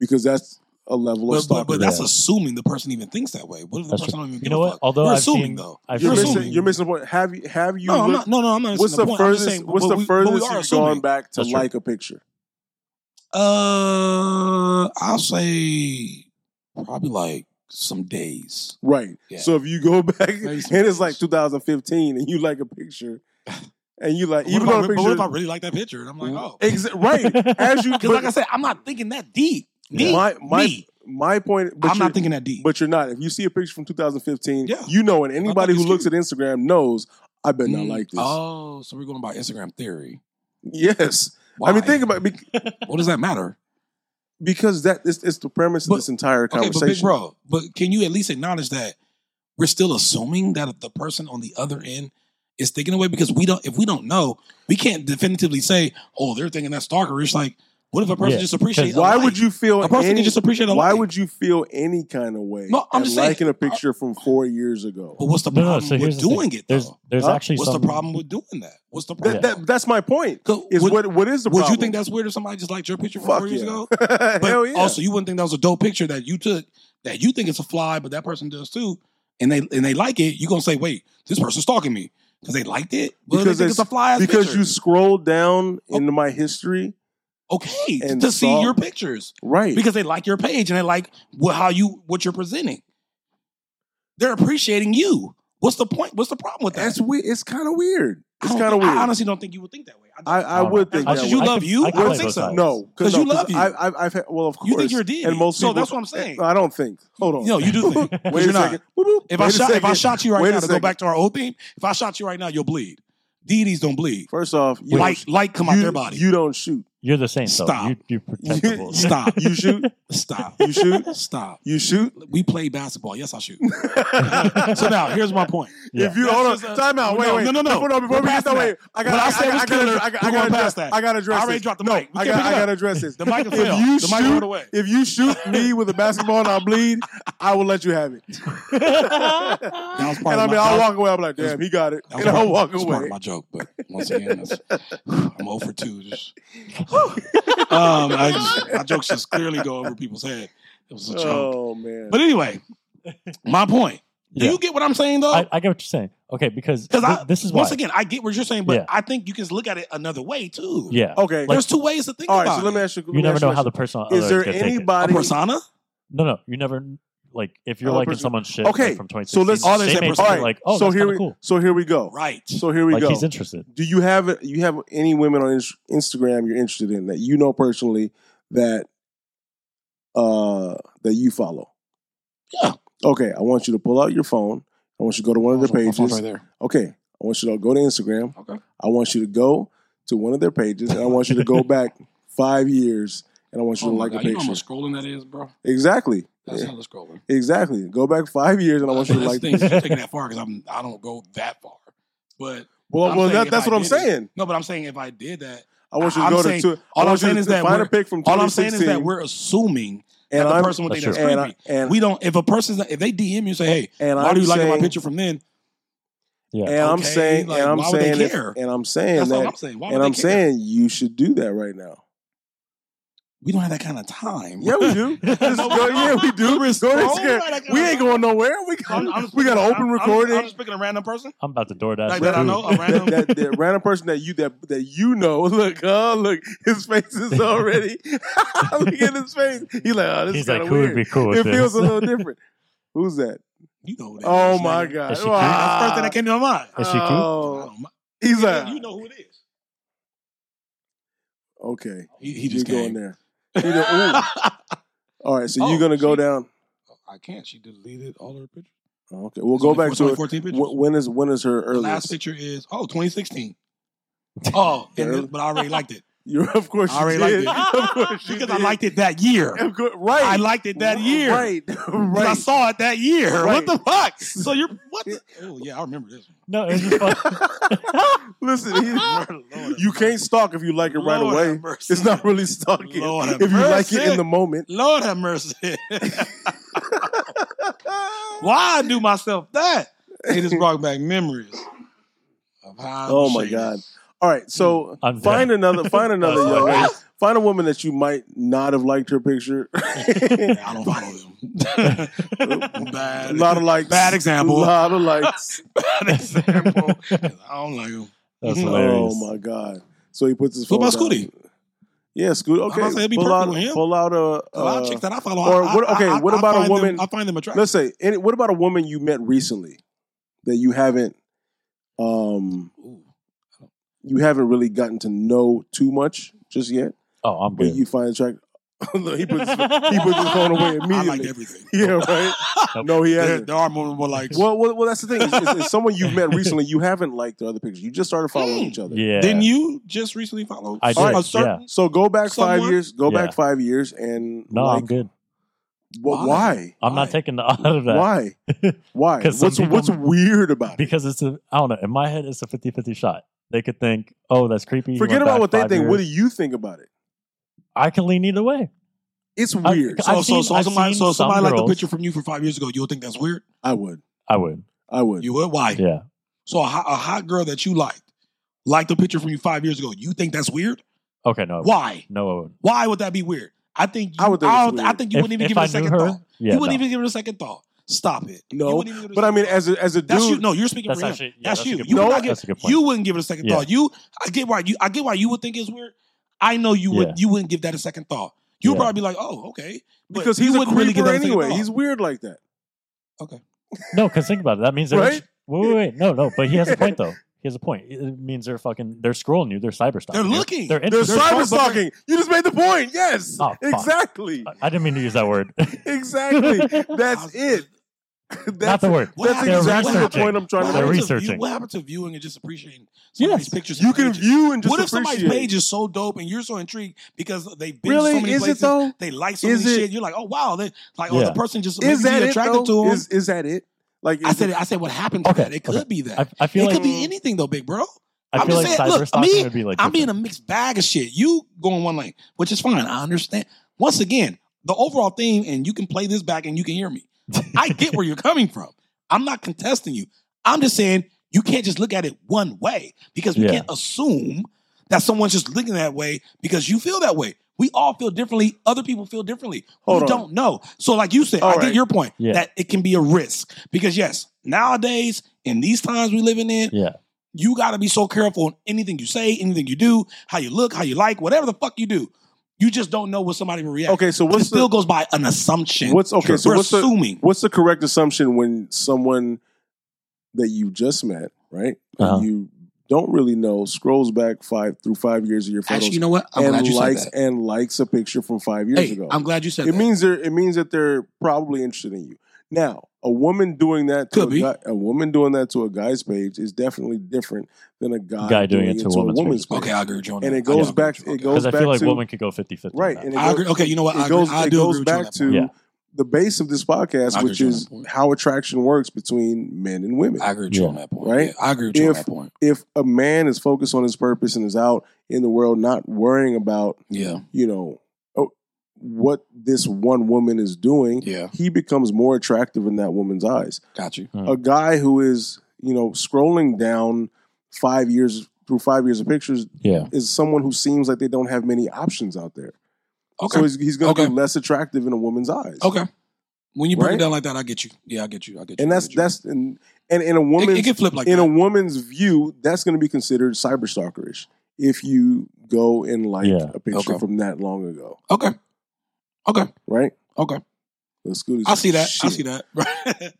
Speaker 1: Because that's a level of
Speaker 2: But, but,
Speaker 1: stalking.
Speaker 2: but that's
Speaker 3: Yeah.
Speaker 2: assuming the person even thinks that way. What if the
Speaker 3: That's
Speaker 2: person don't even
Speaker 3: You
Speaker 2: give
Speaker 3: know
Speaker 2: a
Speaker 3: what?
Speaker 2: fuck?
Speaker 3: Although
Speaker 2: You're
Speaker 3: I've
Speaker 2: assuming
Speaker 3: seen,
Speaker 2: though.
Speaker 3: I've
Speaker 1: you're
Speaker 3: seen-
Speaker 1: missing.
Speaker 2: assuming.
Speaker 1: You're missing the point. Have you? Have you?
Speaker 2: no, I'm
Speaker 1: looked-
Speaker 2: not. No, no, I'm not.
Speaker 1: what's
Speaker 2: missing
Speaker 1: the
Speaker 2: point. I'm just
Speaker 1: furthest?
Speaker 2: saying,
Speaker 1: what's
Speaker 2: but
Speaker 1: the
Speaker 2: we- but we
Speaker 1: furthest
Speaker 2: are
Speaker 1: you've
Speaker 2: assuming.
Speaker 1: gone back to
Speaker 3: That's true.
Speaker 1: like a picture?
Speaker 2: Uh, I'll say Probably like some days.
Speaker 1: Right.
Speaker 2: Yeah.
Speaker 1: So if you go back and
Speaker 2: Nice.
Speaker 1: it's like 2015 and you like a picture and you like,
Speaker 2: But
Speaker 1: even
Speaker 2: what, if I,
Speaker 1: though
Speaker 2: re-
Speaker 1: the
Speaker 2: but what if I
Speaker 1: picture.
Speaker 2: really like that picture? And I'm like, oh.
Speaker 1: Exa- right. As you.
Speaker 2: Because like I said, I'm not thinking that deep. Me,
Speaker 1: my, my,
Speaker 2: me.
Speaker 1: my point. But
Speaker 2: I'm not
Speaker 1: you're-
Speaker 2: thinking that deep.
Speaker 1: But you're not. If you see a picture from 2015,
Speaker 2: Yeah.
Speaker 1: you know, and anybody
Speaker 2: it's
Speaker 1: who looks at Instagram knows, I bet not
Speaker 2: Mm.
Speaker 1: like this.
Speaker 2: Oh, so we're going by Instagram theory.
Speaker 1: Yes. I mean,
Speaker 2: Why?
Speaker 1: think about it bec-
Speaker 2: what does that matter?
Speaker 1: because that is it's the premise
Speaker 2: But-
Speaker 1: of this entire
Speaker 2: Okay, but
Speaker 1: conversation.
Speaker 2: big bro, but can you at least acknowledge that we're still assuming that the person on the other end is thinking away because we don't. If we don't know, we can't definitively say, "Oh, they're thinking that's stalkerish." Like, what if a person
Speaker 3: Yeah,
Speaker 2: just appreciates?
Speaker 1: Why would you feel
Speaker 2: A person
Speaker 1: any,
Speaker 2: can just appreciate a
Speaker 1: Why
Speaker 2: like.
Speaker 1: would you feel any kind of way
Speaker 2: No, I'm
Speaker 1: at
Speaker 2: just saying- uh,
Speaker 1: liking a picture from four years ago?
Speaker 2: But what's the
Speaker 3: No, no,
Speaker 2: problem
Speaker 3: so here's
Speaker 2: with
Speaker 3: the thing.
Speaker 2: doing it?
Speaker 3: There's
Speaker 2: Though?
Speaker 3: there's
Speaker 1: Huh?
Speaker 3: actually
Speaker 2: What's
Speaker 3: some,
Speaker 2: the problem with doing that? What's the problem?
Speaker 1: That, that, that's my point. Is
Speaker 2: would,
Speaker 1: what what is the
Speaker 2: would
Speaker 1: problem?
Speaker 2: you think that's weird if somebody just liked your picture from
Speaker 1: Fuck
Speaker 2: four years
Speaker 1: yeah.
Speaker 2: ago? But
Speaker 1: Hell yeah.
Speaker 2: also, you wouldn't think that was a dope picture that you took that you think it's a fly, but that person does too, and they and they like it. You are gonna say, wait, this person's stalking me because they liked it. Well,
Speaker 1: Because
Speaker 2: because they
Speaker 1: it's-
Speaker 2: think it's a fly.
Speaker 1: because you scrolled down
Speaker 2: Oh.
Speaker 1: into my history,
Speaker 2: okay
Speaker 1: and
Speaker 2: to see
Speaker 1: saw-
Speaker 2: your pictures
Speaker 1: right?
Speaker 2: because they like your page and they like what, how you what you're presenting. They're appreciating you. What's the point? What's the problem with that?
Speaker 1: that's weird. It's kind of weird.
Speaker 2: I
Speaker 1: It's
Speaker 2: don't
Speaker 1: kind of
Speaker 2: think-
Speaker 1: weird.
Speaker 2: I honestly don't think you would think that way. I,
Speaker 1: I, I
Speaker 3: don't
Speaker 1: would
Speaker 3: know.
Speaker 1: think that
Speaker 2: As much as
Speaker 1: way.
Speaker 2: you
Speaker 3: I
Speaker 2: love
Speaker 3: could-
Speaker 2: you,
Speaker 3: I
Speaker 2: I
Speaker 3: could
Speaker 1: Well,
Speaker 2: don't
Speaker 3: play
Speaker 2: think
Speaker 3: both
Speaker 2: so.
Speaker 3: sides.
Speaker 1: No,
Speaker 2: 'Cause you love
Speaker 1: I,
Speaker 2: you.
Speaker 1: I, I've had, well, of course.
Speaker 2: You think you're a dick.
Speaker 1: And most
Speaker 2: so
Speaker 1: people- Eh,
Speaker 2: that's what I'm saying.
Speaker 1: I don't think. Hold on.
Speaker 2: No, you do think.
Speaker 1: Wait
Speaker 2: you're
Speaker 1: a
Speaker 2: not.
Speaker 1: second. Whoop, whoop.
Speaker 2: If I
Speaker 1: Wait a
Speaker 2: shot, if I
Speaker 1: second.
Speaker 2: shot you right
Speaker 1: Wait
Speaker 2: now
Speaker 1: a
Speaker 2: to go
Speaker 1: second.
Speaker 2: back to our old theme, if I shot you right now, you'll bleed. Deities don't bleed.
Speaker 1: First off, you
Speaker 2: light,
Speaker 1: don't-
Speaker 2: light come out
Speaker 1: you-
Speaker 2: their body.
Speaker 1: You don't shoot.
Speaker 3: You're the same. though.
Speaker 2: Stop.
Speaker 3: You, you're protectable.
Speaker 1: You,
Speaker 2: Stop.
Speaker 1: You shoot.
Speaker 2: Stop.
Speaker 1: You shoot.
Speaker 2: Stop.
Speaker 1: You shoot.
Speaker 2: We play basketball. Yes, I shoot. so now here's my point.
Speaker 3: Yeah.
Speaker 1: If you
Speaker 2: That's
Speaker 1: hold on,
Speaker 2: just a-
Speaker 1: time out.
Speaker 2: no,
Speaker 1: Wait, wait.
Speaker 2: no, no, no.
Speaker 1: Hold on, before
Speaker 2: We're
Speaker 1: we get
Speaker 2: past
Speaker 1: that
Speaker 2: that.
Speaker 1: way, I got.
Speaker 2: What I said
Speaker 1: I,
Speaker 2: was
Speaker 1: gotta-
Speaker 2: killer.
Speaker 1: I, got-
Speaker 2: We're
Speaker 1: I gotta
Speaker 2: going past
Speaker 1: address-
Speaker 2: that.
Speaker 1: I gotta address.
Speaker 2: I already
Speaker 1: this.
Speaker 2: dropped the
Speaker 1: no,
Speaker 2: mic. We
Speaker 1: I
Speaker 2: can't
Speaker 1: gotta,
Speaker 2: pick it
Speaker 1: I
Speaker 2: up.
Speaker 1: gotta address this.
Speaker 2: The mic will
Speaker 1: if
Speaker 2: fail.
Speaker 1: you
Speaker 2: the mic rolled
Speaker 1: shoot,
Speaker 2: away.
Speaker 1: if you shoot me with a basketball and I bleed, I will let you have it.
Speaker 2: That was part
Speaker 1: And I mean,
Speaker 2: of my,
Speaker 1: I'll
Speaker 2: that
Speaker 1: walk away. I'm like, damn, he got it,
Speaker 2: was
Speaker 1: and I'll
Speaker 2: part-
Speaker 1: walk
Speaker 2: that was part
Speaker 1: away.
Speaker 2: of my joke, but once again, that's, I'm 0 for 2. Just, um, I just, my jokes just clearly go over people's head. It was a joke.
Speaker 1: Oh man.
Speaker 2: But anyway, my point. Do
Speaker 3: Yeah.
Speaker 2: you get what I'm saying though?
Speaker 3: I, I get what you're saying. Okay, because
Speaker 2: Because I-
Speaker 3: thi- this is why.
Speaker 2: Once again, I get what you're saying, but
Speaker 3: Yeah.
Speaker 2: I think you can look at it another way too.
Speaker 3: yeah,
Speaker 1: okay.
Speaker 2: There's two ways to think
Speaker 1: All
Speaker 2: about
Speaker 1: right. So
Speaker 2: it.
Speaker 1: let me ask you. let
Speaker 3: you
Speaker 1: me
Speaker 3: never
Speaker 1: ask you
Speaker 3: know
Speaker 1: a
Speaker 3: how the person on the
Speaker 1: Is
Speaker 3: other
Speaker 1: there
Speaker 3: end's gonna take it.
Speaker 2: a
Speaker 1: anybody?
Speaker 2: persona?
Speaker 3: No, no, you never like if you're
Speaker 1: Oh,
Speaker 3: liking
Speaker 1: person-
Speaker 3: someone's shit
Speaker 1: Okay,
Speaker 3: like, from 2016.
Speaker 1: so let's-
Speaker 2: Oh, they
Speaker 3: they
Speaker 2: said
Speaker 3: may
Speaker 2: person-
Speaker 3: be
Speaker 1: alright,
Speaker 3: like, oh,
Speaker 1: so
Speaker 3: that's
Speaker 1: here
Speaker 3: kinda
Speaker 1: we
Speaker 3: cool.
Speaker 1: so here we go.
Speaker 2: Right.
Speaker 1: So here we
Speaker 3: Like
Speaker 1: go.
Speaker 3: he's interested.
Speaker 1: Do you have you have any women on Ins- Instagram you're interested in that you know personally that uh that you follow?
Speaker 2: Yeah.
Speaker 1: Okay, I want you to pull out your phone. I want you to go to one of their
Speaker 2: My phone's
Speaker 1: pages.
Speaker 2: right there.
Speaker 1: Okay, I want you to go to Instagram.
Speaker 2: Okay.
Speaker 1: I want you to go to one of their pages, and I want you to go back five years, and I want you
Speaker 2: Oh
Speaker 1: to
Speaker 2: my
Speaker 1: like
Speaker 2: God,
Speaker 1: a
Speaker 2: you know how
Speaker 1: picture.
Speaker 2: much scrolling that is, bro?
Speaker 1: Exactly,
Speaker 2: That's
Speaker 1: Yeah.
Speaker 2: hella scrolling.
Speaker 1: exactly. Go back five years, and I want you to
Speaker 2: That's
Speaker 1: like.
Speaker 2: the thing, you're taking that far because I'm I don't go that far. But
Speaker 1: Well,
Speaker 2: I'm
Speaker 1: well,
Speaker 2: saying
Speaker 1: that,
Speaker 2: if
Speaker 1: that's
Speaker 2: I
Speaker 1: what I'm
Speaker 2: did it-
Speaker 1: saying.
Speaker 2: no, but I'm saying if I did that,
Speaker 1: I want you to
Speaker 2: I'm
Speaker 1: go
Speaker 2: saying-
Speaker 1: to. two- I
Speaker 2: all I'm
Speaker 1: want you
Speaker 2: saying
Speaker 1: to
Speaker 2: is that
Speaker 1: find a
Speaker 2: we're-
Speaker 1: pic from.
Speaker 2: all I'm saying is that
Speaker 1: 2016,
Speaker 2: we're assuming that
Speaker 1: and
Speaker 2: the
Speaker 1: I'm
Speaker 2: person would think
Speaker 3: That's
Speaker 2: that's
Speaker 1: and I,
Speaker 2: creepy.
Speaker 1: and
Speaker 2: we don't. If a person's if they DM you and say, "Hey,
Speaker 1: And
Speaker 2: why
Speaker 1: I'm
Speaker 2: do you like
Speaker 1: saying,
Speaker 2: my picture from then?"
Speaker 3: Yeah,
Speaker 1: And I'm
Speaker 2: Okay,
Speaker 1: saying,
Speaker 2: like,
Speaker 1: and I'm
Speaker 2: why would they
Speaker 1: saying, if-
Speaker 2: care?
Speaker 1: and I'm saying
Speaker 2: That's all
Speaker 1: that,
Speaker 2: I'm saying. Why would
Speaker 1: and
Speaker 2: they
Speaker 1: I'm
Speaker 2: care?
Speaker 1: saying you should do that right now.
Speaker 2: we don't have that kind of time.
Speaker 1: Yeah, we do. Just go, yeah, we do. Go to Instagram.
Speaker 2: Oh
Speaker 1: We ain't going nowhere. We got, we got an open recording.
Speaker 2: I'm, just picking a random person.
Speaker 3: I'm about to DoorDash.
Speaker 2: Like
Speaker 3: some
Speaker 2: that I
Speaker 3: food.
Speaker 2: know, a random-
Speaker 1: that, that, that random person that you that that you know. Look, oh look, his face is already. look at his face. He's like, oh, this
Speaker 3: He's
Speaker 1: is kind
Speaker 3: like,
Speaker 1: of
Speaker 3: who would
Speaker 1: weird.
Speaker 3: be cool? With
Speaker 1: It
Speaker 3: this?
Speaker 1: feels a little different. Who's that?
Speaker 2: You know who that
Speaker 1: Oh
Speaker 2: is,
Speaker 1: my
Speaker 2: nigga.
Speaker 1: god!
Speaker 3: Is she
Speaker 2: Yeah, That's the first
Speaker 1: Wow.
Speaker 2: thing that came to my mind.
Speaker 3: Is she cute?
Speaker 2: I
Speaker 1: Oh,
Speaker 2: don't mind.
Speaker 1: he's
Speaker 2: Yeah,
Speaker 1: like,
Speaker 2: you know who it is.
Speaker 1: okay.
Speaker 2: He, he just
Speaker 1: you're
Speaker 2: came.
Speaker 1: going there. He did- ooh. All right, so
Speaker 2: Oh,
Speaker 1: you're gonna go
Speaker 2: shit.
Speaker 1: down.
Speaker 2: I can't. She deleted all her pictures.
Speaker 1: Oh, Okay, we'll go back
Speaker 2: It's
Speaker 1: to
Speaker 2: only
Speaker 1: it.
Speaker 2: 14 pictures.
Speaker 1: Wh- When is when is her
Speaker 2: the
Speaker 1: earliest?
Speaker 2: last picture is oh 2016. Oh, and
Speaker 1: Early-
Speaker 2: it- but I already liked it
Speaker 1: You're of course
Speaker 2: I already
Speaker 1: you did.
Speaker 2: liked
Speaker 1: of course you
Speaker 2: because I
Speaker 1: did.
Speaker 2: liked it that year.
Speaker 1: Of course- right.
Speaker 2: I liked it that year.
Speaker 1: Right.
Speaker 2: Because I
Speaker 1: Right.
Speaker 2: saw it that year.
Speaker 1: Right.
Speaker 2: What the fuck? So you're what? The, oh yeah, I remember this.
Speaker 3: No, it's just fun.
Speaker 1: Listen, he-
Speaker 2: Lord have
Speaker 1: you can't stalk if you like it right
Speaker 2: Ah! Lord
Speaker 1: away.
Speaker 2: have mercy.
Speaker 1: It's not really stalking
Speaker 2: Lord
Speaker 1: if
Speaker 2: have
Speaker 1: you like it
Speaker 2: mercy.
Speaker 1: in the moment.
Speaker 2: Lord have mercy. Why I do myself that? It just brought back memories. Of how I
Speaker 1: Oh
Speaker 2: was
Speaker 1: my
Speaker 2: shaded.
Speaker 1: god! All right, so
Speaker 2: Hmm.
Speaker 3: I'm
Speaker 1: find
Speaker 3: done.
Speaker 1: another find another
Speaker 3: That's
Speaker 1: young
Speaker 3: hilarious.
Speaker 1: lady. Find a woman that you might not have liked her picture.
Speaker 2: Yeah, I don't follow them.
Speaker 1: a
Speaker 2: bad,
Speaker 1: lot of likes.
Speaker 2: bad
Speaker 1: A
Speaker 2: example.
Speaker 1: lot of likes.
Speaker 2: bad example. I don't like them.
Speaker 3: That's
Speaker 2: Mhm.
Speaker 3: hilarious.
Speaker 1: Oh my god! So he puts his
Speaker 2: What
Speaker 1: phone.
Speaker 2: about
Speaker 1: down.
Speaker 2: Scooty?
Speaker 1: Yeah, Scoot. Okay,
Speaker 2: about to say, it'd be
Speaker 1: pull
Speaker 2: perfect
Speaker 1: out,
Speaker 2: with him.
Speaker 1: pull out a.
Speaker 2: A lot
Speaker 1: uh,
Speaker 2: of chicks that I follow.
Speaker 1: or
Speaker 2: I-
Speaker 1: what-
Speaker 2: I-
Speaker 1: okay,
Speaker 2: I-
Speaker 1: what
Speaker 2: I
Speaker 1: about a
Speaker 2: find them-
Speaker 1: woman-
Speaker 2: I find them attractive.
Speaker 1: let's say, any, what about a woman you met recently that you haven't, um,
Speaker 2: Ooh.
Speaker 1: you haven't really gotten to know too much just yet?
Speaker 3: Oh, I'm
Speaker 1: But
Speaker 3: good.
Speaker 1: you find attractive. Look, he puts his, he puts his phone away
Speaker 2: I
Speaker 1: immediately.
Speaker 2: like everything.
Speaker 1: yeah, right. No, he
Speaker 2: There,
Speaker 1: hasn't.
Speaker 2: there are more, more like.
Speaker 1: Well, well, well, that's the thing. It's, it's, it's someone you've met recently. You haven't liked the other pictures. You just started following
Speaker 2: Hmm.
Speaker 1: each other.
Speaker 3: yeah.
Speaker 2: Didn't you just recently uh, follow?
Speaker 3: I
Speaker 1: did,
Speaker 2: A certain,
Speaker 1: So go back five
Speaker 2: Someone-
Speaker 1: years. Go
Speaker 3: Yeah.
Speaker 1: back five years and
Speaker 3: No,
Speaker 1: like,
Speaker 3: I'm good.
Speaker 1: wh-
Speaker 2: Why?
Speaker 1: why?
Speaker 3: I'm
Speaker 2: Why?
Speaker 3: not taking the out of that
Speaker 1: Why? Why?
Speaker 3: 'Cause some
Speaker 1: What's
Speaker 3: people-
Speaker 1: what's weird about it?
Speaker 3: because it's a. I don't know. In my head, it's a 50-50 shot. They could think, "Oh, that's creepy." He
Speaker 1: Forget
Speaker 3: went
Speaker 1: about
Speaker 3: back
Speaker 1: what they
Speaker 3: five
Speaker 1: think. What do
Speaker 3: years.
Speaker 1: you think about it?
Speaker 3: I can lean either way.
Speaker 1: It's
Speaker 3: I-
Speaker 1: weird.
Speaker 3: I've
Speaker 2: so, so,
Speaker 3: seen-
Speaker 2: so,
Speaker 3: I've
Speaker 2: somebody,
Speaker 3: seen
Speaker 2: so
Speaker 3: some
Speaker 2: somebody liked a
Speaker 3: girls-
Speaker 2: picture from you from five years ago. You'll think that's weird.
Speaker 1: I would.
Speaker 3: I would.
Speaker 1: I would.
Speaker 2: You would? Why?
Speaker 3: Yeah.
Speaker 2: So a, hot- a hot girl that you liked liked a picture from you five years ago. You think that's weird?
Speaker 3: Okay. No. I wouldn't.
Speaker 2: Why?
Speaker 3: No. I wouldn't.
Speaker 2: Why would that be weird? I think you,
Speaker 1: I would think
Speaker 2: I,
Speaker 1: it's
Speaker 2: don't-
Speaker 1: weird.
Speaker 2: I think you
Speaker 3: If-
Speaker 2: wouldn't even
Speaker 3: if
Speaker 2: give it
Speaker 3: I
Speaker 2: a
Speaker 3: knew
Speaker 2: second
Speaker 3: her,
Speaker 2: thought.
Speaker 3: Yeah.
Speaker 2: you wouldn't
Speaker 3: no.
Speaker 2: even give it a second thought. Stop it.
Speaker 1: No,
Speaker 2: You wouldn't even give it a
Speaker 1: But I
Speaker 2: second
Speaker 1: mean,
Speaker 2: thought.
Speaker 1: as a, as a
Speaker 2: that's you.
Speaker 1: dude,
Speaker 2: No, you're speaking
Speaker 3: That's
Speaker 2: for him.
Speaker 3: actually. Yeah,
Speaker 2: that's,
Speaker 3: that's
Speaker 2: you.
Speaker 3: A good
Speaker 2: You
Speaker 1: No,
Speaker 2: would
Speaker 3: point.
Speaker 2: not give,
Speaker 3: That's a good point.
Speaker 2: you wouldn't give it a second
Speaker 3: Yeah.
Speaker 2: thought. You I get why you I get why you would think it's weird. I know you would
Speaker 3: Yeah.
Speaker 2: you wouldn't give that a second thought. You'd
Speaker 3: Yeah.
Speaker 2: probably be like, oh, okay. But
Speaker 1: because
Speaker 2: you
Speaker 1: he's a
Speaker 2: wouldn't really give
Speaker 1: creeper
Speaker 2: that a second
Speaker 1: anyway.
Speaker 2: thought.
Speaker 1: He's weird like that.
Speaker 3: No, because think about it. That means they're
Speaker 1: Right?
Speaker 3: wait, wait, wait. No, no. But he has a point though. He has a point. It- It means they're fucking. They're scrolling you. They're cyber stalking.
Speaker 2: They're
Speaker 3: you.
Speaker 2: looking.
Speaker 3: They're
Speaker 1: They're
Speaker 3: interested.
Speaker 1: cyber stalking. You just made the point. Yes,
Speaker 3: Oh, fuck.
Speaker 1: exactly,
Speaker 3: I didn't mean to use that word.
Speaker 1: exactly.
Speaker 2: I
Speaker 1: That's
Speaker 2: was-
Speaker 1: it.
Speaker 3: Not
Speaker 1: That's
Speaker 3: the word.
Speaker 2: What
Speaker 1: That's
Speaker 2: happened-
Speaker 1: exactly
Speaker 2: what
Speaker 1: the
Speaker 2: happened-
Speaker 1: point I'm trying
Speaker 2: what
Speaker 1: to
Speaker 3: They're
Speaker 1: make.
Speaker 2: happened to view-
Speaker 3: researching.
Speaker 2: What happened to viewing and just appreciating somebody's
Speaker 3: Yes.
Speaker 2: pictures? and
Speaker 1: You can
Speaker 2: pages?
Speaker 1: view and just
Speaker 2: What if somebody's
Speaker 1: appreciate.
Speaker 2: page is so dope and you're so intrigued because they've been
Speaker 1: really
Speaker 2: to so many
Speaker 1: is
Speaker 2: places,
Speaker 1: it though?
Speaker 2: they like so
Speaker 1: Is
Speaker 2: many
Speaker 1: it-
Speaker 2: shit. You're like, oh wow, they like oh
Speaker 3: Yeah.
Speaker 2: the person just
Speaker 1: Is
Speaker 2: maybe
Speaker 1: that
Speaker 2: you
Speaker 1: it?
Speaker 2: attracted
Speaker 1: though?
Speaker 2: to him.
Speaker 1: Is is that it? Like
Speaker 2: I
Speaker 1: is
Speaker 2: said,
Speaker 1: it-
Speaker 2: I said, what happened to
Speaker 3: Okay,
Speaker 2: that? It
Speaker 3: okay.
Speaker 2: could be that.
Speaker 3: I, I
Speaker 2: it
Speaker 3: feel like
Speaker 2: could be anything though, big bro.
Speaker 3: I
Speaker 2: I'm
Speaker 3: feel
Speaker 2: just
Speaker 3: like
Speaker 2: saying, look,
Speaker 3: cyber stalking
Speaker 2: me-
Speaker 3: would be like.
Speaker 2: I'm being
Speaker 3: different.
Speaker 2: a mixed bag of shit. You going one lane, which is fine. I understand. Once again, the overall theme, and you can play this back and you can hear me. I get where you're coming from. I'm not contesting you. I'm just saying you can't just look at it one way because we
Speaker 3: Yeah.
Speaker 2: can't assume that someone's just looking that way because you feel that way. We all feel differently. Other people feel differently.
Speaker 1: Hold
Speaker 2: we
Speaker 1: on.
Speaker 2: don't know. So, like you said,
Speaker 1: All
Speaker 2: I
Speaker 1: right.
Speaker 2: get your point
Speaker 3: Yeah.
Speaker 2: that it can be a risk because yes, nowadays in these times we living in,
Speaker 3: Yeah.
Speaker 2: you got to be so careful on anything you say, anything you do, how you look, how you like, whatever the fuck you do. You just don't know what somebody will react.
Speaker 1: okay, so
Speaker 2: it
Speaker 1: what's
Speaker 2: still
Speaker 1: the
Speaker 2: goes by an assumption.
Speaker 1: what's okay? So
Speaker 2: We're
Speaker 1: what's the
Speaker 2: assuming.
Speaker 1: what's the correct assumption when someone that you just met, right? that
Speaker 3: Uh-huh.
Speaker 1: You don't really know scrolls back five through five years of your photos
Speaker 2: Actually, you know what? I'm
Speaker 1: and
Speaker 2: glad you
Speaker 1: likes
Speaker 2: said that.
Speaker 1: and likes a picture from five years
Speaker 2: hey,
Speaker 1: ago.
Speaker 2: I'm glad you said
Speaker 1: it
Speaker 2: that.
Speaker 1: means they're it means that they're probably interested in you. Now, a woman doing that to
Speaker 2: Could
Speaker 1: a,
Speaker 2: be.
Speaker 1: guy, a woman doing that to a guy's page is definitely different than a guy,
Speaker 3: Guy doing it to a woman's
Speaker 1: page.
Speaker 2: okay, I agree with you on that.
Speaker 1: And it
Speaker 2: I
Speaker 1: goes
Speaker 2: agree
Speaker 1: back.
Speaker 2: with you.
Speaker 1: It
Speaker 2: Okay.
Speaker 1: goes
Speaker 3: Because I
Speaker 1: back
Speaker 3: feel like
Speaker 1: to
Speaker 3: woman could go 50-50. on
Speaker 1: right,
Speaker 3: that.
Speaker 1: and it
Speaker 2: I
Speaker 1: goes,
Speaker 2: agree. Okay, you know what? I
Speaker 1: it goes,
Speaker 2: agree. I
Speaker 1: it
Speaker 2: do
Speaker 1: goes
Speaker 2: agree
Speaker 1: back
Speaker 2: with you on
Speaker 1: to
Speaker 3: Yeah.
Speaker 1: the base of this podcast,
Speaker 2: I agree
Speaker 1: which
Speaker 2: with you on
Speaker 1: is
Speaker 2: that point.
Speaker 1: how attraction works between men and women.
Speaker 2: that. I agree with you
Speaker 3: Yeah.
Speaker 2: on that point.
Speaker 1: Right?
Speaker 2: Yeah, I agree with you on
Speaker 1: If-
Speaker 2: that point.
Speaker 1: if a man is focused on his purpose and is out in the world, not worrying about
Speaker 2: Yeah,
Speaker 1: you know oh, what this one woman is doing,
Speaker 2: yeah,
Speaker 1: he becomes more attractive in that woman's eyes.
Speaker 2: got you.
Speaker 3: Hmm.
Speaker 1: A guy who is you know scrolling down five years through five years of pictures
Speaker 3: Yeah.
Speaker 1: is someone who seems like they don't have many options out there.
Speaker 2: Okay,
Speaker 1: So he's, he's going to
Speaker 2: Okay.
Speaker 1: be less attractive in a woman's eyes.
Speaker 2: okay. When you break
Speaker 1: Right?
Speaker 2: it down like that, I get you. Yeah, I get you. I get you.
Speaker 1: and
Speaker 2: I
Speaker 1: that's
Speaker 2: get you.
Speaker 1: that's and and in a
Speaker 2: It-
Speaker 1: woman's
Speaker 2: it, can flip like
Speaker 1: in
Speaker 2: that.
Speaker 1: a woman's view, that's going to be considered cyber stalkerish if you go and like
Speaker 3: Yeah.
Speaker 1: a picture
Speaker 2: Okay.
Speaker 1: from that long ago,
Speaker 2: okay, okay,
Speaker 1: right?
Speaker 2: okay.
Speaker 1: The Scooty's
Speaker 2: I see that. I
Speaker 1: shit.
Speaker 2: see that. Right.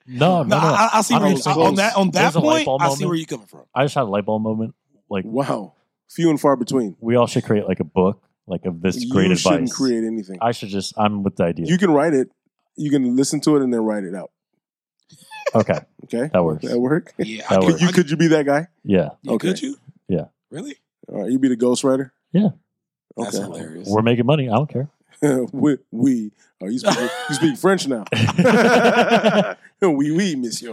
Speaker 2: No,
Speaker 3: No, no, no. I,
Speaker 2: I, I see
Speaker 3: I
Speaker 2: where you,
Speaker 3: was
Speaker 2: on
Speaker 1: close.
Speaker 2: that on that
Speaker 3: There's a light
Speaker 2: point.
Speaker 3: bulb
Speaker 2: I see
Speaker 3: moment.
Speaker 2: where you're coming from.
Speaker 3: just had a light bulb moment. Like
Speaker 1: Wow, few and far between.
Speaker 3: we all should create like a book, like of this great
Speaker 1: you shouldn't
Speaker 3: advice.
Speaker 1: create anything.
Speaker 3: I should just. I'm with the idea.
Speaker 1: You can write it. You can listen to it and then write it out.
Speaker 3: okay,
Speaker 1: Okay,
Speaker 3: that works.
Speaker 1: that work.
Speaker 2: Yeah,
Speaker 3: That
Speaker 2: I
Speaker 3: works.
Speaker 2: could,
Speaker 1: You could you be that guy?
Speaker 3: Yeah,
Speaker 1: Okay.
Speaker 2: Could you?
Speaker 3: Yeah.
Speaker 2: Really?
Speaker 1: All right, you be the ghostwriter.
Speaker 3: Yeah.
Speaker 2: That's
Speaker 1: Okay.
Speaker 2: hilarious.
Speaker 3: we're making money. I don't care.
Speaker 1: we, we. Oh, you speak, you speak French now. we, we, monsieur.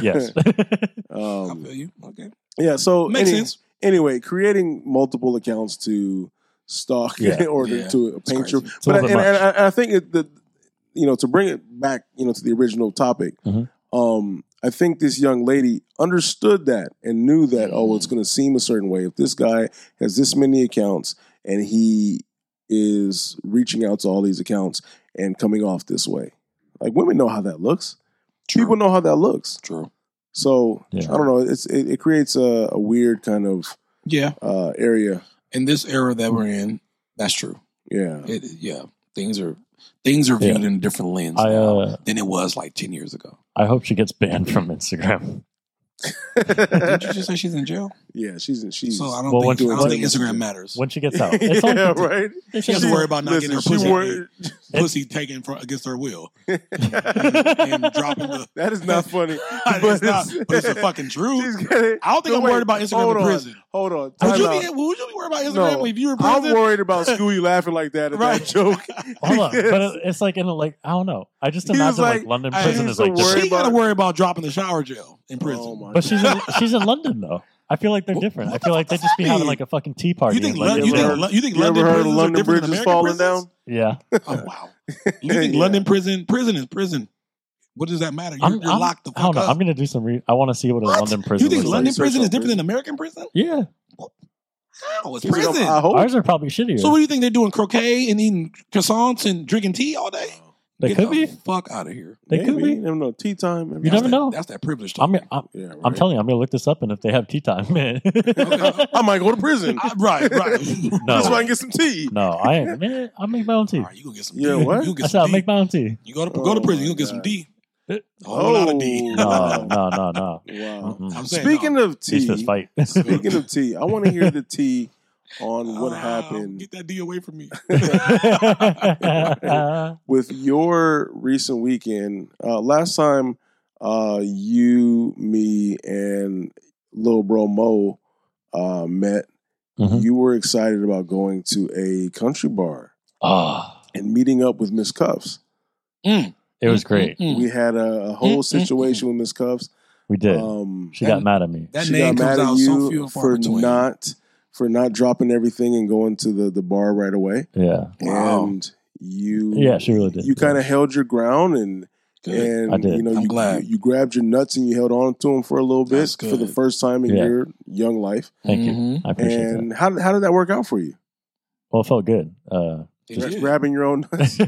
Speaker 3: yes.
Speaker 2: I
Speaker 1: Um,
Speaker 2: feel you. Okay,
Speaker 1: yeah. So
Speaker 2: makes
Speaker 1: any-
Speaker 2: sense.
Speaker 1: anyway, creating multiple accounts to stalk
Speaker 3: Yeah.
Speaker 1: in order
Speaker 2: Yeah.
Speaker 1: to
Speaker 2: It's
Speaker 1: paint your.
Speaker 2: crazy.
Speaker 3: It's a
Speaker 1: But I,
Speaker 3: little
Speaker 1: and,
Speaker 3: bit
Speaker 1: and
Speaker 3: much.
Speaker 1: I, I think it, the, you know, to bring it back, you know, to the original topic.
Speaker 3: Mhm.
Speaker 1: Um, I think this young lady understood that and knew that. Oh,
Speaker 3: Mm-hmm.
Speaker 1: it's going to seem a certain way if this guy has this many accounts and he is reaching out to all these accounts and coming off this way. Like women know how that looks. People know how that looks.
Speaker 2: True.
Speaker 1: So
Speaker 3: Yeah.
Speaker 1: I don't know. It's it, it creates a, a weird kind of
Speaker 2: Yeah.
Speaker 1: uh, area
Speaker 2: In this era that we're in, That's true.
Speaker 1: Yeah.
Speaker 2: It, yeah, things are things are viewed in a different lens
Speaker 3: I
Speaker 2: now
Speaker 3: uh,
Speaker 2: than it was like ten years ago.
Speaker 3: I hope she gets banned from Instagram.
Speaker 2: Did you just say she's in jail?
Speaker 1: Yeah, she's in. She's.
Speaker 2: So I don't
Speaker 3: Well,
Speaker 2: think,
Speaker 3: what-
Speaker 2: I don't
Speaker 3: what-
Speaker 2: think Instagram matters.
Speaker 3: When she gets out, it's only
Speaker 1: yeah,
Speaker 3: for-
Speaker 1: right.
Speaker 3: it's
Speaker 2: She has to
Speaker 3: just-
Speaker 2: worry about not
Speaker 1: Listen,
Speaker 2: getting her
Speaker 1: she
Speaker 2: pussy,
Speaker 1: wor-
Speaker 2: pussy taken for, against her will and
Speaker 1: that
Speaker 2: dropping the.
Speaker 1: is not funny.
Speaker 2: it's not, but it's the fucking truth.
Speaker 1: She's gonna-
Speaker 2: I don't think
Speaker 1: No,
Speaker 2: I'm
Speaker 1: wait,
Speaker 2: worried about Instagram
Speaker 1: hold
Speaker 2: in
Speaker 1: on.
Speaker 2: prison.
Speaker 1: Hold on.
Speaker 2: Would
Speaker 1: time
Speaker 2: you,
Speaker 1: out.
Speaker 2: be, would you be worried about Instagram
Speaker 1: No,
Speaker 2: if you were in
Speaker 1: I'm
Speaker 2: prison?
Speaker 1: worried about Scooby laughing like that at
Speaker 2: Right.
Speaker 1: that joke.
Speaker 3: Hold on,
Speaker 1: Because-
Speaker 3: but
Speaker 2: uh,
Speaker 3: it- it's like in a like I don't know. I just
Speaker 1: He was
Speaker 3: imagine like,
Speaker 1: like,
Speaker 3: London
Speaker 2: I
Speaker 3: prison
Speaker 1: used
Speaker 3: is
Speaker 1: to
Speaker 3: like, just-
Speaker 1: worry
Speaker 2: She got to
Speaker 1: about-
Speaker 2: worry about dropping the shower jail in prison.
Speaker 1: Oh my
Speaker 3: but she's in, she's in London though. I feel like they're
Speaker 2: Wh-
Speaker 3: different. I
Speaker 2: what
Speaker 3: feel
Speaker 2: the
Speaker 3: like
Speaker 2: fuck
Speaker 3: they
Speaker 2: does
Speaker 3: just be
Speaker 2: that
Speaker 3: having
Speaker 2: mean?
Speaker 3: like a fucking tea party.
Speaker 2: you
Speaker 3: in
Speaker 2: think, Lon-
Speaker 3: London.
Speaker 2: you,
Speaker 1: ever
Speaker 2: think
Speaker 1: heard-
Speaker 2: Lo- you think
Speaker 1: you ever
Speaker 2: London
Speaker 1: heard of
Speaker 2: prisons
Speaker 1: London
Speaker 2: are different
Speaker 1: bridges
Speaker 2: than
Speaker 1: falling
Speaker 2: American prisons?
Speaker 3: yeah,
Speaker 2: Oh wow! You think
Speaker 1: Yeah.
Speaker 2: London prison? Prison is prison. What does that matter? You're,
Speaker 3: I'm,
Speaker 2: you're
Speaker 3: I'm-
Speaker 2: locked the
Speaker 3: I don't
Speaker 2: fuck
Speaker 3: know.
Speaker 2: up.
Speaker 3: I'm gonna do some. Re- I want to see what a
Speaker 2: What?
Speaker 3: London
Speaker 2: you
Speaker 3: prison
Speaker 2: think
Speaker 3: looks
Speaker 2: London
Speaker 3: like.
Speaker 1: Research
Speaker 2: prison is
Speaker 1: on
Speaker 2: different
Speaker 1: prison.
Speaker 2: than American prison?
Speaker 3: Yeah,
Speaker 2: How? It's
Speaker 1: She's like,
Speaker 2: prison.
Speaker 1: I hope.
Speaker 3: ours are probably shittier.
Speaker 2: Oh. So what do you think they're doing? Croquet and eating croissants and drinking tea all day?
Speaker 3: they
Speaker 2: Get
Speaker 3: could
Speaker 2: the
Speaker 3: be.
Speaker 2: fuck out of here.
Speaker 3: They could
Speaker 1: Maybe.
Speaker 3: be.
Speaker 1: Never know. Tea time. every
Speaker 3: You
Speaker 1: time.
Speaker 2: That's
Speaker 3: never
Speaker 2: that-
Speaker 3: know.
Speaker 2: That's that privilege talk.
Speaker 3: I'm, I'm,
Speaker 1: Yeah, right.
Speaker 3: I'm telling you, I'm gonna look this up, and if they have tea time, man.
Speaker 2: Okay.
Speaker 1: I might go to prison.
Speaker 2: I- right, right.
Speaker 3: No.
Speaker 1: Just so I can get some tea.
Speaker 3: no, I ain't. Man, I make my own
Speaker 2: All
Speaker 3: tea.
Speaker 2: right, you gonna get some?
Speaker 1: Yeah,
Speaker 2: D.
Speaker 1: what?
Speaker 2: You gonna
Speaker 3: I
Speaker 2: get
Speaker 3: said
Speaker 2: some
Speaker 3: I'll
Speaker 2: D.
Speaker 3: make my own tea.
Speaker 2: You go to go to
Speaker 1: Oh,
Speaker 2: prison.
Speaker 1: my
Speaker 2: You gonna get some
Speaker 1: God.
Speaker 2: D.
Speaker 3: Eh.
Speaker 2: A whole
Speaker 1: Oh.
Speaker 2: lot of D.
Speaker 3: No, no, no, no.
Speaker 1: Wow.
Speaker 3: Mm-mm.
Speaker 2: I'm saying,
Speaker 1: Speaking
Speaker 2: no.
Speaker 1: of
Speaker 3: Teach
Speaker 1: tea,
Speaker 3: this fight.
Speaker 1: speaking of tea, I want to hear the tea on what
Speaker 2: Oh,
Speaker 1: happened
Speaker 2: Get that D away from me.
Speaker 1: with your recent weekend. Uh, last time, uh, you, me, and little bro Mo uh, met.
Speaker 3: Mhm.
Speaker 1: You were excited about going to a country bar
Speaker 3: Ah,
Speaker 1: and meeting up with Miss Cuffs.
Speaker 3: it was great.
Speaker 2: Mm, mm, mm.
Speaker 1: We had a, a whole
Speaker 2: Mm, mm,
Speaker 1: situation with Miss Cuffs.
Speaker 3: We did.
Speaker 1: Um,
Speaker 3: She got mad at me.
Speaker 2: That
Speaker 1: she
Speaker 2: name
Speaker 1: got
Speaker 2: comes
Speaker 1: mad
Speaker 2: out
Speaker 1: at
Speaker 2: so few
Speaker 1: you
Speaker 2: and far
Speaker 1: for
Speaker 2: between.
Speaker 1: not for not dropping everything and going to the, the bar right away.
Speaker 3: Yeah,
Speaker 2: Wow.
Speaker 1: And you
Speaker 3: yeah, she really did.
Speaker 1: you kind of held your ground and
Speaker 2: Good.
Speaker 1: and
Speaker 3: I did.
Speaker 1: you know
Speaker 2: I'm
Speaker 1: you,
Speaker 2: glad.
Speaker 1: you you grabbed your nuts and you held on to them for a little bit
Speaker 2: That's
Speaker 1: for the
Speaker 2: good.
Speaker 1: first time in
Speaker 3: Yeah.
Speaker 1: your young life.
Speaker 3: Thank you.
Speaker 2: Mhm.
Speaker 3: I appreciate that.
Speaker 1: And how how did that work out for you?
Speaker 3: Well, it felt good. Uh,
Speaker 2: It
Speaker 1: Gra-
Speaker 2: did.
Speaker 1: Grabbing your own nuts.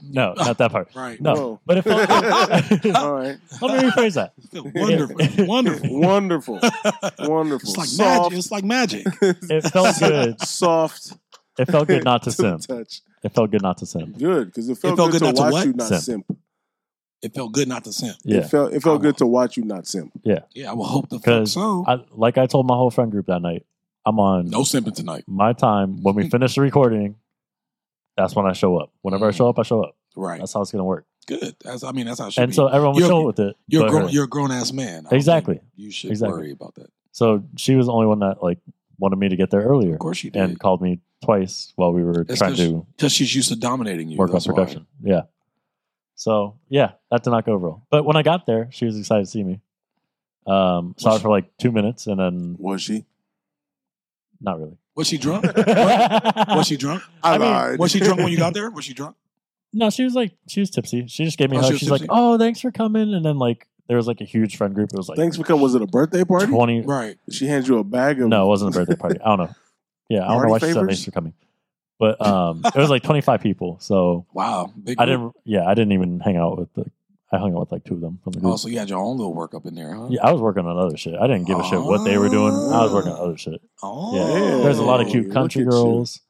Speaker 3: no, not that part.
Speaker 2: Right.
Speaker 3: No,
Speaker 1: Whoa.
Speaker 3: but it felt.
Speaker 1: Oh, All right.
Speaker 3: Let me rephrase that.
Speaker 2: Wonderful. Wonderful.
Speaker 1: Wonderful. Wonderful.
Speaker 2: It's like
Speaker 1: soft,
Speaker 2: magic. It's like magic.
Speaker 3: It felt good.
Speaker 1: soft
Speaker 3: It felt good not to
Speaker 1: to the
Speaker 3: simp.
Speaker 1: touch.
Speaker 3: It felt good not to simp.
Speaker 1: Good, because it felt,
Speaker 2: felt
Speaker 1: good,
Speaker 2: good not
Speaker 1: to
Speaker 2: to
Speaker 1: watch
Speaker 2: what?
Speaker 1: you not
Speaker 3: Simp.
Speaker 1: simp.
Speaker 2: It felt good not to simp.
Speaker 1: It
Speaker 3: Yeah,
Speaker 1: felt it
Speaker 2: Oh.
Speaker 1: felt good to watch you not simp.
Speaker 2: Yeah, I will hope the fuck
Speaker 3: 'Cause
Speaker 2: so.
Speaker 3: I, like I told my whole friend group that night. I'm on
Speaker 2: no simping tonight.
Speaker 3: my time. When we finish the recording, that's when I show up. Whenever I
Speaker 2: Mm.
Speaker 3: show up, I show up.
Speaker 2: Right.
Speaker 3: That's how it's gonna work.
Speaker 2: Good. That's I mean that's how it should
Speaker 3: And
Speaker 2: be.
Speaker 3: so everyone was
Speaker 2: You're-
Speaker 3: chill with it.
Speaker 2: you're a
Speaker 3: but
Speaker 2: grown
Speaker 3: her.
Speaker 2: you're a grown ass man. I don't think
Speaker 3: Exactly.
Speaker 2: You should
Speaker 3: Exactly.
Speaker 2: worry about that.
Speaker 3: So she was the only one that like wanted me to get there earlier
Speaker 2: Of course you
Speaker 3: and
Speaker 2: did.
Speaker 3: called me twice while we were
Speaker 2: It's
Speaker 3: trying
Speaker 2: 'cause
Speaker 3: to
Speaker 2: Because she's used to dominating you.
Speaker 3: work on
Speaker 2: that's why.
Speaker 3: production. Yeah. So yeah, that did not go over well. But when I got there, she was excited to see me. Um, saw her
Speaker 2: Was-
Speaker 3: for like two minutes and then
Speaker 1: Was she?
Speaker 3: not really.
Speaker 2: Was she drunk? was
Speaker 3: what?
Speaker 2: she drunk?
Speaker 3: I mean,
Speaker 2: Was she drunk when you got there? Was she drunk?
Speaker 3: No, she was like she was tipsy. She just gave me a
Speaker 2: Oh,
Speaker 3: hug.
Speaker 2: she was
Speaker 3: She's like,
Speaker 2: tipsy.
Speaker 3: "Oh, thanks for coming." And then like there was like a huge friend group. It was like
Speaker 1: Thanks for coming. Was it a birthday party?
Speaker 3: twenty.
Speaker 2: Right.
Speaker 1: Did She hands you a bag of
Speaker 3: No, it wasn't a birthday party. I don't know. Yeah, I don't know
Speaker 1: Party
Speaker 3: why she said
Speaker 1: favors?
Speaker 3: thanks for coming. But um, it was like twenty five people, so
Speaker 2: Wow. Big
Speaker 3: I
Speaker 2: group.
Speaker 3: didn't. Yeah, I didn't even hang out with the. I hung out with like two of them from the group.
Speaker 2: Oh, so you had your own little work up in there, huh?
Speaker 3: yeah, I was working on other shit. I didn't give a shit what they were doing. I was working on other shit.
Speaker 2: Oh.
Speaker 3: Yeah, there's a lot of
Speaker 1: Oh,
Speaker 3: cute
Speaker 1: look
Speaker 3: country
Speaker 1: at you.
Speaker 3: girls.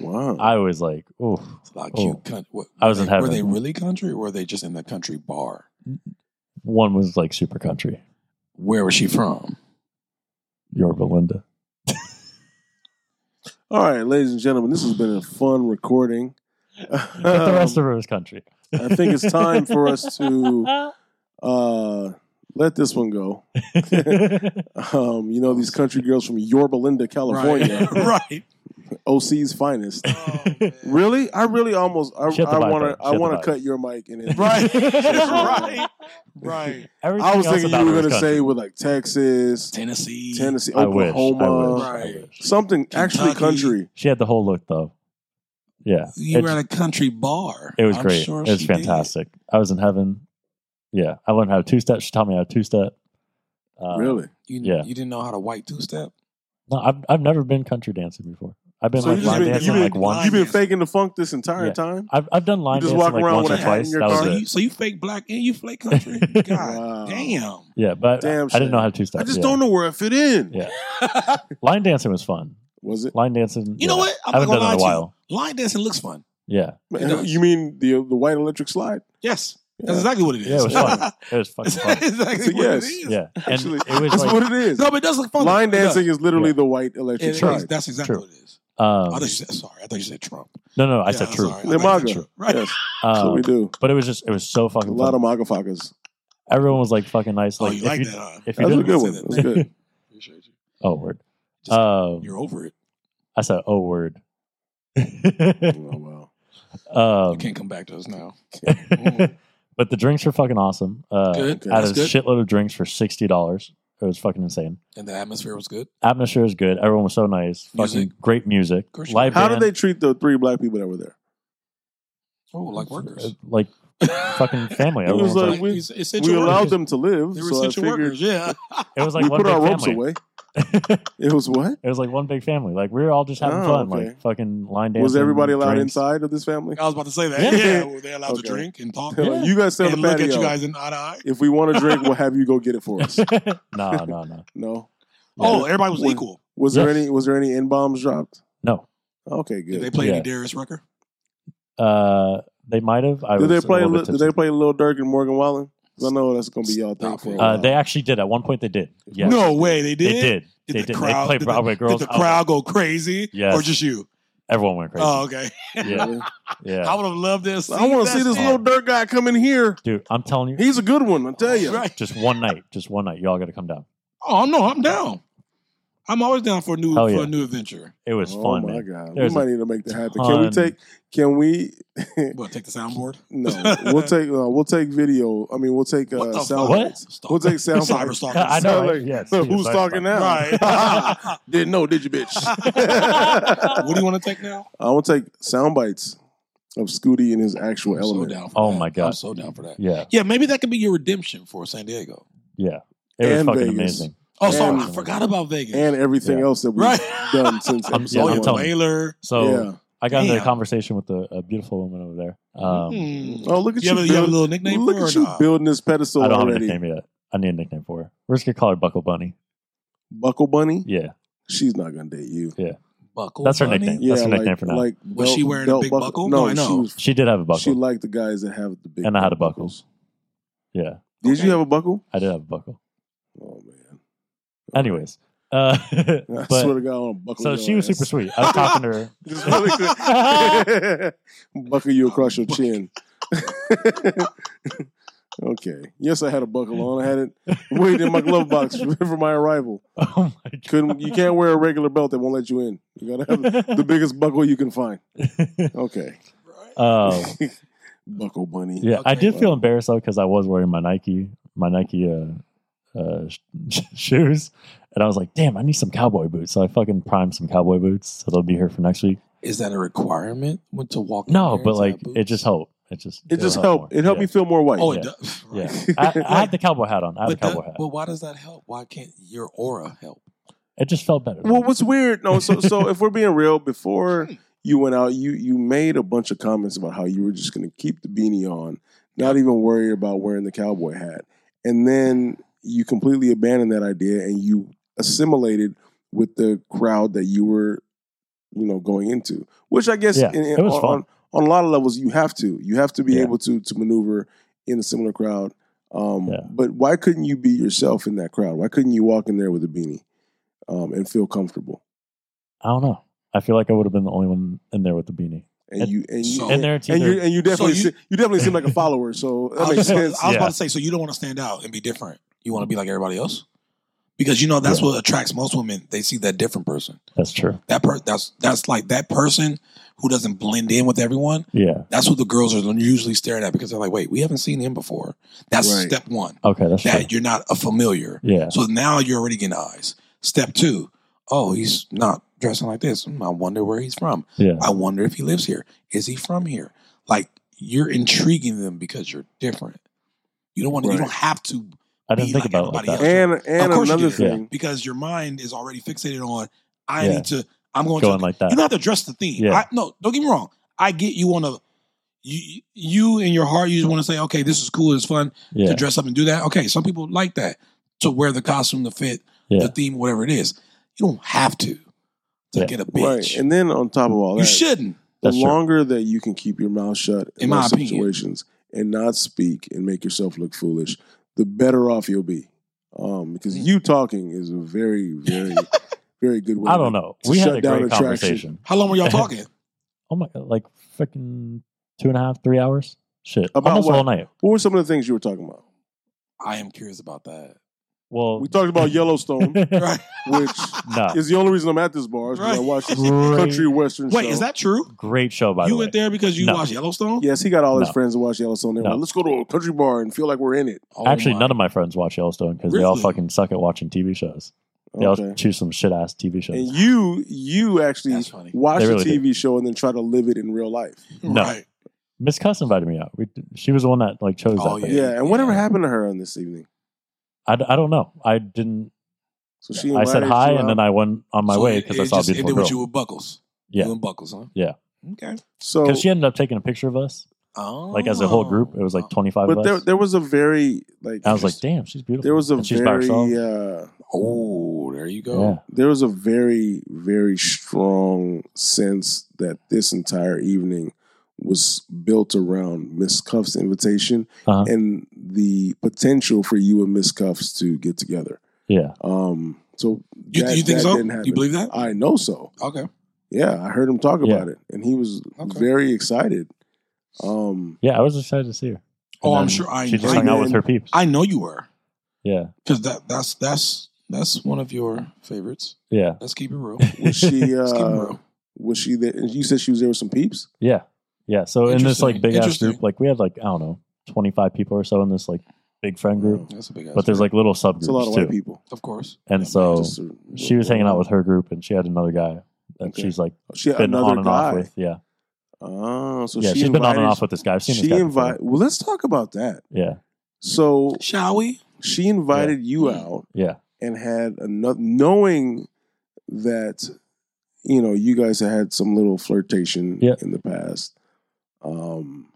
Speaker 1: Wow.
Speaker 3: I was like, ooh,
Speaker 2: It's a lot of cute
Speaker 3: Oh.
Speaker 2: country. What,
Speaker 3: I was in
Speaker 2: were they- Were
Speaker 3: heaven.
Speaker 2: they really country or were they just in the country bar?
Speaker 3: one was like super country.
Speaker 2: Where was she from?
Speaker 3: Your Belinda.
Speaker 1: All right, ladies and gentlemen, this has been a fun recording.
Speaker 3: But the
Speaker 1: Um,
Speaker 3: rest of it was country.
Speaker 1: I think it's time for us to uh, let this one go. Um, you know, these country girls from Yorba Linda, California,
Speaker 2: Right. right.
Speaker 1: OC's finest.
Speaker 2: Oh, man.
Speaker 1: Really? I really almost I
Speaker 3: She had the vibe,
Speaker 1: want to
Speaker 3: though. She
Speaker 1: I
Speaker 3: had the
Speaker 1: want
Speaker 3: vibe.
Speaker 1: to cut your mic and then
Speaker 2: Right.
Speaker 1: Right.
Speaker 2: Right.
Speaker 3: Everything
Speaker 1: I was
Speaker 3: else
Speaker 1: thinking
Speaker 3: about
Speaker 1: you
Speaker 3: it
Speaker 1: were
Speaker 3: was
Speaker 1: going to
Speaker 3: country.
Speaker 1: say with like Texas,
Speaker 2: Tennessee.
Speaker 1: Tennessee,
Speaker 3: I wish, I wish,
Speaker 1: Oklahoma,
Speaker 3: I
Speaker 2: Right.
Speaker 3: wish.
Speaker 1: something actually
Speaker 2: Kentucky.
Speaker 1: country.
Speaker 3: She had the whole look though. Yeah,
Speaker 2: You
Speaker 3: It-
Speaker 2: were at a country bar.
Speaker 3: It was
Speaker 2: I'm
Speaker 3: great.
Speaker 2: sure
Speaker 3: it was
Speaker 2: she did.
Speaker 3: fantastic. I was in heaven. Yeah, I learned how to two step. She taught me how to two step. Uh,
Speaker 1: really?
Speaker 2: You,
Speaker 3: Yeah.
Speaker 2: you didn't know how to white two step?
Speaker 3: No, I've I've never been country dancing before. I've been
Speaker 1: So
Speaker 3: like
Speaker 1: you just
Speaker 3: line
Speaker 1: been-
Speaker 3: dancing
Speaker 1: you been-
Speaker 3: like once.
Speaker 1: You've been
Speaker 2: Yes.
Speaker 1: faking the funk this entire
Speaker 3: Yeah.
Speaker 1: time.
Speaker 3: I've I've done line
Speaker 1: just
Speaker 3: dancing
Speaker 1: walk
Speaker 3: like
Speaker 1: around
Speaker 3: once or
Speaker 1: with a hat in
Speaker 3: twice.
Speaker 1: your
Speaker 3: That was
Speaker 1: car?
Speaker 2: So
Speaker 3: it.
Speaker 2: you, so you fake black and you fake country? God
Speaker 1: Wow.
Speaker 2: damn.
Speaker 3: Yeah, but
Speaker 1: Damn
Speaker 3: I, I didn't know
Speaker 1: shame.
Speaker 3: how to two step.
Speaker 1: I just don't know where it fit in.
Speaker 3: Yeah. Line dancing was fun.
Speaker 1: Was it?
Speaker 3: Line dancing.
Speaker 2: You know what? I'm
Speaker 3: I haven't
Speaker 2: not
Speaker 3: done
Speaker 2: gonna
Speaker 3: it in a
Speaker 2: lie to you.
Speaker 3: while.
Speaker 2: Line dancing looks fun.
Speaker 3: Yeah,
Speaker 2: does.
Speaker 1: You mean the the white electric slide?
Speaker 2: Yes.
Speaker 1: Yeah.
Speaker 2: That's exactly what it is.
Speaker 3: Yeah, it was fun. it was fucking
Speaker 2: That's
Speaker 3: fun.
Speaker 2: exactly
Speaker 1: It's a
Speaker 2: what
Speaker 1: yes.
Speaker 2: it is.
Speaker 3: Yeah, and
Speaker 1: Actually,
Speaker 3: it was
Speaker 1: That's
Speaker 3: like
Speaker 1: what it is.
Speaker 2: No, but it does look fun.
Speaker 1: Line
Speaker 2: It does.
Speaker 1: dancing is literally
Speaker 3: Yeah.
Speaker 1: the white
Speaker 2: Oh, It
Speaker 1: electric
Speaker 2: is.
Speaker 1: slide.
Speaker 2: That's exactly
Speaker 3: True.
Speaker 2: what it is.
Speaker 3: um,
Speaker 2: I thought you said sorry. I thought you said Trump.
Speaker 3: no, no, I
Speaker 2: Yeah,
Speaker 3: said
Speaker 2: I'm
Speaker 3: true.
Speaker 2: sorry. I thought you said
Speaker 1: Imago.
Speaker 2: Trump. Right.
Speaker 1: Yes, that's what
Speaker 3: Um,
Speaker 1: we do.
Speaker 3: but it was just it was so
Speaker 1: A
Speaker 3: fucking
Speaker 1: lot
Speaker 3: fun.
Speaker 1: of maga fuckers.
Speaker 3: Everyone was like fucking nice.
Speaker 2: Oh,
Speaker 3: Like
Speaker 2: you
Speaker 3: if
Speaker 2: like
Speaker 3: you,
Speaker 2: that, huh?
Speaker 3: if you
Speaker 1: That was a
Speaker 3: didn't,
Speaker 1: good
Speaker 2: didn't
Speaker 1: one.
Speaker 2: say
Speaker 1: That
Speaker 2: that.
Speaker 1: was good. Mm.
Speaker 2: Appreciate you.
Speaker 3: oh word.
Speaker 2: Just-
Speaker 3: Um,
Speaker 2: You're over it.
Speaker 3: I said oh word.
Speaker 1: oh, wow.
Speaker 3: um,
Speaker 2: You can't come back to us now.
Speaker 3: but the drinks were fucking awesome. Uh,
Speaker 2: Good.
Speaker 1: okay.
Speaker 3: I had
Speaker 2: That's
Speaker 3: a
Speaker 2: good.
Speaker 3: shitload of drinks for sixty dollars. It was fucking insane.
Speaker 2: And the atmosphere was good.
Speaker 3: Atmosphere was good. Everyone was so nice. Fucking
Speaker 2: Music.
Speaker 3: great music.
Speaker 2: Of course you
Speaker 3: Live
Speaker 1: How
Speaker 3: band.
Speaker 1: did they treat the three black people that were there?
Speaker 2: Oh, like workers.
Speaker 3: Uh, Like fucking family.
Speaker 1: It was
Speaker 3: Everyone was
Speaker 1: like,
Speaker 3: like,
Speaker 1: we-
Speaker 2: it's- it's
Speaker 1: we
Speaker 2: essential
Speaker 1: allowed
Speaker 2: workers.
Speaker 1: them to live,
Speaker 2: They were
Speaker 1: so I
Speaker 2: essential
Speaker 1: figured
Speaker 2: workers. Yeah.
Speaker 3: it was like
Speaker 1: we
Speaker 3: one
Speaker 1: put
Speaker 3: big
Speaker 1: our ropes
Speaker 3: family.
Speaker 1: away. It was what?
Speaker 3: It was like one big family. Like we were all just having
Speaker 1: Oh,
Speaker 3: fun,
Speaker 1: okay.
Speaker 3: like fucking line dancing.
Speaker 1: Was everybody allowed
Speaker 3: drinks.
Speaker 1: inside of this family?
Speaker 2: I was about to say that.
Speaker 3: Yeah.
Speaker 2: Yeah, well, they're allowed
Speaker 1: Okay.
Speaker 2: to drink and talk
Speaker 1: They're like, you guys stay on
Speaker 2: and
Speaker 1: the
Speaker 2: look at you
Speaker 1: patio.
Speaker 2: guys in eye to eye.
Speaker 1: If we want a drink, we'll have you go get it for us.
Speaker 3: no, no, no,
Speaker 1: No.
Speaker 2: Oh, everybody was
Speaker 1: When-
Speaker 2: equal.
Speaker 1: Was there
Speaker 3: Yes.
Speaker 1: any? Was there any n bombs dropped?
Speaker 3: no.
Speaker 1: Okay,
Speaker 2: Did they
Speaker 1: good.
Speaker 2: play
Speaker 3: Yeah.
Speaker 2: any Darius Rucker?
Speaker 3: Uh, they might have. I
Speaker 1: Did
Speaker 3: was
Speaker 1: they
Speaker 3: a
Speaker 1: play?
Speaker 3: little
Speaker 1: Li-
Speaker 3: bit
Speaker 1: Did they
Speaker 3: tipsy.
Speaker 1: play Lil Durk and Morgan Wallen? 'Cause I know that's gonna be y'all thing
Speaker 2: Stop
Speaker 1: for a
Speaker 2: it.
Speaker 1: while.
Speaker 3: Uh, they actually did. At one point, they did. Yes.
Speaker 2: No way, they
Speaker 3: they
Speaker 2: did.
Speaker 3: did.
Speaker 2: Did
Speaker 3: they
Speaker 2: the
Speaker 3: did.
Speaker 2: crowd-
Speaker 3: they played
Speaker 2: did the-
Speaker 3: Broadway
Speaker 2: Did
Speaker 3: Girls.
Speaker 2: the
Speaker 3: I was-
Speaker 2: crowd go crazy?
Speaker 3: Yes.
Speaker 2: Or just you?
Speaker 3: everyone went crazy.
Speaker 2: Oh, okay.
Speaker 3: yeah,
Speaker 1: Yeah.
Speaker 3: yeah.
Speaker 2: I would have loved this.
Speaker 1: I want to see this
Speaker 3: Yeah.
Speaker 1: little dirt guy come in here.
Speaker 3: Dude, I'm telling you,
Speaker 1: He's a good one, I tell you.
Speaker 2: Right.
Speaker 3: just one night, just one night, y'all got to come down.
Speaker 2: Oh no, I'm down. I'm always down for a new
Speaker 3: Hell
Speaker 2: for
Speaker 3: yeah.
Speaker 2: a new adventure.
Speaker 3: It was
Speaker 1: oh
Speaker 3: fun.
Speaker 1: my
Speaker 3: man.
Speaker 1: god,
Speaker 3: There's
Speaker 1: we might need to make that happen. Can we
Speaker 3: ton-
Speaker 1: take? Can we?
Speaker 2: What take the soundboard?
Speaker 1: No, we'll take. Uh, we'll take video. I mean, we'll take uh,
Speaker 2: What the
Speaker 1: sound.
Speaker 2: fuck?
Speaker 3: What?
Speaker 1: bites. We'll take sound.
Speaker 2: Cyber
Speaker 1: bites.
Speaker 2: stalking.
Speaker 3: I know.
Speaker 1: Sound
Speaker 3: Right?
Speaker 1: like-
Speaker 3: Yes,
Speaker 1: So
Speaker 3: yes,
Speaker 1: who's
Speaker 3: I-
Speaker 1: talking now?
Speaker 2: Right.
Speaker 1: Didn't know, did you, bitch? I
Speaker 2: what do you want to take now?
Speaker 1: want to take sound bites of Scooty and his actual
Speaker 2: I'm so
Speaker 1: element.
Speaker 2: down for
Speaker 3: Oh,
Speaker 2: that.
Speaker 3: my God.
Speaker 2: I'm so down for that.
Speaker 3: Yeah,
Speaker 2: Yeah, maybe that could be your redemption for San Diego.
Speaker 3: yeah. It was
Speaker 1: And
Speaker 3: fucking
Speaker 1: Vegas.
Speaker 3: amazing.
Speaker 2: Oh, sorry,
Speaker 1: And-
Speaker 2: I forgot about Vegas.
Speaker 1: and everything
Speaker 3: Yeah.
Speaker 1: else that we've
Speaker 2: right.
Speaker 1: done since
Speaker 3: I'm-
Speaker 1: episode
Speaker 3: yeah,
Speaker 2: oh,
Speaker 1: one.
Speaker 2: yeah,
Speaker 3: I'm telling you.
Speaker 2: Baylor.
Speaker 3: So
Speaker 1: Yeah.
Speaker 3: I got into a
Speaker 2: Damn.
Speaker 3: conversation with a, a beautiful woman over there. Um,
Speaker 2: Hmm.
Speaker 1: Oh, look at
Speaker 2: You
Speaker 1: you!
Speaker 2: have, a, you have a
Speaker 1: building-
Speaker 2: little nickname
Speaker 1: look
Speaker 2: for
Speaker 1: at
Speaker 2: her?
Speaker 1: you
Speaker 2: or not?
Speaker 1: building this pedestal
Speaker 3: I don't have a
Speaker 1: already.
Speaker 3: nickname yet. I need a nickname for her. We're just gonna call her Buckle Bunny.
Speaker 1: Buckle Bunny.
Speaker 3: Yeah,
Speaker 1: She's not gonna date you.
Speaker 2: Buckle
Speaker 3: that's her
Speaker 2: Bunny?
Speaker 3: nickname. That's her nickname for now.
Speaker 1: Like
Speaker 2: Was she wearing a big buckle?
Speaker 1: No,
Speaker 2: No, I know.
Speaker 1: she was.
Speaker 3: she did have a
Speaker 1: She
Speaker 3: buckle.
Speaker 1: liked the guys that have the big.
Speaker 3: And I had a buckle.
Speaker 1: buckles.
Speaker 3: yeah,
Speaker 1: Did
Speaker 2: Okay.
Speaker 1: you have a buckle?
Speaker 3: I did have a buckle.
Speaker 1: Oh man.
Speaker 3: Anyways, uh,
Speaker 1: I
Speaker 3: but-
Speaker 1: swear to God, I'm buckle.
Speaker 3: so
Speaker 1: your
Speaker 3: she was
Speaker 1: ass.
Speaker 3: super sweet. I was talking to her.
Speaker 1: Just really quick. buckle you across your chin. okay. Yes, I had a buckle on. I had it waiting in my glove box for my arrival.
Speaker 3: Oh my god!
Speaker 1: Couldn't you can't wear a regular belt that won't let you in. You gotta have the biggest buckle you can find. Okay.
Speaker 2: Right.
Speaker 3: Um,
Speaker 1: buckle bunny.
Speaker 3: yeah, I
Speaker 2: Okay.
Speaker 3: did feel embarrassed though because I was wearing my Nike, my Nike uh, uh, sh- shoes, and I was like, "Damn, I need some cowboy boots." So I fucking primed some cowboy boots, so they'll be here for next week.
Speaker 2: Is that a requirement when to walk? in
Speaker 3: No,
Speaker 2: there
Speaker 3: but
Speaker 2: to have
Speaker 3: like it
Speaker 2: boots?
Speaker 3: just helped. It just
Speaker 1: It just
Speaker 3: it'll
Speaker 1: helped.
Speaker 3: more.
Speaker 1: It helped
Speaker 3: Yeah.
Speaker 1: me feel more white.
Speaker 2: Oh, it
Speaker 3: Yeah.
Speaker 2: does.
Speaker 3: Yeah,
Speaker 2: Right.
Speaker 3: I, I had the cowboy hat on. I had the
Speaker 2: But,
Speaker 3: cowboy
Speaker 2: that,
Speaker 3: hat.
Speaker 2: but why does that help? Why can't your aura help?
Speaker 3: It just felt better.
Speaker 1: Well, what's weird? No, so so if we're being real,
Speaker 3: Hmm.
Speaker 1: before you went out, you you made a bunch of comments about how you were just going to keep the beanie on, not even worry about wearing the cowboy hat, and then you completely abandoned that idea and you assimilated with the crowd that you were, you know, going into. Which I guess
Speaker 3: Yeah,
Speaker 1: in, in-
Speaker 3: it was
Speaker 1: on,
Speaker 3: fun.
Speaker 1: on on a lot of levels you have to you have to be
Speaker 3: Yeah.
Speaker 1: able to to maneuver in a similar crowd. Um,
Speaker 3: Yeah.
Speaker 1: But why couldn't you be yourself in that crowd? Why couldn't you walk in there with a beanie um, and feel comfortable?
Speaker 3: I don't know. I feel like I would have been the only one in there with the beanie.
Speaker 1: and,
Speaker 3: And-
Speaker 1: you and you
Speaker 2: so-
Speaker 1: and,
Speaker 3: And their team,
Speaker 1: and you
Speaker 3: they're-
Speaker 1: and you definitely
Speaker 2: you-
Speaker 1: se- you definitely seem like a follower. So
Speaker 2: I
Speaker 1: that
Speaker 2: was,
Speaker 1: makes
Speaker 2: just- I was
Speaker 1: sense.
Speaker 2: about
Speaker 3: Yeah.
Speaker 2: to say, so you don't want to stand out and be different. You want to be like everybody else, because you know that's
Speaker 3: Yeah.
Speaker 2: what attracts most women. They see that different person.
Speaker 3: that's true.
Speaker 2: That per- that's that's like that person who doesn't blend in with everyone.
Speaker 3: Yeah.
Speaker 2: That's what the girls are usually staring at because they're like, wait, we haven't seen him before. That's
Speaker 1: Right.
Speaker 2: step one.
Speaker 3: Okay, that's true.
Speaker 2: That you're not a familiar.
Speaker 3: Yeah.
Speaker 2: So now you're already getting eyes. Step two, oh, he's not dressing like this. Hmm, I wonder where he's from.
Speaker 3: Yeah.
Speaker 2: I wonder if he lives here. Is he from here? Like you're intriguing them because you're different. You don't want to.
Speaker 1: Right.
Speaker 2: You don't have to
Speaker 3: I didn't
Speaker 2: be
Speaker 3: think
Speaker 2: like
Speaker 3: about it like
Speaker 2: everybody
Speaker 3: that.
Speaker 2: else.
Speaker 1: And and
Speaker 2: Of course you
Speaker 1: another
Speaker 2: do.
Speaker 1: thing,
Speaker 2: because your mind is already fixated on. I
Speaker 3: Yeah.
Speaker 2: need to. I'm going,
Speaker 3: Going
Speaker 2: to.
Speaker 3: like
Speaker 2: You
Speaker 3: that.
Speaker 2: don't have to dress the theme.
Speaker 3: Yeah.
Speaker 2: I, no, don't get me wrong. I get you want to. You, you in your heart, you just want to say, okay, this is cool, it's fun
Speaker 3: Yeah.
Speaker 2: to dress up and do that. Okay, some people like that to wear the costume, the fit,
Speaker 3: Yeah.
Speaker 2: the theme, whatever it is. You don't have to. to
Speaker 3: Yeah.
Speaker 2: get a
Speaker 1: Right.
Speaker 2: bitch.
Speaker 1: And then on top of all that,
Speaker 2: you shouldn't.
Speaker 1: the
Speaker 3: That's true.
Speaker 1: longer that you can keep your mouth shut in,
Speaker 2: In my
Speaker 1: those
Speaker 2: opinion.
Speaker 1: situations and not speak and make yourself look foolish, the better off you'll be. Um, because
Speaker 3: Mm.
Speaker 1: you talking is a very, very, very good way.
Speaker 3: I
Speaker 1: to-
Speaker 3: don't know.
Speaker 1: to
Speaker 3: We had
Speaker 1: shut
Speaker 3: a
Speaker 1: down
Speaker 3: great
Speaker 1: attraction.
Speaker 3: conversation.
Speaker 2: How long were y'all talking?
Speaker 3: Oh my god, like freaking two and a half, three hours. Shit,
Speaker 1: About
Speaker 3: almost
Speaker 1: what?
Speaker 3: all night.
Speaker 1: What were some of the things you were talking about?
Speaker 2: I am curious about that.
Speaker 3: Well,
Speaker 1: We talked about Yellowstone,
Speaker 2: Right.
Speaker 1: which
Speaker 3: no,
Speaker 1: is the only reason I'm at this bar is because I
Speaker 2: Right.
Speaker 1: watched this country
Speaker 3: great,
Speaker 1: western.
Speaker 2: Wait,
Speaker 1: show.
Speaker 2: is that true?
Speaker 3: great show by
Speaker 2: you
Speaker 3: the way.
Speaker 2: went there because you
Speaker 3: No.
Speaker 2: watched Yellowstone?
Speaker 1: Yes, he got all his
Speaker 3: No.
Speaker 1: friends to watch Yellowstone. They were
Speaker 3: No.
Speaker 1: like, let's go to a country bar and feel like we're in it.
Speaker 2: Oh
Speaker 3: Actually,
Speaker 2: my-
Speaker 3: none of my friends watch Yellowstone because they all
Speaker 2: Really?
Speaker 3: fucking suck at watching TV shows. They all
Speaker 1: Okay.
Speaker 3: choose some shit ass TV shows.
Speaker 1: And you, you actually
Speaker 2: That's funny.
Speaker 1: watch
Speaker 3: They
Speaker 1: the
Speaker 3: really
Speaker 1: TV show and then try to live it in real life.
Speaker 3: No.
Speaker 2: Right.
Speaker 3: Miss Cuss invited me out. We, she was the one that like chose
Speaker 2: Oh,
Speaker 3: that. thing.
Speaker 1: Yeah,
Speaker 2: Yeah.
Speaker 1: and whatever
Speaker 2: Yeah.
Speaker 1: happened to her on this evening?
Speaker 3: I, d- I don't know. I didn't.
Speaker 1: So she
Speaker 3: I said
Speaker 1: invited
Speaker 3: hi,
Speaker 1: you
Speaker 3: and then
Speaker 1: out.
Speaker 3: I went on my
Speaker 2: So
Speaker 3: way
Speaker 2: it-
Speaker 3: because I
Speaker 2: it
Speaker 3: saw a
Speaker 2: just
Speaker 3: beautiful
Speaker 2: ended with
Speaker 3: girl.
Speaker 2: you with Buckles.
Speaker 3: Yeah.
Speaker 2: You and Buckles, huh?
Speaker 3: Yeah.
Speaker 2: Okay.
Speaker 1: so
Speaker 3: Because she ended up taking a picture of us,
Speaker 2: Oh.
Speaker 3: like as a whole group. It was like twenty five of
Speaker 1: but
Speaker 3: us.
Speaker 1: there there was a very like
Speaker 3: I was like, damn, she's beautiful.
Speaker 1: there was a
Speaker 3: And she's by
Speaker 1: very
Speaker 3: herself.
Speaker 1: uh,
Speaker 2: Oh, there you go.
Speaker 3: Yeah.
Speaker 1: there was a very very strong sense that this entire evening was built around Miss Cuff's invitation
Speaker 3: Uh-huh.
Speaker 1: and the potential for you and Miss Cuffs to get together.
Speaker 3: Yeah.
Speaker 1: Um, so
Speaker 2: You,
Speaker 1: that-
Speaker 2: you think
Speaker 1: that
Speaker 2: so?
Speaker 1: didn't happen.
Speaker 2: You believe that?
Speaker 1: I know so.
Speaker 2: Okay.
Speaker 1: Yeah, I heard him talk
Speaker 3: Yeah.
Speaker 1: about it, and he was
Speaker 2: Okay.
Speaker 1: very excited. Um,
Speaker 3: Yeah. I was excited to see her.
Speaker 2: Oh,
Speaker 3: And
Speaker 2: I'm
Speaker 3: then
Speaker 2: sure I
Speaker 3: She just
Speaker 1: I
Speaker 3: hung out
Speaker 1: did.
Speaker 3: with her peeps.
Speaker 2: I know you were
Speaker 3: Yeah.
Speaker 2: because that that's that's that's one of your favorites.
Speaker 3: Yeah.
Speaker 2: Let's keep it
Speaker 1: was
Speaker 2: real.
Speaker 1: she?
Speaker 2: Let's keep it
Speaker 1: Uh,
Speaker 2: real.
Speaker 1: was she there? You said she was there with some peeps.
Speaker 3: Yeah. Yeah. So in this like
Speaker 2: Interesting.
Speaker 3: big ass
Speaker 2: Interesting.
Speaker 3: group, like we had like, I don't know, 25 people or so in this like big friend group.
Speaker 2: That's a big.
Speaker 3: but there's like little subgroups
Speaker 1: It's a lot of
Speaker 3: too.
Speaker 1: white people.
Speaker 2: of course,
Speaker 3: And so
Speaker 1: Just a-
Speaker 3: she was hanging out with her group and she had another guy that
Speaker 1: Okay.
Speaker 3: she's like
Speaker 1: She had
Speaker 3: been
Speaker 1: another
Speaker 3: on and
Speaker 1: guy.
Speaker 3: off with. Yeah.
Speaker 1: Oh, so
Speaker 3: yeah.
Speaker 1: she
Speaker 3: She's
Speaker 1: invited,
Speaker 3: been on and off with this guy. I've seen
Speaker 1: She
Speaker 3: this guy. before.
Speaker 1: invited. Well, let's talk about that.
Speaker 3: Yeah.
Speaker 1: So
Speaker 2: shall we?
Speaker 1: she invited you
Speaker 2: Mm.
Speaker 1: out
Speaker 3: Yeah.
Speaker 1: and had another, knowing that you know you guys had had some little flirtation
Speaker 3: Yeah.
Speaker 1: in the past, um,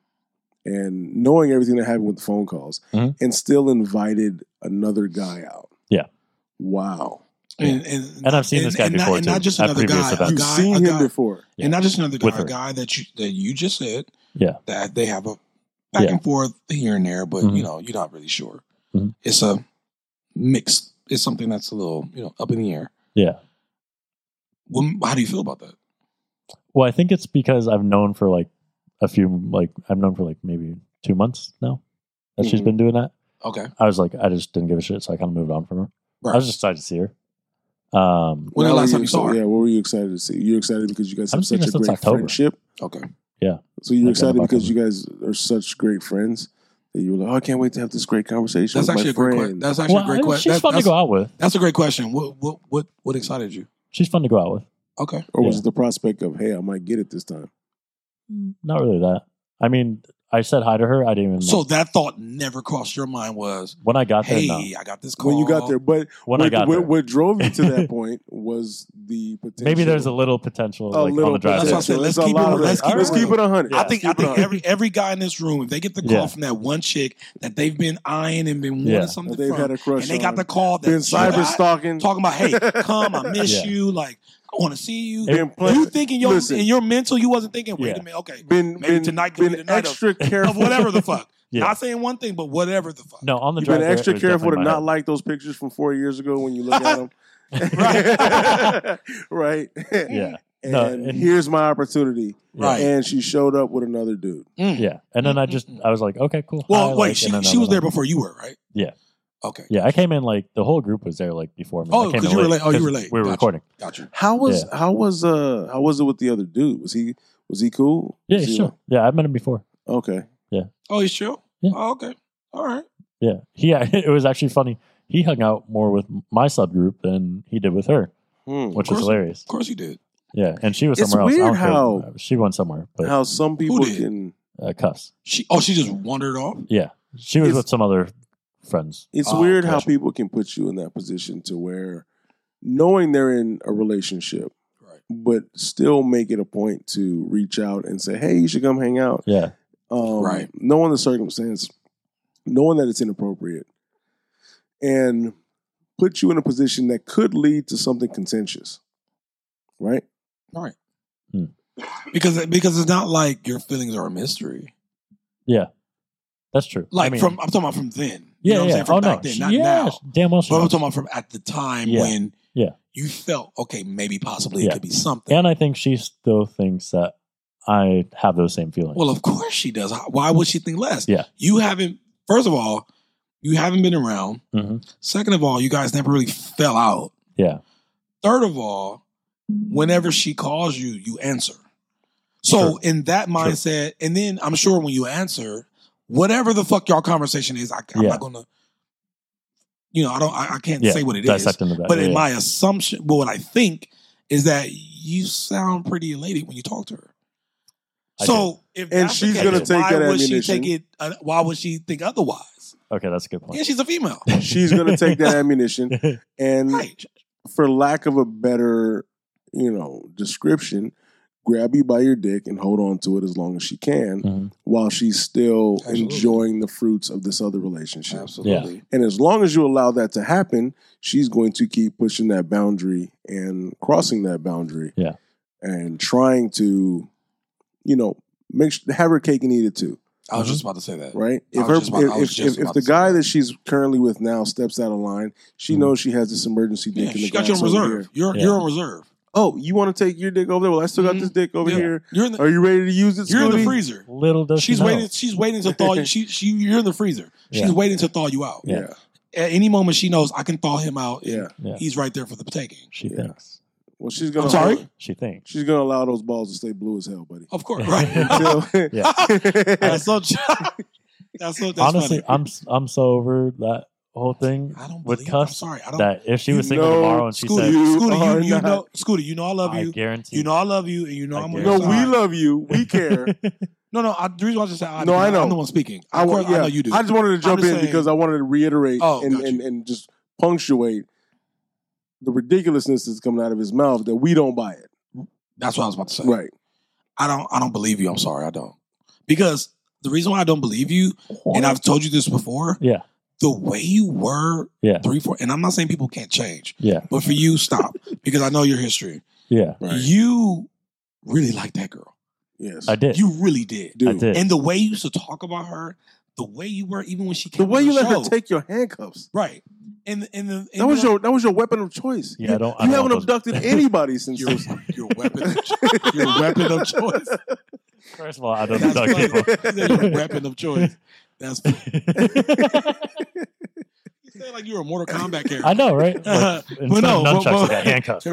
Speaker 1: and knowing everything that happened with the phone calls,
Speaker 3: Mhm.
Speaker 1: and still invited another guy out.
Speaker 3: Yeah.
Speaker 1: Wow.
Speaker 2: And, and,
Speaker 3: And I've seen this guy
Speaker 2: and not-
Speaker 3: before,
Speaker 2: and
Speaker 3: too,
Speaker 2: not just
Speaker 3: at
Speaker 2: another
Speaker 3: previous
Speaker 2: guy, a
Speaker 3: events.
Speaker 1: You've
Speaker 2: guy,
Speaker 1: seen
Speaker 2: a
Speaker 1: him
Speaker 2: guy,
Speaker 1: before.
Speaker 3: Yeah.
Speaker 2: and not just another
Speaker 3: With
Speaker 2: guy,
Speaker 3: her.
Speaker 2: a guy that you that you just said,
Speaker 3: Yeah.
Speaker 2: that they have a back
Speaker 3: Yeah. Mm-hmm.
Speaker 2: and forth here and there, but you know you're not really sure.
Speaker 3: Mhm.
Speaker 2: It's a mixed. It's something that's a little you know up in the air.
Speaker 3: Yeah.
Speaker 2: Well, how do you feel about that?
Speaker 3: Well, I think it's because I've known for like a few, like I've known for like maybe two months now that she's
Speaker 2: Hmm.
Speaker 1: Mhm.
Speaker 3: been doing that.
Speaker 2: Okay,
Speaker 3: I was like, I just didn't give a shit. So I kind of moved on from her.
Speaker 2: right.
Speaker 3: I was just excited to see her. Um,
Speaker 2: When the
Speaker 1: Now,
Speaker 2: last
Speaker 1: were
Speaker 2: time you saw
Speaker 1: excited-
Speaker 2: her?
Speaker 1: Yeah, what were you excited to see? You're excited because you guys
Speaker 3: I
Speaker 1: have
Speaker 3: haven't seen
Speaker 1: such
Speaker 3: her
Speaker 1: a
Speaker 3: since
Speaker 1: great
Speaker 3: October.
Speaker 1: friendship.
Speaker 2: okay,
Speaker 1: So you're
Speaker 3: Like,
Speaker 1: excited
Speaker 3: I'm
Speaker 1: because
Speaker 3: fucking-
Speaker 1: you guys are such great friends that you were like, oh, I can't wait to have this great conversation.
Speaker 2: that's
Speaker 1: with my
Speaker 2: actually a great. Que-
Speaker 1: friend.
Speaker 2: that's actually
Speaker 3: well,
Speaker 2: a great
Speaker 3: I-
Speaker 2: question.
Speaker 3: she's fun to
Speaker 2: that's,
Speaker 3: go out with.
Speaker 2: that's a great question. What what what what excited you?
Speaker 3: She's fun to go out with.
Speaker 2: Okay,
Speaker 1: or was
Speaker 3: yeah.
Speaker 1: it the prospect of, hey, I might get it this time?
Speaker 3: Not really that. I mean, I said hi to her. I didn't even.
Speaker 2: so that thought never crossed your mind was,
Speaker 3: when I got there,
Speaker 2: "Hey,
Speaker 3: no.
Speaker 2: I got this call."
Speaker 1: When you got there, but
Speaker 3: When I
Speaker 1: what,
Speaker 3: got
Speaker 1: what,
Speaker 3: there,
Speaker 1: what drove you to that point was the potential.
Speaker 3: maybe there's a little
Speaker 1: a
Speaker 3: potential like, on
Speaker 1: little
Speaker 3: the drive.
Speaker 2: That's
Speaker 1: potential.
Speaker 2: what I
Speaker 3: there.
Speaker 2: said. Let's
Speaker 1: There's a
Speaker 2: keep it-
Speaker 1: lot of
Speaker 2: let's
Speaker 1: that.
Speaker 2: keep it
Speaker 1: Let's keep
Speaker 2: real.
Speaker 1: it 100.
Speaker 2: I think I
Speaker 1: Let's keep
Speaker 2: think
Speaker 1: it 100.
Speaker 2: every every guy in this room, if they get the call
Speaker 3: Yeah.
Speaker 2: from that one chick that they've been eyeing and been wanting
Speaker 3: Yeah.
Speaker 1: That
Speaker 2: something
Speaker 1: they've
Speaker 2: from,
Speaker 1: had a crush
Speaker 2: and they got
Speaker 1: on.
Speaker 2: the call that
Speaker 1: been
Speaker 2: you got,
Speaker 1: cyber stalking.
Speaker 2: talking about, "Hey, come, I miss
Speaker 3: Yeah.
Speaker 2: you. Like, I want to see you."
Speaker 1: Been
Speaker 2: you
Speaker 1: playing.
Speaker 2: thinking your
Speaker 1: Listen.
Speaker 2: in your mental, you wasn't thinking. Wait
Speaker 3: Yeah.
Speaker 2: a minute, okay,
Speaker 1: Been,
Speaker 2: Maybe
Speaker 1: been,
Speaker 2: tonight could be the
Speaker 1: been
Speaker 2: night of-
Speaker 1: extra careful.
Speaker 2: of whatever the fuck.
Speaker 3: Yeah.
Speaker 2: Not saying one thing, but whatever the fuck.
Speaker 3: No, on the
Speaker 1: You've
Speaker 3: drive.
Speaker 1: been
Speaker 3: there, it
Speaker 1: extra
Speaker 3: was
Speaker 1: careful to
Speaker 3: definitely my
Speaker 1: not
Speaker 3: head.
Speaker 1: like those pictures from four years ago when you look at them.
Speaker 2: Right.
Speaker 1: right.
Speaker 3: Yeah.
Speaker 1: And,
Speaker 3: No, and-
Speaker 1: here's my opportunity.
Speaker 3: Yeah.
Speaker 2: Right.
Speaker 1: And she showed up with another dude.
Speaker 2: Mm.
Speaker 3: Yeah. And then I just, I was like, okay, cool.
Speaker 2: Well,
Speaker 3: Hi,
Speaker 2: wait,
Speaker 3: like,
Speaker 2: she,
Speaker 3: and then
Speaker 2: she
Speaker 3: I
Speaker 2: was
Speaker 3: went
Speaker 2: there
Speaker 3: on.
Speaker 2: before you were, right?
Speaker 3: Yeah.
Speaker 2: Okay,
Speaker 3: Yeah. I came in like the whole group was there like before me.
Speaker 2: Oh,
Speaker 3: I came
Speaker 2: 'cause
Speaker 3: in
Speaker 2: you were late. Oh, you
Speaker 3: 'cause
Speaker 2: were late.
Speaker 3: We were
Speaker 2: Gotcha.
Speaker 3: recording.
Speaker 2: got you.
Speaker 1: How was how was uh how was it with the other dude? Was he was he cool?
Speaker 3: Yeah,
Speaker 1: Was he-
Speaker 3: sure. Yeah, I've met him before.
Speaker 1: Okay.
Speaker 2: Oh, he's chill.
Speaker 3: Yeah.
Speaker 2: Oh, okay, all right.
Speaker 3: Yeah. He, it was actually funny. He hung out more with my subgroup than he did with her,
Speaker 1: Hmm.
Speaker 3: which is
Speaker 2: course.
Speaker 3: hilarious.
Speaker 2: Of course you did.
Speaker 3: Yeah. And she was
Speaker 1: It's
Speaker 3: somewhere
Speaker 1: weird
Speaker 3: else. I don't care.
Speaker 1: how-
Speaker 3: she went somewhere, but
Speaker 1: How some people
Speaker 2: did?
Speaker 1: can
Speaker 3: uh, cuffs.
Speaker 2: She oh, she just wandered off.
Speaker 3: Yeah. She was
Speaker 1: It's-
Speaker 3: with some other friends.
Speaker 1: it's
Speaker 2: Oh,
Speaker 1: weird how
Speaker 3: gotcha.
Speaker 1: people can put you in that position to where knowing they're in a relationship
Speaker 2: Right.
Speaker 1: but still make it a point to reach out and say, "Hey, you should come hang out."
Speaker 3: Yeah.
Speaker 1: Um,
Speaker 2: Right.
Speaker 1: Knowing the circumstance, knowing that it's inappropriate, and put you in a position that could lead to something contentious. right?
Speaker 2: because because it's not like your feelings are a mystery.
Speaker 3: That's true.
Speaker 2: Like
Speaker 3: I mean,
Speaker 2: from I'm talking about from then.
Speaker 3: yeah,
Speaker 2: you know what I'm
Speaker 3: yeah.
Speaker 2: saying? From
Speaker 3: oh
Speaker 2: back
Speaker 3: no,
Speaker 2: then, not
Speaker 3: yeah,
Speaker 2: now.
Speaker 3: damn well. she
Speaker 2: But I'm
Speaker 3: knows.
Speaker 2: talking about from at the time
Speaker 3: Yeah.
Speaker 2: when
Speaker 3: Yeah.
Speaker 2: you felt okay, maybe possibly it
Speaker 3: Yeah.
Speaker 2: could be something.
Speaker 3: and I think she still thinks that I have those same feelings.
Speaker 2: Well, of course she does. How- Why would she think less?
Speaker 3: Yeah.
Speaker 2: You haven't. First of all, you haven't been around.
Speaker 3: hmm
Speaker 2: Second of all, you guys never really fell out.
Speaker 3: Yeah.
Speaker 2: Third of all, whenever she calls you, you answer. So
Speaker 3: Sure.
Speaker 2: in that mindset, and then I'm sure when you answer, whatever the fuck y'all conversation is, I, I'm
Speaker 3: Yeah.
Speaker 2: not gonna, you know, I don't, I, I can't
Speaker 3: Yeah,
Speaker 2: say what it is.
Speaker 3: Dissect into that.
Speaker 2: But
Speaker 3: yeah,
Speaker 2: in
Speaker 3: yeah.
Speaker 2: my assumption, well, what I think is that you sound pretty elated when you talk to her.
Speaker 3: I
Speaker 2: So if
Speaker 1: And
Speaker 2: that's the
Speaker 1: she's
Speaker 2: case,
Speaker 3: gonna
Speaker 1: take
Speaker 2: why
Speaker 1: that
Speaker 2: would she
Speaker 1: ammunition.
Speaker 2: take it? Uh, why would she think otherwise?
Speaker 3: okay, that's a good point.
Speaker 2: And she's a female,
Speaker 1: She's gonna take that ammunition, and
Speaker 2: right?
Speaker 1: for lack of a better, you know, description, grab you by your dick and hold on to it as long as she can,
Speaker 3: Mhm.
Speaker 1: while she's still
Speaker 2: Absolutely.
Speaker 1: enjoying the fruits of this other relationship.
Speaker 2: Absolutely.
Speaker 1: And as long as you allow that to happen, she's going to keep pushing that boundary and crossing that boundary.
Speaker 3: Yeah.
Speaker 1: And trying to, you know, make sure, have her cake and eat it too,
Speaker 2: I
Speaker 3: Mm-hmm.
Speaker 2: was just about to say that.
Speaker 1: right?
Speaker 2: I
Speaker 1: If
Speaker 2: was
Speaker 1: her,
Speaker 2: just about- I was
Speaker 1: if,
Speaker 2: just
Speaker 1: if, if
Speaker 2: about
Speaker 1: the
Speaker 2: to say
Speaker 1: guy
Speaker 2: that.
Speaker 1: that she's currently with now steps out of line, she
Speaker 3: Mhm.
Speaker 1: knows she has this emergency dick
Speaker 2: Yeah,
Speaker 1: in the
Speaker 2: she got you
Speaker 1: glass
Speaker 2: on
Speaker 1: over
Speaker 2: reserve.
Speaker 1: here.
Speaker 2: You're
Speaker 3: Yeah.
Speaker 2: you're on reserve.
Speaker 1: Oh, you want to take your dick over there? Well, I still got
Speaker 2: Mhm.
Speaker 1: this dick over
Speaker 2: Yeah.
Speaker 1: here.
Speaker 2: You're in the
Speaker 1: Are you ready to use it?
Speaker 2: you're in the
Speaker 1: Scooty?
Speaker 2: freezer.
Speaker 3: Little does she
Speaker 2: She's
Speaker 3: know.
Speaker 2: waiting. She's waiting to thaw you. She she you're in the freezer. She's
Speaker 3: Yeah.
Speaker 2: waiting to thaw you out.
Speaker 1: Yeah.
Speaker 2: At any moment, she knows I can thaw him out. and
Speaker 1: Yeah.
Speaker 2: he's right there for the taking.
Speaker 3: She
Speaker 1: Yeah.
Speaker 3: thinks.
Speaker 1: Well, she's gonna.
Speaker 2: I'm sorry.
Speaker 3: She thinks.
Speaker 1: She's gonna allow those balls to stay blue as hell, buddy.
Speaker 2: Of course, right?
Speaker 1: Until-
Speaker 2: that's so. That's so. That's
Speaker 3: Honestly,
Speaker 2: funny.
Speaker 3: I'm s- I'm so over that whole thing
Speaker 2: I don't
Speaker 3: with
Speaker 2: believe. I'm
Speaker 3: cuffs
Speaker 2: sorry. I don't.
Speaker 3: that if she
Speaker 1: You
Speaker 3: was single
Speaker 1: know,
Speaker 3: tomorrow and she
Speaker 2: Scooter,
Speaker 3: said,
Speaker 1: you
Speaker 2: Scooter,
Speaker 1: are
Speaker 2: you, you
Speaker 1: not-
Speaker 2: know, Scooter, you know, I love
Speaker 3: I
Speaker 2: you.
Speaker 3: guarantee
Speaker 2: You know, I love you, and you know,
Speaker 3: I
Speaker 2: I'm.
Speaker 3: guarantee-
Speaker 1: No,
Speaker 2: sorry.
Speaker 1: we love you. We care.
Speaker 2: No, no. I, the reason why I just said I
Speaker 1: No, I know.
Speaker 2: I'm the one speaking.
Speaker 1: I
Speaker 2: Of course,
Speaker 1: want. Yeah,
Speaker 2: I know you do.
Speaker 1: I just wanted to jump in
Speaker 2: just saying-
Speaker 1: because I wanted to reiterate
Speaker 2: Oh,
Speaker 1: and,
Speaker 2: gotcha.
Speaker 1: and and just punctuate the ridiculousness that's coming out of his mouth that we don't buy it.
Speaker 2: that's what I was about to say.
Speaker 1: Right.
Speaker 2: I don't. I don't believe you. I'm sorry. I don't. Because the reason why I don't believe you, and I've told you this before.
Speaker 3: Yeah.
Speaker 2: The way you were
Speaker 3: Yeah.
Speaker 2: three, four, and I'm not saying people can't change,
Speaker 3: Yeah,
Speaker 2: but for you, stop because I know your history.
Speaker 3: yeah.
Speaker 2: You really liked that girl.
Speaker 1: Yes.
Speaker 3: I did.
Speaker 2: You really did.
Speaker 1: do.
Speaker 3: I did.
Speaker 2: And the way you used to talk about her, the way you were, even when she
Speaker 1: The
Speaker 2: came,
Speaker 1: way
Speaker 2: on
Speaker 1: you
Speaker 2: the
Speaker 1: let her
Speaker 2: show.
Speaker 1: take your handcuffs.
Speaker 2: right, and and the and
Speaker 1: That was
Speaker 2: the-
Speaker 1: your that was your weapon of choice.
Speaker 3: Yeah, I don't. I
Speaker 1: You
Speaker 3: don't
Speaker 1: haven't
Speaker 3: want those-
Speaker 1: abducted anybody since.
Speaker 2: your,
Speaker 1: this-
Speaker 2: your weapon of, cho- your weapon of choice.
Speaker 3: First of all, I don't
Speaker 2: That's
Speaker 3: abduct
Speaker 2: funny.
Speaker 3: people.
Speaker 2: He said your weapon of choice. That's funny. You sound like you're a Mortal Kombat character.
Speaker 3: I know, right?
Speaker 2: Uh,
Speaker 3: Like, in
Speaker 2: but
Speaker 3: some
Speaker 2: no, but-
Speaker 3: nunchucks, I
Speaker 2: but-
Speaker 3: got handcuffs.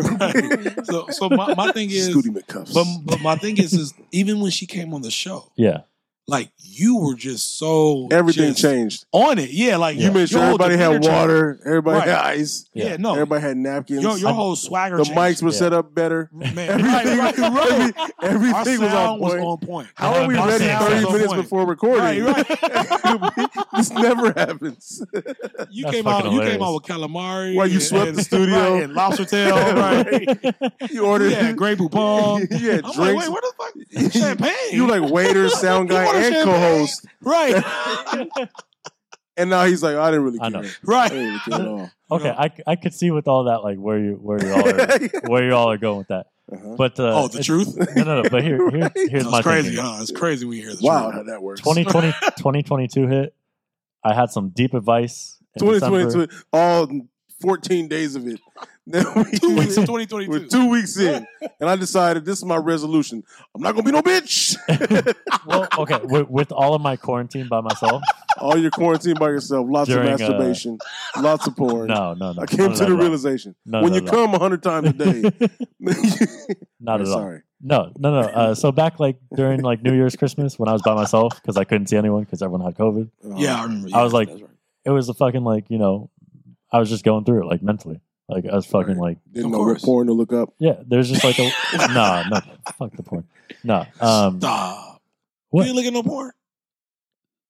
Speaker 2: Right. So, so my, my thing is,
Speaker 1: Scooty McCuffs.
Speaker 2: but, but my thing is, is even when she came on the show,
Speaker 3: Yeah,
Speaker 2: like you were just so
Speaker 1: Everything
Speaker 2: just
Speaker 1: changed.
Speaker 2: on it. Yeah, like
Speaker 1: You made sure
Speaker 2: your whole
Speaker 1: everybody had
Speaker 2: demeanor changed.
Speaker 1: water, everybody
Speaker 2: Right.
Speaker 1: had ice,
Speaker 2: Yeah,
Speaker 3: Yeah.
Speaker 2: no,
Speaker 1: everybody had napkins.
Speaker 2: your, your
Speaker 3: I-
Speaker 2: whole swagger.
Speaker 1: the
Speaker 2: changed.
Speaker 1: mics were
Speaker 3: Yeah.
Speaker 1: set up better.
Speaker 2: man, right,
Speaker 1: Everything,
Speaker 2: right, right.
Speaker 1: every-
Speaker 2: Our
Speaker 1: everything was on
Speaker 2: sound was
Speaker 1: point.
Speaker 2: on point.
Speaker 1: How are we
Speaker 3: Our
Speaker 1: ready
Speaker 3: sound
Speaker 1: 30
Speaker 3: was on
Speaker 1: minutes
Speaker 2: point.
Speaker 1: before recording?
Speaker 2: Right,
Speaker 1: this never happens.
Speaker 2: You
Speaker 3: That's
Speaker 2: came out.
Speaker 3: fucking
Speaker 2: You came out
Speaker 3: hilarious.
Speaker 2: with calamari.
Speaker 1: Why you
Speaker 2: and-
Speaker 1: swept
Speaker 2: and-
Speaker 1: the studio.
Speaker 2: right, and lobster tail. Right.
Speaker 1: You ordered
Speaker 2: Yeah, Grey Poupon.
Speaker 1: Yeah,
Speaker 2: I'm like,
Speaker 1: drinks.
Speaker 2: wait, where the fuck? Champagne.
Speaker 1: you like waiter, sound
Speaker 2: You
Speaker 1: guy,
Speaker 2: ordered
Speaker 1: and
Speaker 2: champagne?
Speaker 1: co-host.
Speaker 2: right,
Speaker 1: And now he's like, "Oh, I didn't really care.
Speaker 3: I
Speaker 1: I,
Speaker 3: know.
Speaker 2: right.
Speaker 1: didn't really care at all.
Speaker 3: Okay, I, c- I could see with all that, like where you where you all are, where you all are going with that.
Speaker 1: Uh-huh.
Speaker 3: But uh,
Speaker 2: Oh, the
Speaker 3: it-
Speaker 2: truth.
Speaker 3: No, no, no. But here, here here's
Speaker 2: That's
Speaker 3: my
Speaker 2: crazy,
Speaker 3: thinking.
Speaker 2: huh? It's crazy when you hear the
Speaker 1: Wow, how
Speaker 2: truth.
Speaker 1: that works.
Speaker 3: 2020, 2022 hit. I had some deep advice. in December.
Speaker 1: 2022, all 14 days of it. Then
Speaker 2: Two weeks
Speaker 1: we,
Speaker 2: of
Speaker 1: we're
Speaker 2: 2022.
Speaker 1: two weeks in, and I decided this is my resolution. I'm not gonna be no bitch.
Speaker 3: Well, okay, with, with all of my quarantine by myself.
Speaker 1: all your quarantine by yourself, lots
Speaker 3: During, uh,
Speaker 1: of masturbation, lots of porn.
Speaker 3: No, no, no.
Speaker 1: I came
Speaker 3: none
Speaker 1: to
Speaker 3: of that
Speaker 1: the
Speaker 3: at all.
Speaker 1: realization
Speaker 3: No,
Speaker 1: when
Speaker 3: no,
Speaker 1: you
Speaker 3: no.
Speaker 1: come a hundred times a day.
Speaker 3: Not at all.
Speaker 1: Sorry.
Speaker 3: No, no, no. Uh, so back like during like New Year's, Christmas, when I was by myself because I couldn't see anyone because everyone had COVID.
Speaker 1: Uh,
Speaker 2: yeah, I remember.
Speaker 3: I was
Speaker 2: Yeah,
Speaker 3: like-
Speaker 2: that's right.
Speaker 3: It was a fucking like you know, I was just going through it like mentally. Like I was fucking
Speaker 1: Right.
Speaker 3: like
Speaker 1: didn't
Speaker 2: Of
Speaker 1: know what
Speaker 2: course.
Speaker 1: porn to look up.
Speaker 3: yeah. There's just like a nah, no, fuck the porn. Nah, um,
Speaker 2: stop.
Speaker 3: What?
Speaker 2: You ain't looking no porn.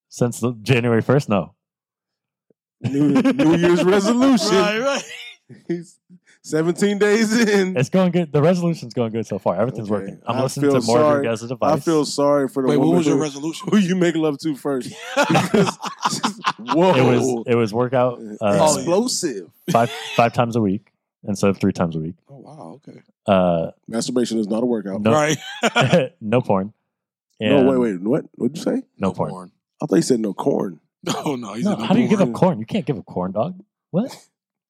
Speaker 3: since the January first, no.
Speaker 1: New, New Year's resolution.
Speaker 2: Right, right.
Speaker 1: He's Seventeen days in.
Speaker 3: It's going good. The resolution's going good so far. Everything's
Speaker 1: Okay.
Speaker 3: working. I'm
Speaker 1: I
Speaker 3: listening
Speaker 1: feel
Speaker 3: to more of your
Speaker 1: sorry.
Speaker 3: guys' advice.
Speaker 1: I feel sorry for the
Speaker 2: Wait,
Speaker 1: woman
Speaker 2: what was your
Speaker 1: who,
Speaker 2: resolution?
Speaker 1: who you make love to first. Because whoa,
Speaker 3: it was it was workout uh,
Speaker 2: Oh, yeah.
Speaker 1: explosive.
Speaker 3: five five times a week instead of three times a week.
Speaker 2: Oh wow, okay.
Speaker 3: Uh,
Speaker 1: Masturbation is not a workout.
Speaker 3: No.
Speaker 2: Right.
Speaker 3: no porn.
Speaker 1: No,
Speaker 3: And-
Speaker 1: wait, wait. What? What'd you say?
Speaker 3: No porn.
Speaker 1: I thought you said no corn.
Speaker 2: No, no. He's
Speaker 3: No,
Speaker 2: in the
Speaker 3: how do you give
Speaker 2: porn.
Speaker 3: up corn? You can't give up corn, dog. What?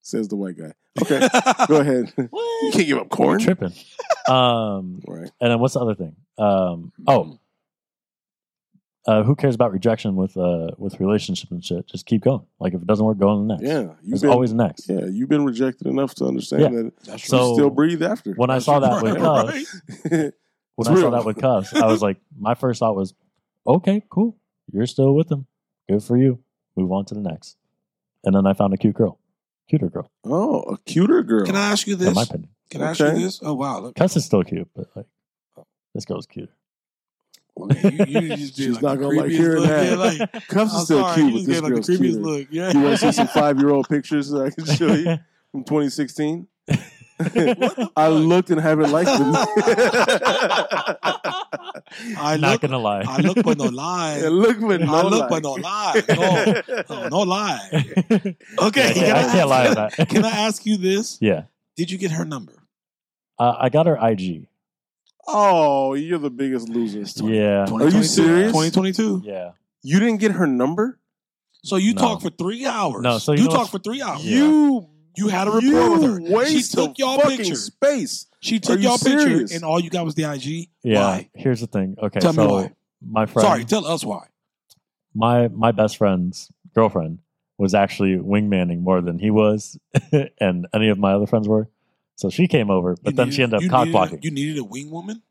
Speaker 1: Says the white guy. Okay, go ahead. You can't give up corn.
Speaker 3: Tripping. Um,
Speaker 1: Right.
Speaker 3: and then what's the other thing? Um, oh, uh, who cares about rejection with uh with relationships and shit? Just keep going. Like if it doesn't work, go on to the next.
Speaker 1: Yeah. You've
Speaker 3: There's
Speaker 1: been,
Speaker 3: always a next.
Speaker 1: yeah, you've been rejected enough to understand
Speaker 3: Yeah.
Speaker 1: that
Speaker 2: That's
Speaker 3: So-
Speaker 1: you still breathe after.
Speaker 3: When I saw that with uh,
Speaker 2: right,
Speaker 3: Cuff,
Speaker 2: right.
Speaker 3: when
Speaker 1: It's
Speaker 3: I saw
Speaker 1: real.
Speaker 3: that with Cuffs, I was like, my first thought was, okay, cool, you're still with him, good for you. Move on to the next. And then I found a cute girl, cuter girl,
Speaker 1: oh, a cuter girl.
Speaker 2: Can I ask you
Speaker 3: in my
Speaker 2: this?
Speaker 3: opinion.
Speaker 2: Can I ask you
Speaker 1: Okay.
Speaker 2: this? Oh wow. Look,
Speaker 3: Cuss is still cute, but like, this girl's cuter.
Speaker 2: man, you, you just did
Speaker 1: She's
Speaker 2: like
Speaker 1: not
Speaker 2: the
Speaker 1: gonna like
Speaker 2: creepiest
Speaker 1: hearing
Speaker 2: look.
Speaker 1: that.
Speaker 2: Yeah, like,
Speaker 1: Cuffs
Speaker 2: I'm
Speaker 1: is still
Speaker 2: sorry,
Speaker 1: cute, but
Speaker 2: you just
Speaker 1: this
Speaker 2: gave, like,
Speaker 1: girl's
Speaker 2: the creepiest
Speaker 1: cuter.
Speaker 2: look. Yeah.
Speaker 1: You want to see some five-year-old pictures that I can show you from 2016?
Speaker 2: What the
Speaker 1: I
Speaker 2: fuck?
Speaker 1: looked and haven't liked them.
Speaker 2: I
Speaker 3: Not
Speaker 2: look,
Speaker 3: gonna lie.
Speaker 2: I look, but no
Speaker 1: Yeah,
Speaker 2: lie.
Speaker 1: look, but no
Speaker 2: I look,
Speaker 1: like.
Speaker 2: but no lie. No, Oh. no, no lie. Okay,
Speaker 3: I can't- I can't lie to that.
Speaker 2: Can I ask you this?
Speaker 3: yeah,
Speaker 2: Did you get her number?
Speaker 3: uh, I got her IG.
Speaker 1: Oh, you're the biggest loser.
Speaker 3: Yeah,
Speaker 1: Are you serious?
Speaker 2: Twenty twenty two.
Speaker 3: yeah.
Speaker 1: You didn't get her number?
Speaker 2: So you
Speaker 3: No.
Speaker 2: talk for three hours.
Speaker 3: No, so you
Speaker 2: you
Speaker 3: know
Speaker 2: talk
Speaker 3: what's-
Speaker 2: for three hours.
Speaker 3: Yeah.
Speaker 1: You
Speaker 2: You had a rapport with her.
Speaker 1: you waste
Speaker 2: She took
Speaker 1: of
Speaker 2: y'all
Speaker 1: fucking
Speaker 2: picture.
Speaker 1: space.
Speaker 2: She
Speaker 1: Are
Speaker 2: took
Speaker 1: you
Speaker 2: y'all picture,
Speaker 1: serious?
Speaker 2: and all you got was the IG.
Speaker 3: Yeah.
Speaker 2: Why?
Speaker 3: Here's the thing. Okay,
Speaker 2: Tell me
Speaker 3: so
Speaker 2: why.
Speaker 3: my friend,
Speaker 2: Sorry, tell us why.
Speaker 3: my my best friend's girlfriend was actually wingmanning more than he was, and any of my other friends were. So she came over, but
Speaker 2: You
Speaker 3: then
Speaker 2: needed-
Speaker 3: she ended
Speaker 2: you
Speaker 3: up cock
Speaker 2: needed-
Speaker 3: blocking.
Speaker 2: You needed a wing woman.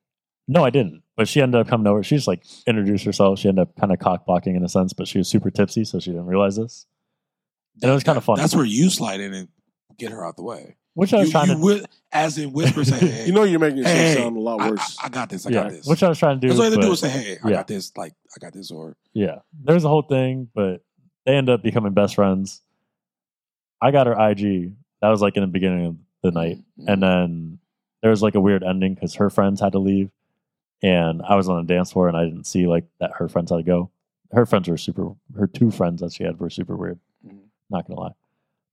Speaker 3: No, I didn't. But she ended up coming over. She just like introduced herself. She ended up kind of cock blocking in a sense, but she was super tipsy, so she didn't realize this. And it was kind of funny,
Speaker 2: That's where you slide in and get her out the way.
Speaker 3: which I was
Speaker 2: you,
Speaker 3: trying
Speaker 2: you
Speaker 3: to,
Speaker 2: whi- as in whisper, say, "Hey,
Speaker 1: You know you're making yourself
Speaker 2: Hey,
Speaker 1: sound a lot
Speaker 2: I,
Speaker 1: worse.
Speaker 2: I, I got this. I
Speaker 3: yeah,
Speaker 2: got this."
Speaker 3: which I was trying to do.
Speaker 2: That's all you have to do
Speaker 3: but-
Speaker 2: is say, "Hey, I
Speaker 3: yeah.
Speaker 2: got this." Like, I got this, or
Speaker 3: Yeah. There's a whole thing, but they end up becoming best friends. I got her IG. That was like in the beginning of the night.
Speaker 1: Mm-hmm.
Speaker 3: And then there was like a weird ending because her friends had to leave. And I was on the dance floor and I didn't see like that her friends had to go. Her friends were super, her two friends that she had were super weird.
Speaker 1: Mm-hmm.
Speaker 2: Mhm.
Speaker 3: Not going to lie.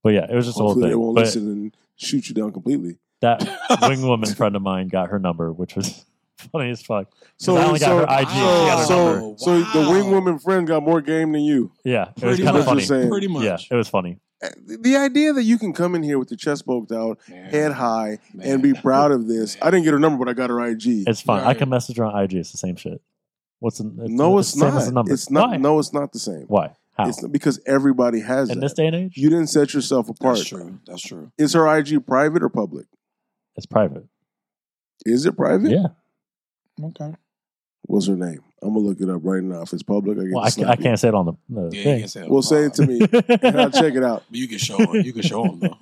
Speaker 3: But yeah, it was just
Speaker 1: Hopefully
Speaker 3: a
Speaker 1: they
Speaker 3: whole
Speaker 1: won't
Speaker 3: thing. But
Speaker 1: listen and shoot you down completely.
Speaker 3: that wing woman friend of mine got her number, which was funny as fuck.
Speaker 1: So,
Speaker 3: I only got
Speaker 1: so,
Speaker 3: her IG, she had her
Speaker 1: so,
Speaker 2: number.
Speaker 1: so the
Speaker 2: Wow.
Speaker 1: wing woman friend got more game than you.
Speaker 3: Yeah. It was
Speaker 2: pretty
Speaker 3: kind
Speaker 2: much,
Speaker 3: of funny.
Speaker 1: Just saying.
Speaker 2: pretty much.
Speaker 3: Yeah, it was funny.
Speaker 1: The idea that you can come in here with your chest poked out,
Speaker 2: Man,
Speaker 1: head high,
Speaker 2: man.
Speaker 1: and be proud of this. I didn't get her number, but I got her IG.
Speaker 3: It's fine. I
Speaker 2: Right.
Speaker 3: can message her on IG. It's the same shit. What's an, it's,
Speaker 1: No, it's
Speaker 3: the same as the
Speaker 1: not.
Speaker 3: number.
Speaker 1: It's not.
Speaker 3: Why?
Speaker 1: No, it's not the same.
Speaker 3: Why? How?
Speaker 1: It's because everybody has
Speaker 3: In
Speaker 1: that.
Speaker 3: this day and age,
Speaker 1: You didn't set yourself apart.
Speaker 2: That's true. That's true.
Speaker 1: Is her IG private or public?
Speaker 3: it's private.
Speaker 1: Is it private?
Speaker 3: Yeah.
Speaker 2: Okay.
Speaker 1: What's her name? I'm gonna look it up right now. If it's public, I, get
Speaker 3: Well, I,
Speaker 1: to
Speaker 3: ca- I
Speaker 1: slap you.
Speaker 3: can't say it on the, the
Speaker 2: Yeah, you
Speaker 3: thing.
Speaker 2: can say.
Speaker 1: Well, say it to me, and I'll check it out.
Speaker 2: But you can show him. You can show him though.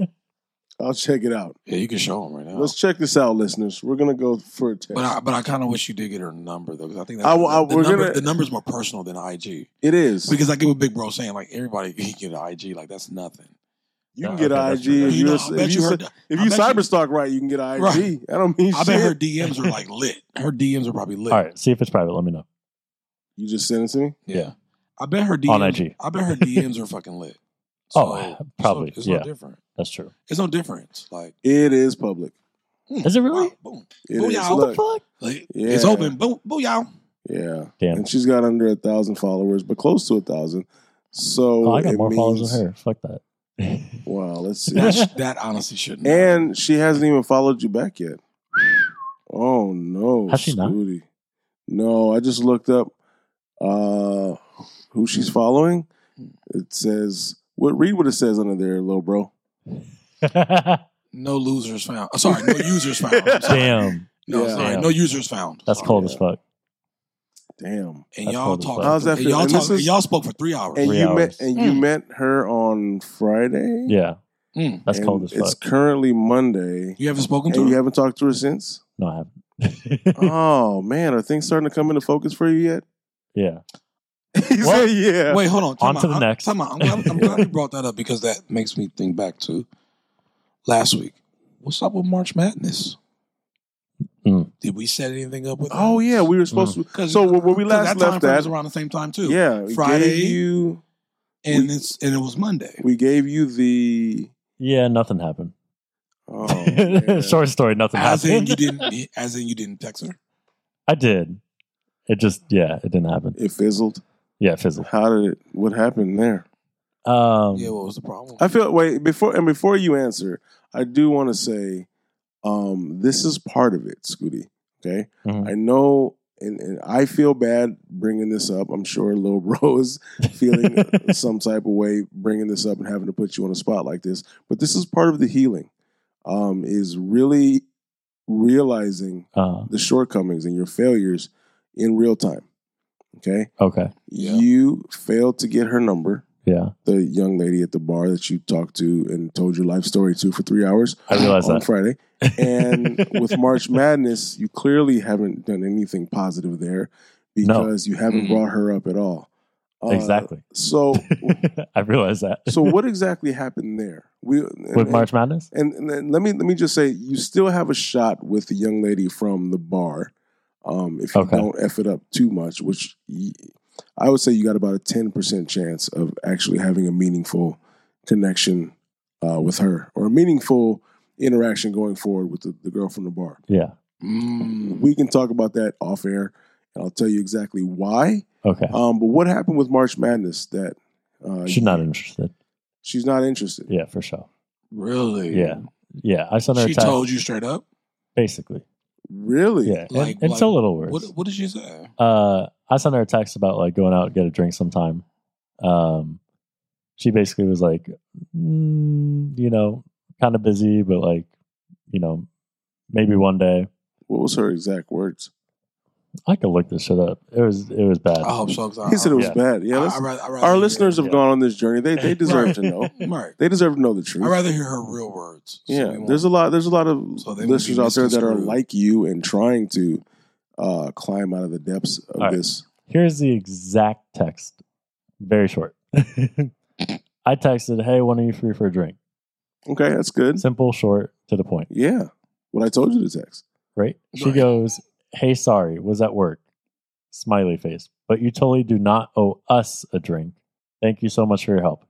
Speaker 1: I'll check it out.
Speaker 2: Yeah, you can show him right now.
Speaker 1: Let's check this out, listeners. We're gonna go for a test.
Speaker 2: But I, but I kind of wish you did get her number though, because I think
Speaker 1: I
Speaker 2: that
Speaker 1: w- I-
Speaker 2: the,
Speaker 1: we're
Speaker 2: number,
Speaker 1: gonna-
Speaker 2: the number's more personal than IG.
Speaker 1: it is.
Speaker 2: Because I get what Big Bro saying, like everybody can get an IG, like that's nothing.
Speaker 1: you can
Speaker 3: Yeah,
Speaker 1: get
Speaker 3: okay,
Speaker 1: an
Speaker 3: that's
Speaker 1: IG
Speaker 3: true.
Speaker 1: if
Speaker 2: You
Speaker 1: you
Speaker 2: know,
Speaker 1: are
Speaker 2: I
Speaker 1: if
Speaker 2: bet
Speaker 1: you
Speaker 2: you
Speaker 1: sa-
Speaker 2: heard.
Speaker 1: if
Speaker 2: I
Speaker 1: you
Speaker 2: bet you-
Speaker 1: cyberstalk right, you can get an IG.
Speaker 2: Right.
Speaker 1: I don't mean
Speaker 2: I
Speaker 1: shit.
Speaker 2: bet her DMs are like lit. Her DMs are probably lit.
Speaker 3: All right. See if it's private. Let me know.
Speaker 1: you just sent it to me.
Speaker 2: Yeah. I bet her DMs.
Speaker 3: On IG.
Speaker 2: I bet her DMs are fucking lit.
Speaker 3: Oh,
Speaker 2: it's no-
Speaker 3: probably,
Speaker 2: It's
Speaker 3: yeah.
Speaker 2: no different.
Speaker 3: That's true.
Speaker 2: It's no difference. Like
Speaker 1: It is public.
Speaker 2: mm,
Speaker 3: Is it really?
Speaker 2: wow, boom.
Speaker 1: It
Speaker 2: Oh,
Speaker 1: is.
Speaker 2: yeah,
Speaker 1: Look,
Speaker 3: Fuck.
Speaker 2: Like,
Speaker 1: Yeah.
Speaker 2: It's open. Boom. Booyah.
Speaker 1: yeah,
Speaker 3: Damn.
Speaker 1: and she's got under a thousand followers, but close to a thousand. So
Speaker 3: Oh, I got
Speaker 1: it
Speaker 3: more followers
Speaker 1: means-
Speaker 3: than her. Fuck that.
Speaker 1: Wow, let's see.
Speaker 2: That, sh- that honestly shouldn't.
Speaker 1: And she hasn't even followed you back yet. Oh no,
Speaker 3: Has she not?
Speaker 1: Scooty. No, I just looked up uh who she's following.
Speaker 3: Hmm.
Speaker 1: It says what read what it says under there, little bro.
Speaker 2: no losers found. Oh, sorry, no users found. I'm sorry.
Speaker 3: Damn.
Speaker 2: No,
Speaker 1: Yeah.
Speaker 2: sorry,
Speaker 3: Damn.
Speaker 2: no users found.
Speaker 3: That's
Speaker 2: Sorry.
Speaker 3: cold as fuck.
Speaker 1: Damn.
Speaker 2: And
Speaker 3: That's
Speaker 2: y'all
Speaker 3: cold as
Speaker 2: talked.
Speaker 3: fuck.
Speaker 1: How's that
Speaker 2: and
Speaker 1: feel?
Speaker 2: Y'all
Speaker 1: And
Speaker 2: talked.
Speaker 1: this is-
Speaker 2: and y'all spoke for three hours.
Speaker 1: And
Speaker 3: Three
Speaker 1: you
Speaker 3: hours.
Speaker 1: met and you
Speaker 2: Mm.
Speaker 1: met her on Friday.
Speaker 3: Yeah.
Speaker 2: Mm.
Speaker 3: That's
Speaker 1: And
Speaker 3: cold as
Speaker 1: It's
Speaker 3: fuck.
Speaker 1: currently Monday.
Speaker 2: you haven't spoken to
Speaker 1: And
Speaker 2: her.
Speaker 1: you haven't talked to her since?
Speaker 3: No, I haven't.
Speaker 1: oh man, are things starting to come into focus for you yet?
Speaker 3: yeah.
Speaker 1: he said
Speaker 3: What?
Speaker 1: yeah.
Speaker 2: Wait, hold on. Time
Speaker 3: On to
Speaker 2: out.
Speaker 3: the
Speaker 2: I'm-
Speaker 3: next.
Speaker 2: time out. I'm, glad, I'm glad you brought that up because that makes me think back to last week. What's up with March Madness?
Speaker 3: Mm.
Speaker 2: Did we set anything up with?
Speaker 1: Oh yeah, we were supposed to
Speaker 2: Because
Speaker 1: So where where we last
Speaker 2: that time
Speaker 1: left
Speaker 2: frame
Speaker 1: at
Speaker 2: was around the same time
Speaker 3: Mm.
Speaker 2: too.
Speaker 1: Yeah, we
Speaker 2: Friday.
Speaker 1: gave you
Speaker 2: and it's and it was Monday.
Speaker 1: we gave you the
Speaker 3: Yeah, nothing happened.
Speaker 1: Oh, man.
Speaker 3: Short story, nothing
Speaker 2: As in
Speaker 3: happened.
Speaker 2: you didn't. As in you didn't text her.
Speaker 3: I did. It just yeah, it didn't happen.
Speaker 1: It fizzled.
Speaker 3: Yeah, fizzle.
Speaker 1: How did it? What happened there?
Speaker 3: Um,
Speaker 2: yeah. What was the problem?
Speaker 1: I feel wait before and before you answer, I do want to say um, this is part of it, Scooty. Okay,
Speaker 3: Mhm.
Speaker 1: I know, and, and I feel bad bringing this up. I'm sure Lil Bro is feeling some type of way bringing this up and having to put you on a spot like this. But this is part of the healing. Um, is really realizing
Speaker 3: uh,
Speaker 1: the shortcomings and your failures in real time. Okay,
Speaker 3: okay.
Speaker 2: Yeah.
Speaker 1: you failed to get her number
Speaker 3: Yeah,
Speaker 1: the young lady at the bar that you talked to and told your life story to for three hours
Speaker 3: I realized
Speaker 1: on
Speaker 3: that.
Speaker 1: Friday. And with March Madness, you clearly haven't done anything positive there because you haven't
Speaker 3: Mm-hmm.
Speaker 2: Mhm.
Speaker 1: brought her up at all. Uh,
Speaker 3: exactly.
Speaker 1: So,
Speaker 3: I realized that.
Speaker 1: so what exactly happened there? We and,
Speaker 3: with March Madness?
Speaker 1: and, and then let me let me just say, you still have a shot with the young lady from the bar. Um, if you
Speaker 3: Okay.
Speaker 1: don't f it up too much, which y- I would say you got about a ten percent chance of actually having a meaningful connection uh, with her or a meaningful interaction going forward with the, the girl from the bar.
Speaker 3: Yeah. Mm-hmm.
Speaker 2: Mm.
Speaker 1: We can talk about that off air, and I'll tell you exactly why.
Speaker 3: Okay.
Speaker 1: Um, but what happened with March Madness that uh,
Speaker 3: She's not interested.
Speaker 1: she's not interested?
Speaker 3: Yeah, for sure.
Speaker 2: Really?
Speaker 3: Yeah. Yeah. I sent her a
Speaker 2: She
Speaker 3: text
Speaker 2: told you straight up.
Speaker 3: basically.
Speaker 1: Really?
Speaker 3: Yeah. and-
Speaker 2: Like-
Speaker 3: and
Speaker 2: like,
Speaker 3: so little words.
Speaker 2: What What did she say?
Speaker 3: uh, I sent her a text about like going out and get a drink sometime. Um, she basically was like, mm, you know, kind of busy, but like, you know, maybe one day.
Speaker 1: What was her exact words?
Speaker 3: I could look this shit up. It was it was bad.
Speaker 2: I hope so. 'cause I-
Speaker 1: He said it was
Speaker 3: Um, Yeah.
Speaker 1: bad. Yeah,
Speaker 2: I-
Speaker 1: that's-
Speaker 2: I'd rather- I'd rather
Speaker 1: our
Speaker 2: hear-
Speaker 1: listeners have
Speaker 3: yeah.
Speaker 1: gone on this journey. They they deserve to know.
Speaker 2: Right.
Speaker 1: They deserve to know the
Speaker 2: I'd
Speaker 1: truth.
Speaker 2: rather hear her real words. So
Speaker 1: Yeah,
Speaker 2: we won't-
Speaker 1: there's a lot. There's a lot of
Speaker 2: So they won't
Speaker 1: listeners
Speaker 2: be
Speaker 1: out there that are
Speaker 2: misconstrued.
Speaker 1: like you and trying to uh, climb out of the depths of
Speaker 3: All right.
Speaker 1: this.
Speaker 3: Here's the exact text. Very short. I texted, "Hey, when are you free for a drink?"
Speaker 1: Okay, that's good.
Speaker 3: Simple, short, to the point.
Speaker 1: Yeah, what I told you to text.
Speaker 3: Right? She
Speaker 2: Right.
Speaker 3: goes, "Hey, sorry, was at work." Smiley face. But you totally do not owe us a drink. Thank you so much for your help.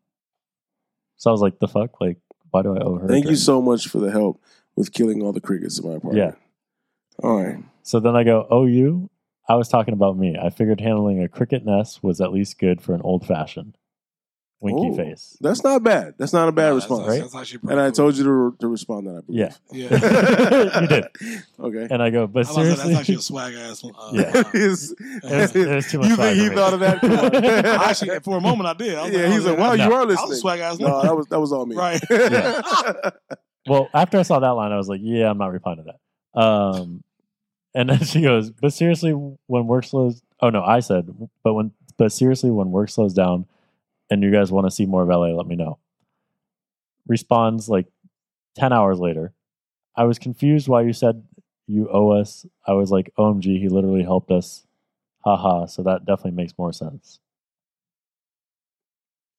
Speaker 3: So I was like, "The fuck? Like, why do I owe her?" a
Speaker 1: Thank you
Speaker 3: drink?
Speaker 1: so much for the help with killing all the crickets in my apartment. Yeah. All right.
Speaker 3: So then I go, "Oh, you." I was talking about me. I figured handling a cricket nest was at least good for an old fashioned winky
Speaker 1: Oh.
Speaker 3: face.
Speaker 1: That's not bad. That's not a bad
Speaker 2: No, that's-
Speaker 1: response.
Speaker 2: that's- that's actually pretty
Speaker 1: And I
Speaker 2: cool.
Speaker 1: told you to, to respond that I believe.
Speaker 3: Yeah.
Speaker 2: Yeah.
Speaker 1: Yeah,
Speaker 3: You did.
Speaker 1: Okay.
Speaker 3: And I go,
Speaker 2: I was
Speaker 3: "But
Speaker 2: like,
Speaker 3: seriously,
Speaker 2: that's actually a swag ass. Uh,
Speaker 3: Yeah.
Speaker 2: line.
Speaker 1: It's-
Speaker 3: It was- it was too much
Speaker 1: you think he
Speaker 3: vibrating.
Speaker 1: thought of that? Come on.
Speaker 2: I actually, for a moment, I did. I was
Speaker 1: yeah,
Speaker 2: oh,
Speaker 1: he's like,
Speaker 2: that-
Speaker 1: wow, you
Speaker 3: No.
Speaker 1: are
Speaker 2: that was a
Speaker 1: listening.
Speaker 2: swag ass.
Speaker 1: No,
Speaker 2: line.
Speaker 1: that was that was all me.
Speaker 2: right.
Speaker 1: Yeah.
Speaker 3: Well, after I saw that line, I was like, yeah, I'm not replying to that. Um, and then she goes, but seriously, when work slows, oh no, I said, but when, but seriously, when work slows down and you guys want to see more of LA, let me know. Responds like 10 hours later. I was confused why you said you owe us. I was like, OMG, he literally helped us. Haha. So that definitely makes more sense.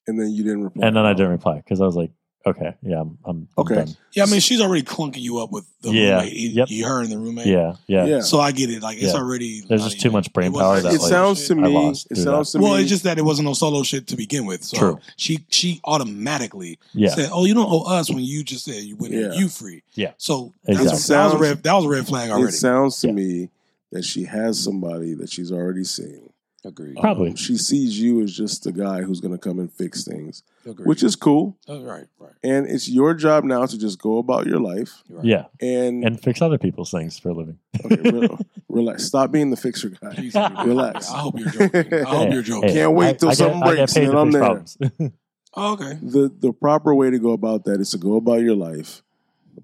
Speaker 1: and then you didn't reply.
Speaker 3: And then I didn't reply because I was like, okay, yeah, I'm, I'm I'm
Speaker 1: Okay.
Speaker 3: done.
Speaker 2: Yeah, I mean, she's already clunking you up with the
Speaker 3: Yeah.
Speaker 2: roommate. You,
Speaker 3: Yep.
Speaker 2: you her and the roommate.
Speaker 3: Yeah, yeah,
Speaker 1: Yeah.
Speaker 2: So I get it. Like it's
Speaker 3: Yeah.
Speaker 2: already.
Speaker 3: There's
Speaker 2: not
Speaker 3: just too
Speaker 2: even-
Speaker 3: much brain
Speaker 2: it wasn't
Speaker 3: power that,
Speaker 1: It
Speaker 2: solo
Speaker 3: like,
Speaker 1: sounds to
Speaker 2: shit.
Speaker 3: I
Speaker 1: me.
Speaker 3: lost
Speaker 1: It
Speaker 3: through
Speaker 1: sounds to
Speaker 2: Well,
Speaker 1: me.
Speaker 2: it's just that it wasn't no solo shit to begin with. So
Speaker 3: True.
Speaker 2: She she automatically
Speaker 3: yeah.
Speaker 2: said, "Oh, you don't owe us when you just said you went
Speaker 1: Yeah.
Speaker 2: you free."
Speaker 3: Yeah.
Speaker 2: So
Speaker 3: Exactly.
Speaker 2: that's a, that was a red that was a red flag
Speaker 1: it
Speaker 2: already.
Speaker 1: sounds to
Speaker 3: Yeah.
Speaker 1: me that she has somebody that she's already seen.
Speaker 2: Agreed.
Speaker 3: Probably.
Speaker 1: Um, she sees you as just the guy who's going to come and fix things,
Speaker 2: Agreed.
Speaker 1: which is cool.
Speaker 2: Oh, right, right,
Speaker 1: And it's your job now to just go about your life
Speaker 2: right.
Speaker 3: Yeah,
Speaker 1: and,
Speaker 3: and fix other people's things for a living.
Speaker 1: okay, re- relax. Stop being the fixer guy.
Speaker 2: Jeez, I do.
Speaker 1: Relax.
Speaker 2: I hope you're joking. I hope
Speaker 3: Yeah.
Speaker 2: you're joking.
Speaker 1: Oh, Can't wait till something
Speaker 3: I
Speaker 1: breaks
Speaker 3: paid
Speaker 1: and
Speaker 3: to
Speaker 1: I'm
Speaker 3: fix
Speaker 1: there.
Speaker 3: problems.
Speaker 2: Oh, okay.
Speaker 1: the the proper way to go about that is to go about your life,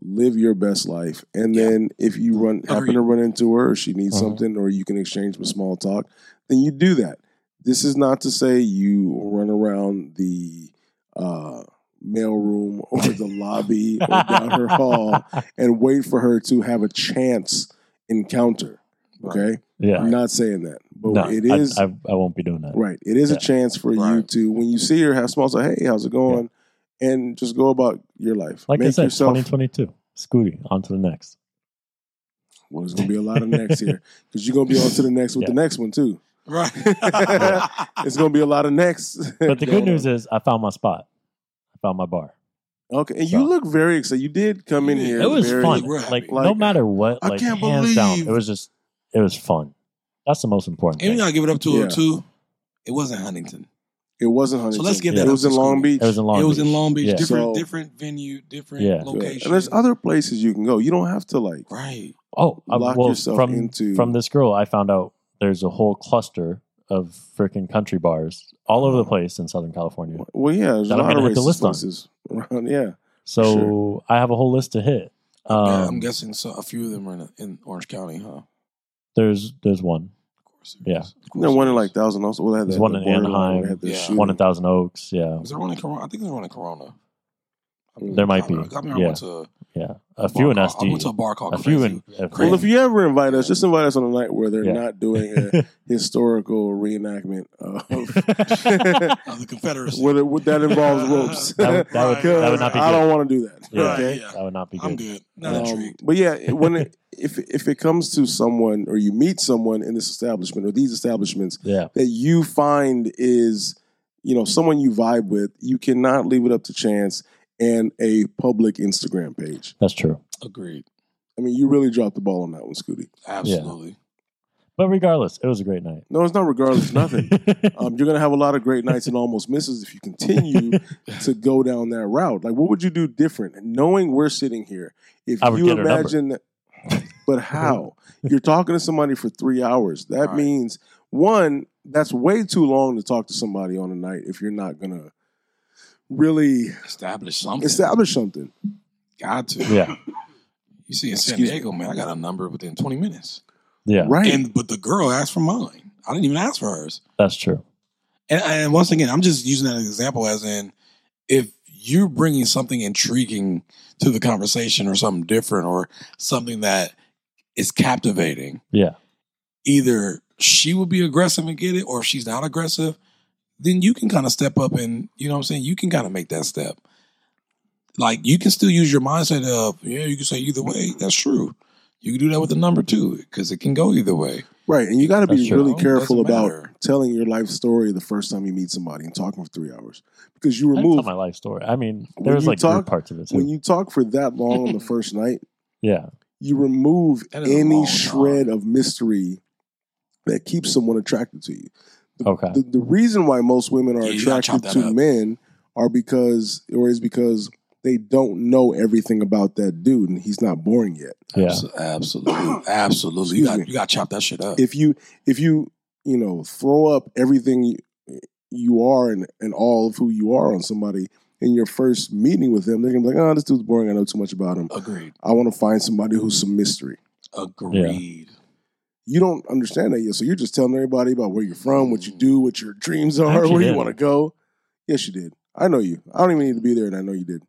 Speaker 1: live your best life, and
Speaker 2: Yeah.
Speaker 1: then if you run happen
Speaker 2: Agreed.
Speaker 1: to run into her or she needs
Speaker 3: Mhm.
Speaker 1: something or you can exchange some small talk, then you do that. This is not to say you run around the uh, mailroom or the lobby or down her hall and wait for her to have a chance encounter. Okay,
Speaker 3: yeah,
Speaker 1: I'm not saying that, but
Speaker 3: no,
Speaker 1: it is
Speaker 3: I, I, I won't be doing that.
Speaker 1: Right. It is a
Speaker 3: Yeah.
Speaker 1: chance for you
Speaker 2: Right.
Speaker 1: to, when you see her, have small, say, hey, how's it going? And just go about your life.
Speaker 3: Like
Speaker 1: Make
Speaker 3: I said,
Speaker 1: yourself,
Speaker 3: 2022. Scooty, on to the next.
Speaker 1: well, there's going to be a lot of next here because you're going to be on to the next with the
Speaker 3: Yeah.
Speaker 1: next one, too.
Speaker 2: Right.
Speaker 1: It's going to be a lot of next.
Speaker 3: But the good news is, I found my spot. I found my bar.
Speaker 1: Okay, and
Speaker 3: So-
Speaker 1: you look very excited. You did come in
Speaker 2: Yeah,
Speaker 1: here.
Speaker 3: It was
Speaker 1: very-
Speaker 3: fun.
Speaker 2: we're happy.
Speaker 3: Like, no
Speaker 1: Like,
Speaker 3: matter what,
Speaker 1: I
Speaker 3: like
Speaker 1: can't
Speaker 3: hands down,
Speaker 1: believe-
Speaker 3: it was just it was fun. That's the most important
Speaker 2: And we
Speaker 3: thing.
Speaker 2: gotta give it up to
Speaker 1: Yeah.
Speaker 2: him too. It wasn't Huntington.
Speaker 1: It wasn't Huntington.
Speaker 2: So let's give
Speaker 3: that
Speaker 1: It
Speaker 2: up
Speaker 1: was
Speaker 2: to
Speaker 1: in Long
Speaker 2: Scooby.
Speaker 1: Beach.
Speaker 3: it was in Long
Speaker 2: it was
Speaker 3: Beach.
Speaker 2: in Long Beach,
Speaker 3: Yeah.
Speaker 2: different,
Speaker 1: So-
Speaker 2: different venue, different
Speaker 3: Yeah.
Speaker 1: Yeah.
Speaker 2: location.
Speaker 1: And there's other places you can go. You don't have to like
Speaker 2: right.
Speaker 3: Oh, I-
Speaker 1: lock
Speaker 3: well,
Speaker 1: yourself
Speaker 3: from
Speaker 1: into
Speaker 3: from this girl, I found out there's a whole cluster of freaking country bars all over the place in Southern California.
Speaker 1: Well, yeah, there's a
Speaker 3: That I'm
Speaker 1: lot of
Speaker 3: gonna have to
Speaker 1: racist
Speaker 3: list on.
Speaker 1: places around. Yeah,
Speaker 3: So
Speaker 1: Sure.
Speaker 3: I have a whole list to hit. Um,
Speaker 2: Yeah, I'm guessing so. A few of them are in, in Orange County, huh? Of
Speaker 3: there's there's one,
Speaker 2: course. there
Speaker 3: Yeah.
Speaker 2: is. Of course
Speaker 1: there one in
Speaker 2: there is.
Speaker 1: like Thousand Oaks. Well, they had
Speaker 3: There's
Speaker 1: that-
Speaker 3: one
Speaker 1: the
Speaker 3: in
Speaker 1: borderline where
Speaker 3: Anaheim.
Speaker 1: they had the
Speaker 2: Yeah.
Speaker 1: shooting.
Speaker 3: one in Thousand Oaks. Yeah,
Speaker 2: Is there one in Corona? I think there's one in Corona.
Speaker 3: There might be,
Speaker 2: I remember I
Speaker 3: yeah.
Speaker 2: went to a
Speaker 3: yeah, a
Speaker 2: bar
Speaker 3: few in
Speaker 2: called- I went to a
Speaker 3: SD,
Speaker 2: bar called
Speaker 3: a few
Speaker 2: Crazy.
Speaker 3: in a few-
Speaker 1: Well, if you ever invite us, just invite us on a night where they're
Speaker 3: Yeah.
Speaker 1: not doing a historical reenactment of
Speaker 2: Of the Confederacy.
Speaker 1: whether that involves ropes.
Speaker 3: That would- that would-
Speaker 2: Right,
Speaker 3: that would not
Speaker 2: right,
Speaker 3: be
Speaker 1: I
Speaker 2: right.
Speaker 1: don't want to do that.
Speaker 3: Yeah.
Speaker 1: Okay.
Speaker 2: Right,
Speaker 3: that would not be
Speaker 2: I'm
Speaker 3: good.
Speaker 2: good. Not
Speaker 1: Um,
Speaker 2: intrigued.
Speaker 1: but yeah, it- when it, if if it comes to someone or you meet someone in this establishment or these establishments
Speaker 3: Yeah,
Speaker 1: that you find is you know someone you vibe with, you cannot leave it up to chance and a public Instagram page.
Speaker 3: that's true.
Speaker 2: Agreed.
Speaker 1: I mean, you really dropped the ball on that one, Scooty.
Speaker 2: Absolutely.
Speaker 3: But regardless, it was a great night.
Speaker 1: No, it's not regardless, nothing. Um, you're gonna have a lot of great nights and almost misses if you continue to go down that route. Like, what would you do different? Knowing we're sitting here, if
Speaker 3: I would
Speaker 1: you
Speaker 3: get her number.
Speaker 1: imagine, but how you're talking to somebody for three hours, that
Speaker 2: Right.
Speaker 1: means one, that's way too long to talk to somebody on a night if you're not gonna really
Speaker 2: Establish something.
Speaker 1: establish something.
Speaker 2: Got to.
Speaker 3: yeah,
Speaker 2: You see, in San
Speaker 1: Excuse
Speaker 2: Diego, man, I got a number within 20 minutes.
Speaker 3: yeah,
Speaker 1: Right.
Speaker 2: And but the girl asked for mine. I didn't even ask for hers.
Speaker 3: that's true.
Speaker 2: And, and once again, I'm just using that as an example as in if you're bringing something intriguing to the conversation or something different or something that is captivating.
Speaker 3: Yeah.
Speaker 2: Either she will be aggressive and get it, or if she's not aggressive, then you can kind of step up and, you know what I'm saying? You can kind of make that step. Like you can still use your mindset of, yeah, you can say either way. That's true. You can do that with the number two because it can go either way.
Speaker 1: Right, and you got to
Speaker 3: That's
Speaker 1: be
Speaker 3: true.
Speaker 1: really
Speaker 2: Doesn't
Speaker 1: careful about
Speaker 2: matter.
Speaker 1: telling your life story the first time you meet somebody and talking for three hours because you
Speaker 3: I didn't tell
Speaker 1: remove
Speaker 3: my life story. I mean,
Speaker 1: When
Speaker 3: there's
Speaker 1: you
Speaker 3: like three
Speaker 1: talk-
Speaker 3: parts of it too.
Speaker 1: when you talk for that long on the first night.
Speaker 3: yeah,
Speaker 1: you remove
Speaker 2: That is a long
Speaker 1: any
Speaker 2: time.
Speaker 1: shred of mystery that keeps someone attracted to you.
Speaker 3: okay,
Speaker 1: The, the reason why most women are
Speaker 2: Yeah, you gotta chop
Speaker 1: attracted
Speaker 2: that
Speaker 1: to
Speaker 2: up.
Speaker 1: men are because, or is because they don't know everything about that dude and he's not boring yet.
Speaker 3: yeah,
Speaker 2: Abso- Absolutely. Absolutely. You
Speaker 1: Excuse
Speaker 2: got,
Speaker 1: me.
Speaker 2: you got to chop that shit up.
Speaker 1: If you, if you, you know, throw up everything you, you are and, and all of who you are on somebody in your first meeting with them, they're gonna be like, oh, this dude's boring. I know too much about him.
Speaker 2: Agreed.
Speaker 1: I want to find somebody who's some mystery.
Speaker 2: Agreed.
Speaker 1: you don't understand that yet. So you're just telling everybody about where you're from, what you do, what your dreams are,
Speaker 3: actually
Speaker 1: where you
Speaker 3: did.
Speaker 1: want to go. Yes, you did. I know you. I don't even need to be there, and I know you did.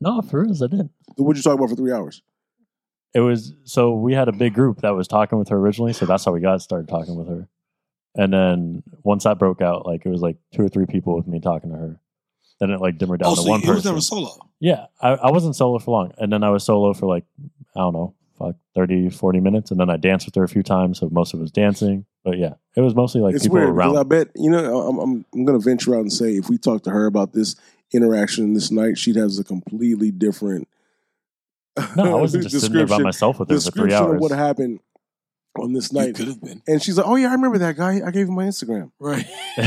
Speaker 3: no, for reals, I didn't.
Speaker 1: So what'd you talk about for three hours?
Speaker 3: it was so we had a big group that was talking with her originally, so that's how we got started talking with her. And then once that broke out, like it was like two or three people with me talking to her. Then it like dimmered down
Speaker 2: Oh,
Speaker 3: to
Speaker 2: so
Speaker 3: one
Speaker 2: it was
Speaker 3: person.
Speaker 2: never solo.
Speaker 3: yeah, I, I wasn't solo for long, and then I was solo for like I don't know, like 30, 40 minutes, and then I danced with her a few times. So most of it was dancing, but yeah, it was mostly like
Speaker 1: it's
Speaker 3: people
Speaker 1: weird because I
Speaker 3: around.
Speaker 1: bet you know. I'm, I'm I'm gonna venture out and say if we talked to her about this interaction this night, she'd have a completely different
Speaker 3: No, I wasn't just sitting there by
Speaker 1: description
Speaker 3: myself with her for three
Speaker 1: description of
Speaker 3: hours.
Speaker 1: what happened on this
Speaker 2: You
Speaker 1: night.
Speaker 2: could have been.
Speaker 1: And she's like, "Oh yeah, I remember that guy. I gave him my Instagram."
Speaker 2: Right.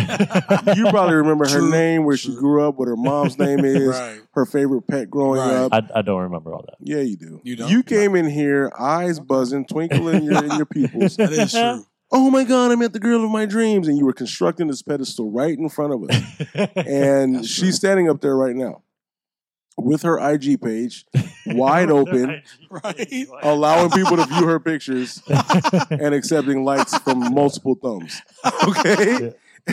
Speaker 1: You probably remember her
Speaker 2: True,
Speaker 1: name, where she
Speaker 2: true.
Speaker 1: grew up, what her mom's name is,
Speaker 2: right.
Speaker 1: her favorite pet growing
Speaker 2: Right.
Speaker 1: up.
Speaker 3: I, I don't remember all that.
Speaker 1: Yeah, you do.
Speaker 2: You don't?
Speaker 1: came in here, eyes buzzing, twinkle in your, in your pupils.
Speaker 2: That is true.
Speaker 1: Oh my God, I met the girl of my dreams. And you were constructing this pedestal right in front of us. And
Speaker 2: That's
Speaker 1: she's standing up there right now with her IG page wide open,
Speaker 2: Right.
Speaker 1: allowing people to view her pictures and accepting likes from multiple thumbs. Okay?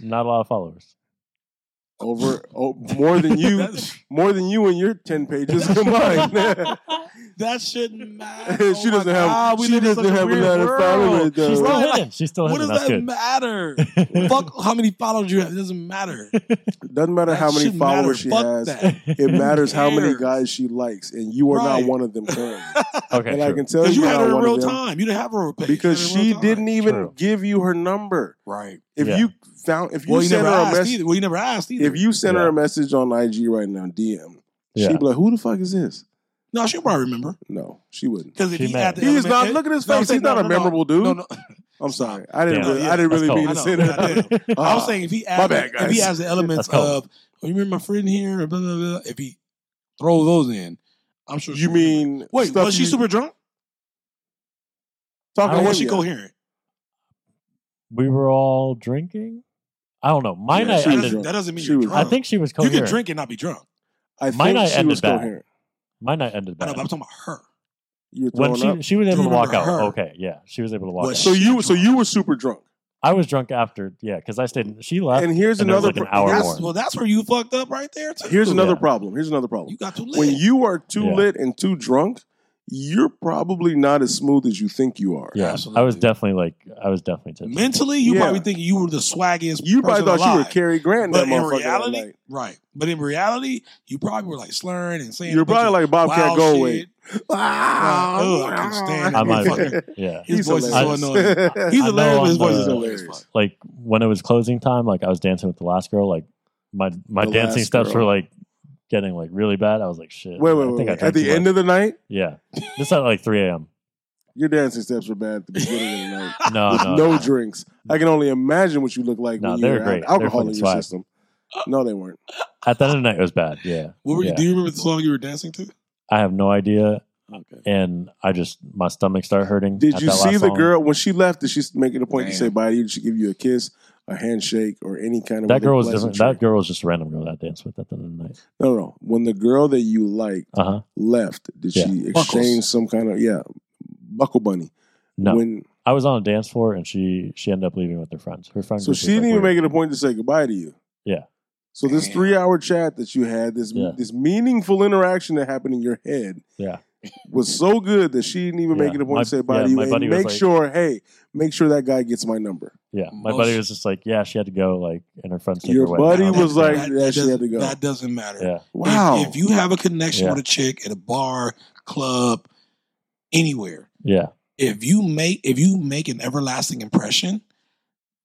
Speaker 3: Not a lot of followers.
Speaker 1: Over oh, more than you,
Speaker 2: That,
Speaker 1: more than you and your 10 pages combined.
Speaker 2: that shouldn't matter.
Speaker 1: she
Speaker 2: Oh
Speaker 1: doesn't
Speaker 2: my
Speaker 1: have.
Speaker 2: God, we
Speaker 1: she
Speaker 2: live in
Speaker 1: doesn't
Speaker 2: such a
Speaker 1: have
Speaker 2: weird
Speaker 1: another
Speaker 2: world.
Speaker 1: follower. though.
Speaker 3: She's still
Speaker 2: Right.
Speaker 3: hidden. She's still
Speaker 2: What
Speaker 3: hidden.
Speaker 2: does
Speaker 3: That's
Speaker 2: that
Speaker 3: good.
Speaker 2: matter? Fuck how many followers you have. It doesn't matter.
Speaker 1: Doesn't matter
Speaker 2: That
Speaker 1: how many
Speaker 2: shouldn't matter.
Speaker 1: followers she
Speaker 2: Fuck
Speaker 1: has.
Speaker 2: that.
Speaker 1: It matters how many
Speaker 2: cares?
Speaker 1: guys she likes, and you are
Speaker 2: Right.
Speaker 1: not one of them currently.
Speaker 3: okay.
Speaker 1: and I
Speaker 3: true.
Speaker 1: can tell
Speaker 2: Because
Speaker 1: you,
Speaker 2: you
Speaker 1: you're not
Speaker 2: had her in
Speaker 1: one
Speaker 2: real
Speaker 1: of them
Speaker 2: time. You didn't have her on page.
Speaker 1: because
Speaker 2: You had her in
Speaker 1: she
Speaker 2: real time.
Speaker 1: didn't even
Speaker 3: True.
Speaker 1: give you her number.
Speaker 2: Right.
Speaker 1: If
Speaker 3: Yeah.
Speaker 1: you found, if you
Speaker 2: Well, you
Speaker 1: sent
Speaker 2: never
Speaker 1: her a
Speaker 2: asked
Speaker 1: message,
Speaker 2: either. Well, you never asked either.
Speaker 1: if you sent her
Speaker 3: Yeah.
Speaker 1: a message on IG right now, DM,
Speaker 3: Yeah.
Speaker 1: She'd be like, "Who the fuck is this?"
Speaker 2: No, she'll probably remember
Speaker 1: No, she wouldn't.
Speaker 2: because if
Speaker 3: She
Speaker 2: he's
Speaker 3: mad.
Speaker 2: at the
Speaker 1: He is not.
Speaker 2: element-
Speaker 1: Look at his
Speaker 2: No, I'm
Speaker 1: face.
Speaker 2: saying-
Speaker 1: He's not
Speaker 2: no,
Speaker 1: a
Speaker 2: no, no.
Speaker 1: memorable dude.
Speaker 2: No, no.
Speaker 1: I'm sorry. I didn't.
Speaker 3: Damn.
Speaker 1: Really, I didn't
Speaker 3: That's
Speaker 1: really
Speaker 3: cold.
Speaker 1: mean to
Speaker 2: I know.
Speaker 1: say that.
Speaker 2: I know. I was
Speaker 1: Ah,
Speaker 2: saying if he
Speaker 1: my
Speaker 2: adds,
Speaker 1: bad,
Speaker 2: if he
Speaker 1: guys.
Speaker 2: adds the elements
Speaker 3: That's cool.
Speaker 2: of, oh, you remember my friend here, or blah, blah, blah, if he throws those in, I'm sure.
Speaker 1: you mean
Speaker 2: Wait,
Speaker 1: stuff
Speaker 2: was she
Speaker 1: you-
Speaker 2: super drunk?
Speaker 1: talking
Speaker 2: Or
Speaker 1: to
Speaker 2: was
Speaker 1: him
Speaker 2: she
Speaker 1: yet?
Speaker 2: coherent?
Speaker 3: we were all drinking. I don't know. My
Speaker 1: Yeah,
Speaker 3: night
Speaker 1: she was
Speaker 2: that,
Speaker 3: ended.
Speaker 2: doesn't, that doesn't mean
Speaker 1: She
Speaker 2: you're
Speaker 1: was
Speaker 2: drunk.
Speaker 3: I think she was
Speaker 2: you
Speaker 3: coherent.
Speaker 2: can drink and not be drunk.
Speaker 1: I
Speaker 3: Mine
Speaker 1: think
Speaker 3: not
Speaker 1: she
Speaker 3: ended
Speaker 1: was
Speaker 3: bad.
Speaker 1: coherent.
Speaker 3: My night ended
Speaker 2: I know,
Speaker 3: bad.
Speaker 2: but I'm talking about her.
Speaker 1: You were
Speaker 3: when
Speaker 1: throwing
Speaker 3: she
Speaker 1: up.
Speaker 3: she was able to
Speaker 2: remember
Speaker 3: walk out.
Speaker 2: her?
Speaker 3: Okay, yeah, she was able to walk
Speaker 2: Was
Speaker 3: out.
Speaker 1: So you so you were super drunk.
Speaker 3: I was drunk after. Yeah, because I stayed. She left.
Speaker 1: And here's
Speaker 3: and there was
Speaker 1: another.
Speaker 3: like an
Speaker 1: pro-
Speaker 3: hour
Speaker 1: here's-
Speaker 3: more.
Speaker 2: That's, well, that's where you fucked up right there. Too.
Speaker 1: Here's another
Speaker 3: Yeah.
Speaker 1: problem. Here's another problem.
Speaker 2: you got too lit.
Speaker 1: When you are too
Speaker 3: Yeah.
Speaker 1: lit and too drunk, you're probably not as smooth as you think you are.
Speaker 3: yeah,
Speaker 2: Absolutely.
Speaker 3: I was definitely like I was definitely tipsy.
Speaker 2: mentally, you
Speaker 1: Yeah.
Speaker 2: probably think you were the swaggiest.
Speaker 1: You probably
Speaker 2: person
Speaker 1: thought you were
Speaker 2: alive.
Speaker 1: Cary Grant
Speaker 2: But
Speaker 1: that
Speaker 2: in
Speaker 1: motherfucker that
Speaker 2: reality,
Speaker 1: night.
Speaker 2: right? But in reality, you probably were like slluring and saying.
Speaker 1: You're
Speaker 2: a bunch
Speaker 1: probably like
Speaker 2: of
Speaker 1: Bobcat
Speaker 2: wild
Speaker 1: Goldway.
Speaker 2: shit. Ugh, I can stand
Speaker 3: I might have
Speaker 2: Fucker.
Speaker 3: been. Yeah,
Speaker 2: His
Speaker 1: He's
Speaker 2: voice
Speaker 1: hilarious.
Speaker 2: is so annoying. He's
Speaker 3: I know
Speaker 2: hilarious. but His
Speaker 3: I'm,
Speaker 2: voice is
Speaker 3: uh,
Speaker 2: annoying. as fuck.
Speaker 3: like when it was closing time, like I was dancing with the last girl. Like my my
Speaker 1: The
Speaker 3: dancing
Speaker 1: last
Speaker 3: steps
Speaker 1: girl.
Speaker 3: were like getting like really bad. I was like, shit.
Speaker 1: Wait,
Speaker 3: I
Speaker 1: wait,
Speaker 3: think
Speaker 1: wait.
Speaker 3: I
Speaker 1: wait. At
Speaker 3: drank
Speaker 1: the
Speaker 3: too
Speaker 1: end
Speaker 3: much.
Speaker 1: of the night,
Speaker 3: yeah, this at like 3 a.m.
Speaker 1: your dancing steps were bad at the beginning of the night.
Speaker 3: No,
Speaker 1: With
Speaker 3: no,
Speaker 1: no
Speaker 3: no.
Speaker 1: drinks. I can only imagine what you look like
Speaker 3: No,
Speaker 1: when
Speaker 3: they
Speaker 1: you
Speaker 3: were
Speaker 1: were
Speaker 3: great.
Speaker 1: out- alcohol
Speaker 3: They were
Speaker 1: in
Speaker 3: fucking
Speaker 1: your
Speaker 3: swag.
Speaker 1: system. No, they weren't.
Speaker 3: At the end of the night, it was bad. Yeah,
Speaker 2: What were you?
Speaker 3: Yeah.
Speaker 2: Do you remember the song you were dancing to?
Speaker 3: I have no idea,
Speaker 2: Okay.
Speaker 3: and I just my stomach started hurting.
Speaker 1: Did
Speaker 3: at
Speaker 1: you
Speaker 3: that
Speaker 1: see
Speaker 3: last
Speaker 1: the
Speaker 3: song.
Speaker 1: girl when she left? Did she make it a point to
Speaker 2: Man.
Speaker 1: say bye to you? Did she give you a kiss, a handshake, or any kind of
Speaker 3: That girl was
Speaker 1: pleasantry?
Speaker 3: different. That girl was just a random girl that I danced with at the end of the night.
Speaker 1: No, no. When the girl that you like
Speaker 3: Uh huh.
Speaker 1: left, did
Speaker 3: Yeah.
Speaker 1: she exchange
Speaker 2: Buckles.
Speaker 1: some kind of yeah, buckle bunny?
Speaker 3: No,
Speaker 1: When
Speaker 3: I was on a dance floor, and she she ended up leaving with her friends. Her friends.
Speaker 1: so she didn't even make it a point to say goodbye to you.
Speaker 3: Yeah.
Speaker 1: So this
Speaker 2: Damn.
Speaker 1: three-hour chat that you had, this
Speaker 3: Yeah.
Speaker 1: this meaningful interaction that happened in your head,
Speaker 3: Yeah.
Speaker 1: was so good that she didn't even make it
Speaker 3: Yeah.
Speaker 1: a point
Speaker 3: My-
Speaker 1: to say bye
Speaker 3: yeah,
Speaker 1: to you
Speaker 3: my buddy
Speaker 1: and
Speaker 3: was
Speaker 1: make
Speaker 3: like-
Speaker 1: sure, hey, make sure that guy gets my number.
Speaker 3: Yeah, my
Speaker 2: Most-
Speaker 3: buddy was just like, yeah, she had to go, like, and her friends. took
Speaker 1: Your
Speaker 3: her away.
Speaker 1: buddy
Speaker 3: I
Speaker 1: was
Speaker 3: know.
Speaker 1: like, that she
Speaker 2: doesn't-
Speaker 1: had to go.
Speaker 2: That doesn't matter.
Speaker 3: yeah,
Speaker 1: Wow.
Speaker 2: If, if you have a connection
Speaker 3: Yeah.
Speaker 2: with a chick at a bar, club, anywhere,
Speaker 3: yeah,
Speaker 2: if you make if you make an everlasting impression,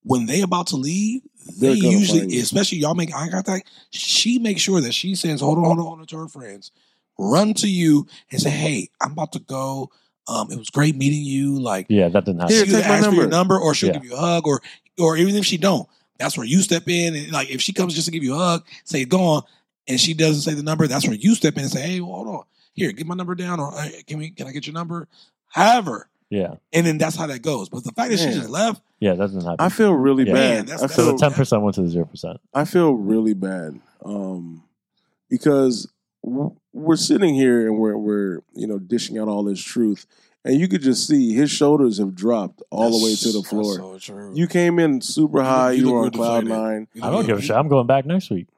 Speaker 2: when they about to leave,
Speaker 1: They're
Speaker 2: they
Speaker 1: gonna
Speaker 2: usually,
Speaker 1: find you.
Speaker 2: especially y'all make eye contact. She makes sure that she says, "Hold on, hold on, hold on," to her friends, run to you and say, "Hey, I'm about to go. Um, it was great meeting you. Like,
Speaker 3: yeah. That didn't happen.
Speaker 1: Here,
Speaker 2: she either
Speaker 1: take my
Speaker 2: asks for your
Speaker 1: number.
Speaker 2: number, or she'll
Speaker 3: Yeah.
Speaker 2: give you a hug, or or even if she don't, that's where you step in. And like, if she comes just to give you a hug, say go on, and she doesn't say the number, that's where you step in and say, "Hey, well, hold on, here, get my number down, or hey, can we? Can I get your number?" However.
Speaker 3: Yeah,
Speaker 2: And then that's how that goes. But the fact that
Speaker 1: Man.
Speaker 2: she just left,
Speaker 3: yeah. That didn't
Speaker 1: I
Speaker 3: happen.
Speaker 1: feel really
Speaker 3: Yeah.
Speaker 1: bad.
Speaker 2: Man, that's-
Speaker 1: I
Speaker 2: that's
Speaker 1: feel
Speaker 3: So the ten percent went to the zero percent.
Speaker 1: I feel really bad um, because w- we're sitting here and we're we're you know dishing out all this truth, and you could just see his shoulders have dropped all the way to the
Speaker 2: That's-
Speaker 1: floor.
Speaker 2: that's so true.
Speaker 1: you came in super
Speaker 2: You-
Speaker 1: high.
Speaker 2: you
Speaker 1: You,
Speaker 2: look
Speaker 1: were on
Speaker 2: real
Speaker 1: cloud
Speaker 2: deflated.
Speaker 1: nine.
Speaker 2: You
Speaker 3: I don't
Speaker 2: know,
Speaker 3: give a
Speaker 2: you-
Speaker 3: shit. I'm going back next week.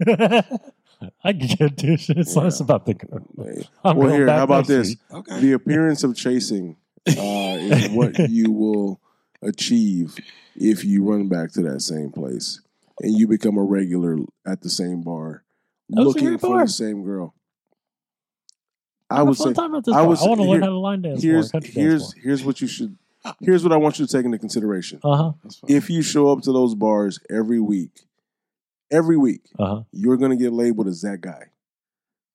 Speaker 3: I can give two shits
Speaker 1: Yeah.
Speaker 3: less about the girl.
Speaker 1: Hey,
Speaker 3: I'm
Speaker 1: Well,
Speaker 3: going
Speaker 1: here,
Speaker 3: back
Speaker 1: how about
Speaker 3: next
Speaker 1: this?
Speaker 3: week.
Speaker 2: Okay.
Speaker 1: The appearance of chasing uh, is what you will achieve if you run back to that same place and you become a regular at the same bar,
Speaker 3: That was a
Speaker 1: looking
Speaker 3: great
Speaker 1: for
Speaker 3: bar.
Speaker 1: the same girl.
Speaker 3: I
Speaker 1: I would say
Speaker 3: time at this
Speaker 1: I
Speaker 3: I,
Speaker 1: would say-
Speaker 3: I want to
Speaker 1: here-
Speaker 3: learn how to line dance
Speaker 1: here's
Speaker 3: more. Country
Speaker 1: here's here's what you should here's what I want you to take into consideration.
Speaker 3: Uh huh.
Speaker 2: That's fine.
Speaker 1: If you show up to those bars every week, every week,
Speaker 3: Uh huh.
Speaker 1: you're gonna get labeled as that guy.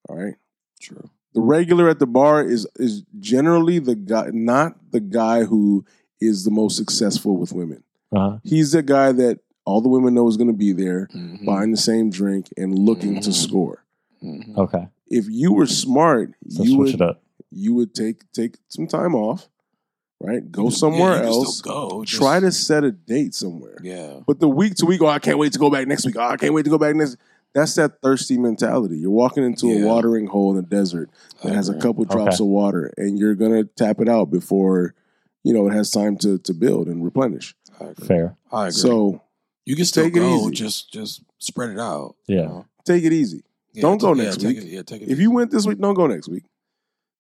Speaker 1: All right.
Speaker 2: True.
Speaker 1: The regular at the bar is is generally the guy not the guy who is the most successful with women.
Speaker 3: Uh huh.
Speaker 1: He's the guy that all the women know is gonna be there,
Speaker 2: Mm-hmm.
Speaker 1: buying the same drink and looking to
Speaker 2: Mhm.
Speaker 1: score.
Speaker 2: Mhm.
Speaker 1: Mm-hmm.
Speaker 3: Okay.
Speaker 1: If you were smart,
Speaker 3: So
Speaker 1: you
Speaker 3: switch
Speaker 1: would
Speaker 3: it up.
Speaker 1: you would take take some time off, right? Go
Speaker 2: Yeah,
Speaker 1: somewhere
Speaker 2: you can still
Speaker 1: else.
Speaker 2: Go. just-
Speaker 1: Try to set a date somewhere.
Speaker 2: Yeah.
Speaker 1: But the week to week, oh, I can't wait to go back next week. Oh, I can't wait to go back next. That's that thirsty mentality. You're walking into a
Speaker 2: Yeah.
Speaker 1: watering hole in the desert that
Speaker 2: I
Speaker 1: has a
Speaker 2: agree.
Speaker 1: couple drops of water, and you're gonna tap it out before you know it has time to to build and replenish.
Speaker 2: I agree.
Speaker 3: Fair.
Speaker 2: I agree.
Speaker 1: So
Speaker 2: you can still
Speaker 1: take it
Speaker 2: go.
Speaker 1: easy.
Speaker 2: Just just spread it out.
Speaker 3: Yeah.
Speaker 2: you know?
Speaker 1: take it easy.
Speaker 2: Yeah,
Speaker 1: Don't go
Speaker 2: take-
Speaker 1: next
Speaker 2: yeah,
Speaker 1: week.
Speaker 2: Take it, yeah, take it
Speaker 1: If you went this week, don't go next week.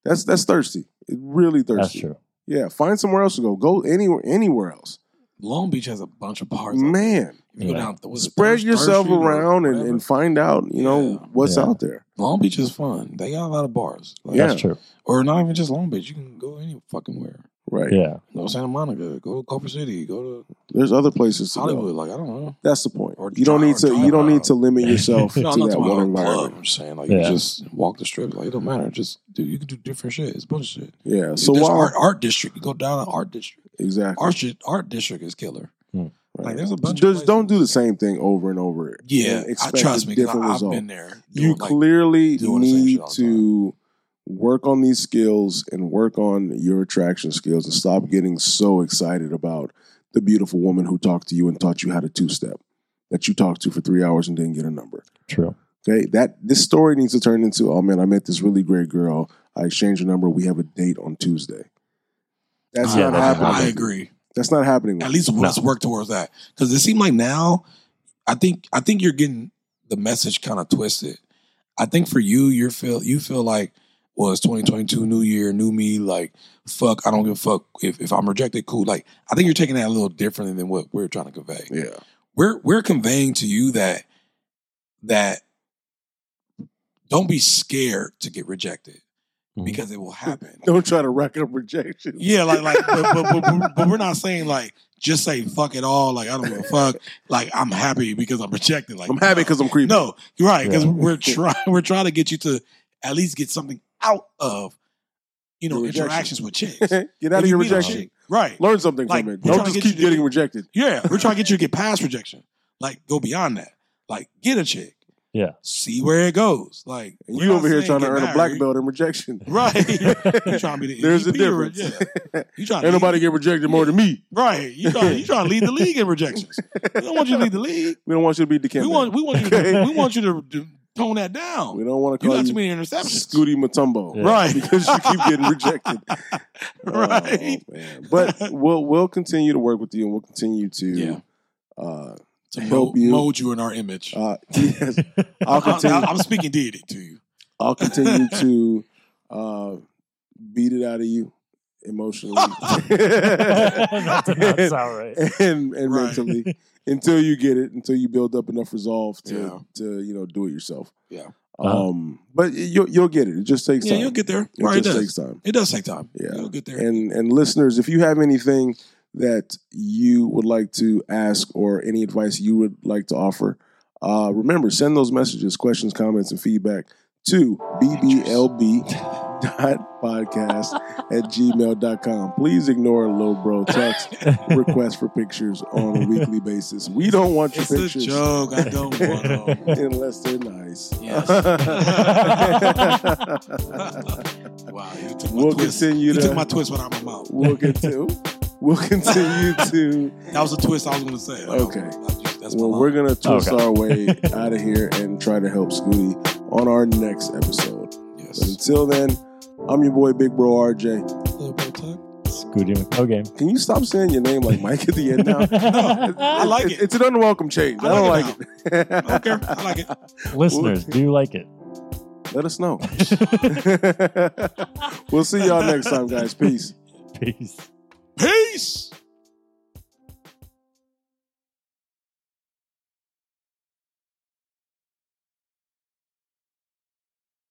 Speaker 1: That's that's thirsty. It really thirsty.
Speaker 3: That's true.
Speaker 1: Yeah, find somewhere else to go. Go anywhere anywhere else.
Speaker 2: Long Beach has a bunch of bars. out there.
Speaker 1: Man,
Speaker 2: If you go
Speaker 3: Yeah.
Speaker 2: down, was it
Speaker 1: spread
Speaker 2: Third- Third
Speaker 1: yourself
Speaker 2: Street or
Speaker 1: around and,
Speaker 2: whatever?
Speaker 1: and find out, you know,
Speaker 2: Yeah.
Speaker 1: what's
Speaker 3: Yeah.
Speaker 1: out there.
Speaker 2: Long Beach is fun. They got a lot of bars. Like,
Speaker 1: Yeah.
Speaker 3: That's true.
Speaker 2: Or not even just Long Beach. You can go any fucking where.
Speaker 1: Right.
Speaker 3: Yeah.
Speaker 2: Go to Santa Monica. Go to Culver City. Go
Speaker 1: There's other places
Speaker 2: to
Speaker 1: to
Speaker 2: Hollywood.
Speaker 1: go.
Speaker 2: Like I don't know.
Speaker 1: That's the point.
Speaker 2: Or
Speaker 1: You don't need to.
Speaker 2: drive-
Speaker 1: You don't need to limit
Speaker 3: drive.
Speaker 1: yourself to
Speaker 3: No,
Speaker 2: No, I'm not
Speaker 1: that
Speaker 2: talking
Speaker 1: one
Speaker 2: about a club.
Speaker 1: environment.
Speaker 2: I'm just saying, like,
Speaker 3: Yeah.
Speaker 2: you just walk the strip. Like, it don't matter. Just, dude, you can do different shit. It's bullshit.
Speaker 1: Yeah.
Speaker 2: So
Speaker 1: So
Speaker 2: there's
Speaker 1: while
Speaker 2: art, art district. You go down to art district.
Speaker 1: exactly.
Speaker 2: Art, shit- art district is killer.
Speaker 1: Right.
Speaker 2: like, there's a bunch of
Speaker 1: Just don't do
Speaker 2: places.
Speaker 1: the same thing over and over.
Speaker 2: Yeah,
Speaker 1: and
Speaker 2: I
Speaker 1: expect
Speaker 2: trust
Speaker 1: a
Speaker 2: me. 'cause
Speaker 1: Different
Speaker 2: I, I've
Speaker 1: result.
Speaker 2: been there.
Speaker 1: you
Speaker 2: doing, like,
Speaker 1: clearly
Speaker 2: doing the same
Speaker 1: need
Speaker 2: shit all the
Speaker 1: to work on these skills and work on your attraction skills and stop getting so excited about the beautiful woman who talked to you and taught you how to two step that you talked to for three hours and didn't get a number.
Speaker 3: True.
Speaker 1: Okay, that this story needs to turn into oh man, I met this really great girl. I exchanged her number. We have a date on Tuesday. That's
Speaker 2: I,
Speaker 3: Yeah,
Speaker 1: not
Speaker 2: I-
Speaker 1: happening.
Speaker 2: I agree.
Speaker 1: That's not happening.
Speaker 2: At least let's work towards that because it seemed like now, I think I think you're getting the message kind of twisted. I think for you, you feel you feel like well, it's 2022, new year, new me. Like fuck, I don't give a fuck if if I'm rejected. Cool. Like I think you're taking that a little differently than what we're trying to convey.
Speaker 1: yeah,
Speaker 2: we're we're conveying to you that that don't be scared to get rejected
Speaker 3: Mhm.
Speaker 2: because it will happen.
Speaker 1: don't try to rack up rejection.
Speaker 2: Yeah, like like, but, but, but, but we're not saying like just say fuck it all. Like I don't give a fuck. Like I'm happy because I'm rejected. Like
Speaker 1: I'm happy because I'm creepy.
Speaker 2: no, you're right because
Speaker 3: Yeah.
Speaker 2: we're trying we're trying to get you to at least get something out of you know
Speaker 1: The rejection.
Speaker 2: interactions with chicks.
Speaker 1: get out
Speaker 2: If
Speaker 1: of
Speaker 2: you
Speaker 1: your
Speaker 2: meet a
Speaker 1: rejection.
Speaker 2: chick- right?
Speaker 1: Learn something
Speaker 2: Like,
Speaker 1: from it.
Speaker 2: we're
Speaker 1: Don't
Speaker 2: trying to
Speaker 1: just
Speaker 2: get
Speaker 1: keep
Speaker 2: you to
Speaker 1: getting
Speaker 2: do-
Speaker 1: rejected.
Speaker 2: Yeah, we're trying to get you to get past rejection. Like, go beyond that. Like, get a chick.
Speaker 3: Yeah.
Speaker 2: See where it goes. Like,
Speaker 1: And
Speaker 2: we're
Speaker 1: you
Speaker 2: not
Speaker 1: over here
Speaker 2: saying
Speaker 1: trying to
Speaker 2: get
Speaker 1: earn a
Speaker 2: married.
Speaker 1: black belt in rejection.
Speaker 2: Right. you trying to be the
Speaker 1: There's a
Speaker 2: MVP or-
Speaker 1: difference.
Speaker 2: yeah. You trying
Speaker 1: Ain't
Speaker 2: to
Speaker 1: nobody get rejected more than me.
Speaker 2: Right. You trying, you trying to lead the league in rejections. We don't want you to lead the league.
Speaker 1: We don't want you to be the
Speaker 2: We
Speaker 1: camera.
Speaker 2: want we want you to,
Speaker 1: Okay.
Speaker 2: we want you to, to tone that down.
Speaker 1: We don't want to
Speaker 2: You
Speaker 1: call
Speaker 2: got too
Speaker 1: you
Speaker 2: many interceptions.
Speaker 1: Scooty Matumbo
Speaker 3: Yeah.
Speaker 2: Right.
Speaker 1: because you keep getting rejected.
Speaker 2: right.
Speaker 1: Oh, man. But we'll we'll continue to work with you, and we'll continue to.
Speaker 2: Yeah.
Speaker 1: Uh,
Speaker 2: To
Speaker 1: help
Speaker 2: mold,
Speaker 1: you.
Speaker 2: mold you in our image.
Speaker 1: uh, yes, I'll
Speaker 2: I'm,
Speaker 1: continue.
Speaker 2: I'm speaking deity to you.
Speaker 1: I'll continue to uh, beat it out of you emotionally
Speaker 3: that did not sound right.
Speaker 1: and and
Speaker 2: Right.
Speaker 1: mentally until you get it, until you build up enough resolve to
Speaker 2: Yeah.
Speaker 1: to you know do it yourself.
Speaker 2: Yeah.
Speaker 1: Um, but you'll you'll get it. It just takes
Speaker 2: Yeah,
Speaker 1: time.
Speaker 2: you'll get there.
Speaker 1: it
Speaker 2: right, it
Speaker 1: just
Speaker 2: does.
Speaker 1: takes time.
Speaker 2: it does take time.
Speaker 1: Yeah.
Speaker 2: You'll get there.
Speaker 1: And and listeners, if you have anything that you would like to ask or any advice you would like to offer, uh, remember send those messages, questions, comments, and feedback to bbblb.podcast at gmail.com. Please ignore low bro text requests for pictures on a weekly basis. We don't want your
Speaker 2: It's a
Speaker 1: pictures
Speaker 2: joke. I don't want to.
Speaker 1: unless they're nice.
Speaker 2: Wow, you took my
Speaker 1: we'll
Speaker 2: twist.
Speaker 1: continue
Speaker 2: You
Speaker 1: to
Speaker 2: took my twist out of my mouth.
Speaker 1: we'll continue. We'll continue to.
Speaker 2: That was a twist I was going to say.
Speaker 1: Okay.
Speaker 2: I just- that's my
Speaker 1: Well,
Speaker 2: line.
Speaker 1: we're gonna twist
Speaker 3: Okay.
Speaker 1: our way out of here and try to help Scooty on our next episode. But
Speaker 2: Yes.
Speaker 1: until then, I'm your boy Big Bro RJ.
Speaker 2: Little bit of time.
Speaker 3: Scooty McCo game.
Speaker 1: Can you stop saying your name like Mike at the end now?
Speaker 2: I like it.
Speaker 1: It's an unwelcome change. I,
Speaker 2: I like
Speaker 1: don't like it.
Speaker 2: I don't care. I like it.
Speaker 3: Listeners, do you like it?
Speaker 1: Let us know. we'll see y'all next time, guys. Peace.
Speaker 3: Peace.
Speaker 2: Peace.